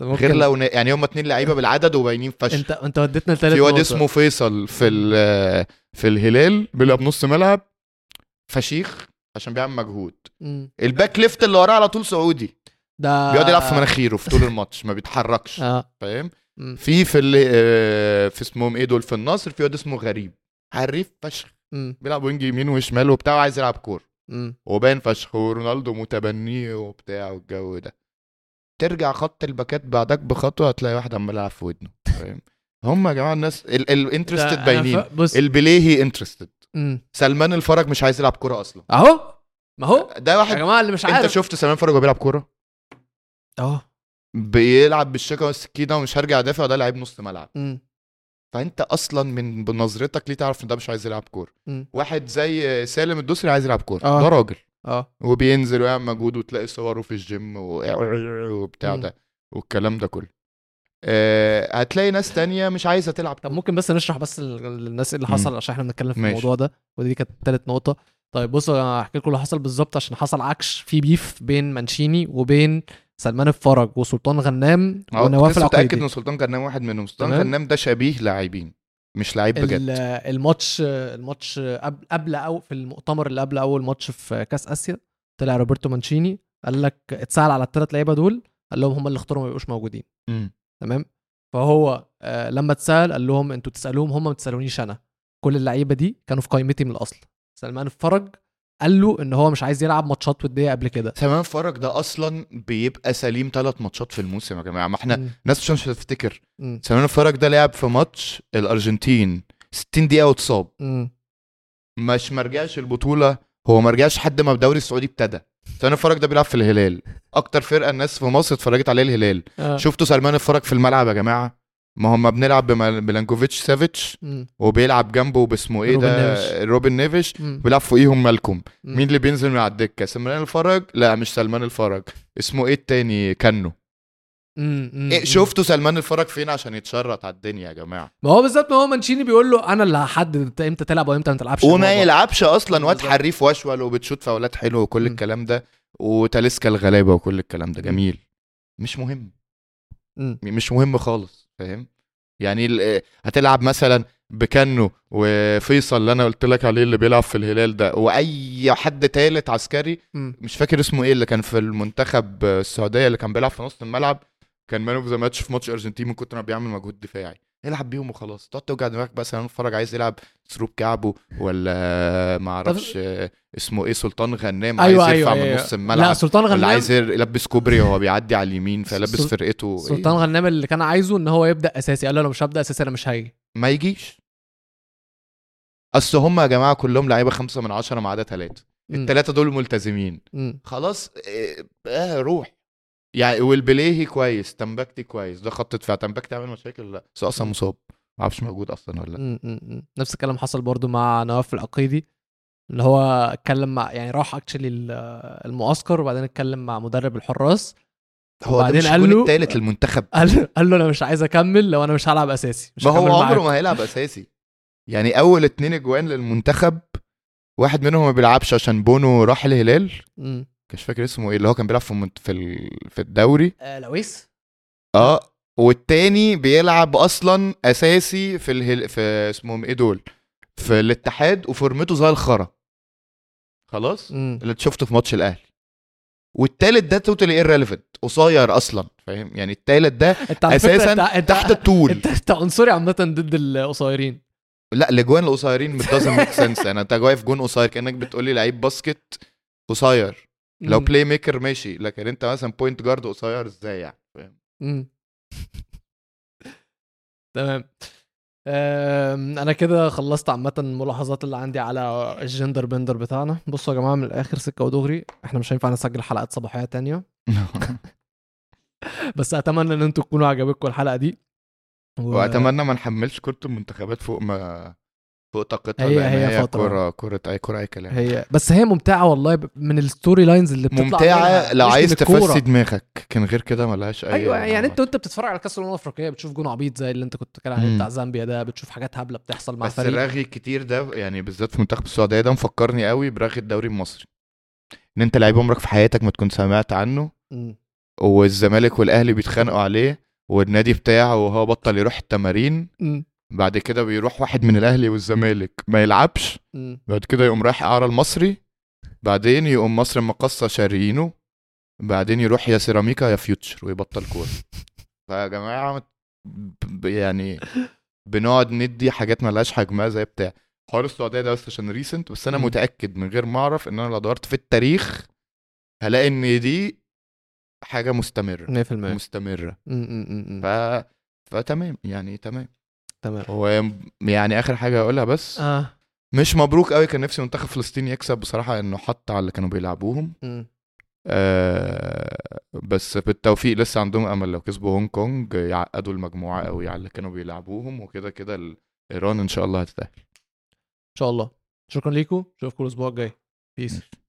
Speaker 1: ممكن
Speaker 2: غير لو ن- يعني هم اتنين لعيبه بالعدد وباينين فشخ
Speaker 1: انت انت وديتنا لتالت
Speaker 2: في واد
Speaker 1: نقطة.
Speaker 2: اسمه فيصل في ال- في الهلال بيلعب نص ملعب فشيخ عشان بيعمل مجهود
Speaker 1: مم.
Speaker 2: الباك ليفت اللي وراه على طول سعودي
Speaker 1: ده
Speaker 2: بيقعد يلعب في مناخيره في طول الماتش ما بيتحركش
Speaker 1: اه
Speaker 2: فاهم
Speaker 1: مم.
Speaker 2: في في اللي آه، في اسمهم ايه دول في النصر في واد اسمه غريب حريف فشخ
Speaker 1: مم.
Speaker 2: بيلعب وينج يمين وشمال وبتاع وعايز يلعب كوره
Speaker 1: مم.
Speaker 2: وباين فشخ ورونالدو متبنيه وبتاع والجو ده ترجع خط الباكات بعدك بخطوه هتلاقي واحد عمال يلعب في ودنه فاهم هم يا جماعه الناس
Speaker 1: ده
Speaker 2: الانترستد
Speaker 1: أنا
Speaker 2: باينين
Speaker 1: ف- بص
Speaker 2: البليهي انترستد
Speaker 1: مم.
Speaker 2: سلمان الفرج مش عايز يلعب كوره اصلا
Speaker 1: اهو ما هو
Speaker 2: ده
Speaker 1: يا
Speaker 2: واحد
Speaker 1: جماعه اللي أيوه. مش
Speaker 2: انت
Speaker 1: عارف
Speaker 2: شفت سلمان الفرج وهو بيلعب كوره
Speaker 1: اهو
Speaker 2: بيلعب بالشوكه والسكينه ومش هرجع ادافع ده لعيب نص ملعب
Speaker 1: مم.
Speaker 2: فانت اصلا من بنظرتك ليه تعرف ان ده مش عايز يلعب كوره
Speaker 1: مم.
Speaker 2: واحد زي سالم الدوسري عايز يلعب كوره
Speaker 1: آه.
Speaker 2: ده راجل
Speaker 1: اه
Speaker 2: وبينزل ويعمل مجهود وتلاقي صوره في الجيم و- وبتاع
Speaker 1: مم.
Speaker 2: ده والكلام ده كله آه، هتلاقي ناس تانية مش عايزة تلعب
Speaker 1: طب ممكن بس نشرح بس لل- للناس إيه اللي حصل عشان احنا بنتكلم في
Speaker 2: ماشي.
Speaker 1: الموضوع ده ودي كانت تالت نقطه طيب بصوا انا هحكي لكم اللي حصل بالظبط عشان حصل عكش في بيف بين مانشيني وبين سلمان الفرج وسلطان غنام
Speaker 2: أهو،
Speaker 1: ونواف
Speaker 2: لسه آه، متأكد
Speaker 1: العقيدي
Speaker 2: ان سلطان غنام واحد منهم سلطان
Speaker 1: تمام.
Speaker 2: غنام ده شبيه لاعبين مش لعيب
Speaker 1: ال-
Speaker 2: بجد
Speaker 1: الماتش الماتش قبل قبل او في المؤتمر اللي قبل اول ماتش في كاس اسيا طلع روبرتو مانشيني قال لك اتسال على الثلاث لعيبه دول قال لهم هم اللي اختاروا ما يبقوش موجودين
Speaker 2: مم.
Speaker 1: تمام فهو آه، لما اتسال قال لهم انتوا تسالوهم هم ما تسالونيش انا كل اللعيبه دي كانوا في قائمتي من الاصل سلمان الفرج قال له ان هو مش عايز يلعب ماتشات وديه قبل كده
Speaker 2: سلمان فرج ده اصلا بيبقى سليم ثلاث ماتشات في الموسم يا جماعه ما احنا
Speaker 1: مم.
Speaker 2: الناس مش- مش هتفتكر
Speaker 1: مم.
Speaker 2: سلمان فرج ده لعب في ماتش الارجنتين 60 دقيقه واتصاب
Speaker 1: مم.
Speaker 2: مش مرجعش البطوله هو مرجعش حد ما الدوري السعودي ابتدى سلمان فرج ده بيلعب في الهلال اكتر فرقه الناس في مصر اتفرجت عليه الهلال
Speaker 1: آه.
Speaker 2: شفتوا سلمان الفرج في الملعب يا جماعه ما هم بنلعب بمل- بميلانكوفيتش سافيتش
Speaker 1: مم.
Speaker 2: وبيلعب جنبه باسمه ايه
Speaker 1: روبن
Speaker 2: ده
Speaker 1: نيفيش.
Speaker 2: روبن نيفيش
Speaker 1: مم.
Speaker 2: بيلعب فوقيهم مالكم
Speaker 1: مم.
Speaker 2: مين اللي بينزل من على الدكه سلمان الفرج لا مش سلمان الفرج اسمه ايه التاني كانو
Speaker 1: مم. مم.
Speaker 2: إيه شفتوا سلمان الفرج فين عشان يتشرط على الدنيا يا جماعه
Speaker 1: ما هو بالظبط ما هو مانشيني بيقول له انا اللي هحدد انت امتى تلعب وامتى ما تلعبش
Speaker 2: وما
Speaker 1: الموضوع.
Speaker 2: يلعبش اصلا واد
Speaker 1: بالظبط.
Speaker 2: حريف واشول وبتشوت فاولات حلوه وكل
Speaker 1: مم.
Speaker 2: الكلام ده وتاليسكا الغلابه وكل الكلام ده
Speaker 1: مم.
Speaker 2: جميل مش مهم
Speaker 1: مم.
Speaker 2: مش مهم خالص فاهم يعني ال- هتلعب مثلا بكنو وفيصل اللي انا قلت لك عليه اللي بيلعب في الهلال ده واي حد تالت عسكري
Speaker 1: مم.
Speaker 2: مش فاكر اسمه ايه اللي كان في المنتخب السعوديه اللي كان بيلعب في نص الملعب كان مان اوف ذا ماتش في ماتش ارجنتين من كتر ما بيعمل مجهود دفاعي العب بيهم وخلاص تقعد توجع دماغك بقى سلمان فرج عايز يلعب سروب كعبه ولا ما اعرفش اسمه ايه سلطان غنام
Speaker 1: أيوة،
Speaker 2: عايز يرفع
Speaker 1: أيوة،
Speaker 2: من
Speaker 1: أيوة.
Speaker 2: نص
Speaker 1: لا
Speaker 2: الملعب
Speaker 1: سلطان
Speaker 2: ولا
Speaker 1: غنام
Speaker 2: عايز ير- يلبس كوبري وهو بيعدي على اليمين فلبس
Speaker 1: سل-
Speaker 2: فرقته إيه؟
Speaker 1: سلطان غنام اللي كان عايزه ان هو يبدا اساسي قال له انا مش هبدا اساسي انا مش هاجي
Speaker 2: ما يجيش اصل هم يا جماعه كلهم لعيبه خمسة من عشرة ما عدا ثلاثه
Speaker 1: مم.
Speaker 2: الثلاثه دول ملتزمين
Speaker 1: مم.
Speaker 2: خلاص إيه، اه روح يعني والبليهي كويس تمباكتي كويس ده خط دفاع تمباكتي عامل مشاكل ولا لا بس هو اصلا مصاب ما اعرفش موجود اصلا ولا لا
Speaker 1: مم. مم. مم. إمم، نفس الكلام حصل برضو مع نواف العقيدي اللي هو اتكلم مع يعني راح اكشلي المعسكر وبعدين اتكلم مع مدرب الحراس
Speaker 2: هو ده
Speaker 1: وبعدين
Speaker 2: مش
Speaker 1: قال
Speaker 2: الجون
Speaker 1: له-
Speaker 2: التالت المنتخب
Speaker 1: قال قال له انا مش عايز اكمل لو انا مش هلعب اساسي مش
Speaker 2: ما هو
Speaker 1: هكمل معاك.
Speaker 2: عمره ما هيلعب اساسي يعني اول اتنين اجوان للمنتخب واحد منهم ما بيلعبش عشان بونو راح الهلال
Speaker 1: مم. كش...
Speaker 2: مش فاكر اسمه ايه اللي هو كان بيلعب في المنت- في ال- في الدوري
Speaker 1: آه لويس
Speaker 2: اه والتاني بيلعب اصلا اساسي في الهل... في اسمهم ايه دول في الاتحاد وفورمته زي الخرا خلاص
Speaker 1: مم.
Speaker 2: اللي شفته في ماتش الاهلي والتالت ده توتالي ايرليفنت قصير اصلا فاهم يعني التالت ده
Speaker 1: انت على فكرة
Speaker 2: أساساً
Speaker 1: انت, انت,
Speaker 2: تحت الطول
Speaker 1: انت, انت عنصري عامه ضد القصيرين
Speaker 2: لا الاجوان القصيرين doesn't ميك سنس يعني انت واقف جون قصير كانك بتقولي لعيب باسكت قصير لو
Speaker 1: مم.
Speaker 2: بلاي ميكر ماشي لكن انت مثلا بوينت جارد قصير ازاي يعني فاهم
Speaker 1: مم. امم. تمام أم، انا كده خلصت عامه الملاحظات اللي عندي على الجندر بندر بتاعنا بصوا يا جماعه من الاخر سكه ودغري احنا مش هينفع نسجل حلقات صباحيه تانية
Speaker 2: يعني؟
Speaker 1: بس اتمنى ان انتم تكونوا عجبتكم الحلقه دي و-
Speaker 2: واتمنى ما نحملش كره المنتخبات فوق ما فوق طاقتها
Speaker 1: هي-
Speaker 2: لأن
Speaker 1: هي فترة.
Speaker 2: كره كره اي كره اي كلام
Speaker 1: هي بس هي ممتعه والله ب- من الستوري لاينز اللي بتطلع
Speaker 2: ممتعه
Speaker 1: منها،
Speaker 2: لو
Speaker 1: مش من
Speaker 2: عايز
Speaker 1: الكورة.
Speaker 2: تفسد دماغك أيوة، كان غير كده ملهاش اي
Speaker 1: ايوه يعني انت وانت بتتفرج على كاس الامم الافريقيه بتشوف جون عبيط زي اللي انت كنت بتتكلم عليه
Speaker 2: مم.
Speaker 1: بتاع زامبيا ده بتشوف حاجات هبله بتحصل مع
Speaker 2: بس
Speaker 1: فريق
Speaker 2: الرغي الكتير ده يعني بالذات في منتخب السعوديه ده مفكرني قوي برغي الدوري المصري ان انت لعيب عمرك في حياتك ما تكون سمعت عنه
Speaker 1: مم.
Speaker 2: والزمالك والاهلي بيتخانقوا عليه والنادي بتاعه وهو بطل يروح التمارين
Speaker 1: مم.
Speaker 2: بعد كده بيروح واحد من الاهلي والزمالك ما يلعبش
Speaker 1: مم.
Speaker 2: بعد كده يقوم رايح اعرى المصري بعدين يقوم مصر مقصه شاريينه بعدين يروح يا سيراميكا يا فيوتشر ويبطل كوره فيا جماعه مت- ب- يعني بنقعد ندي حاجات ملهاش حجمها زي بتاع حوار السعوديه ده بس عشان ريسنت بس انا
Speaker 1: مم.
Speaker 2: متاكد من غير ما اعرف ان انا لو دورت في التاريخ هلاقي ان دي حاجه مستمره
Speaker 1: 100% مم.
Speaker 2: مستمره
Speaker 1: مم. مم.
Speaker 2: ف فتمام يعني تمام
Speaker 1: تمام
Speaker 2: ويعني اخر حاجه هقولها بس
Speaker 1: اه
Speaker 2: مش مبروك قوي كان نفسي منتخب فلسطين يكسب بصراحه انه حط على اللي كانوا بيلعبوهم
Speaker 1: مم.
Speaker 2: آه بس بالتوفيق لسه عندهم امل لو كسبوا هونج كونج يعقدوا المجموعه قوي على اللي كانوا بيلعبوهم وكده كده ال- ايران ان شاء الله هتتاهل
Speaker 1: ان شاء الله شكرا ليكم اشوفكم الاسبوع الجاي بيس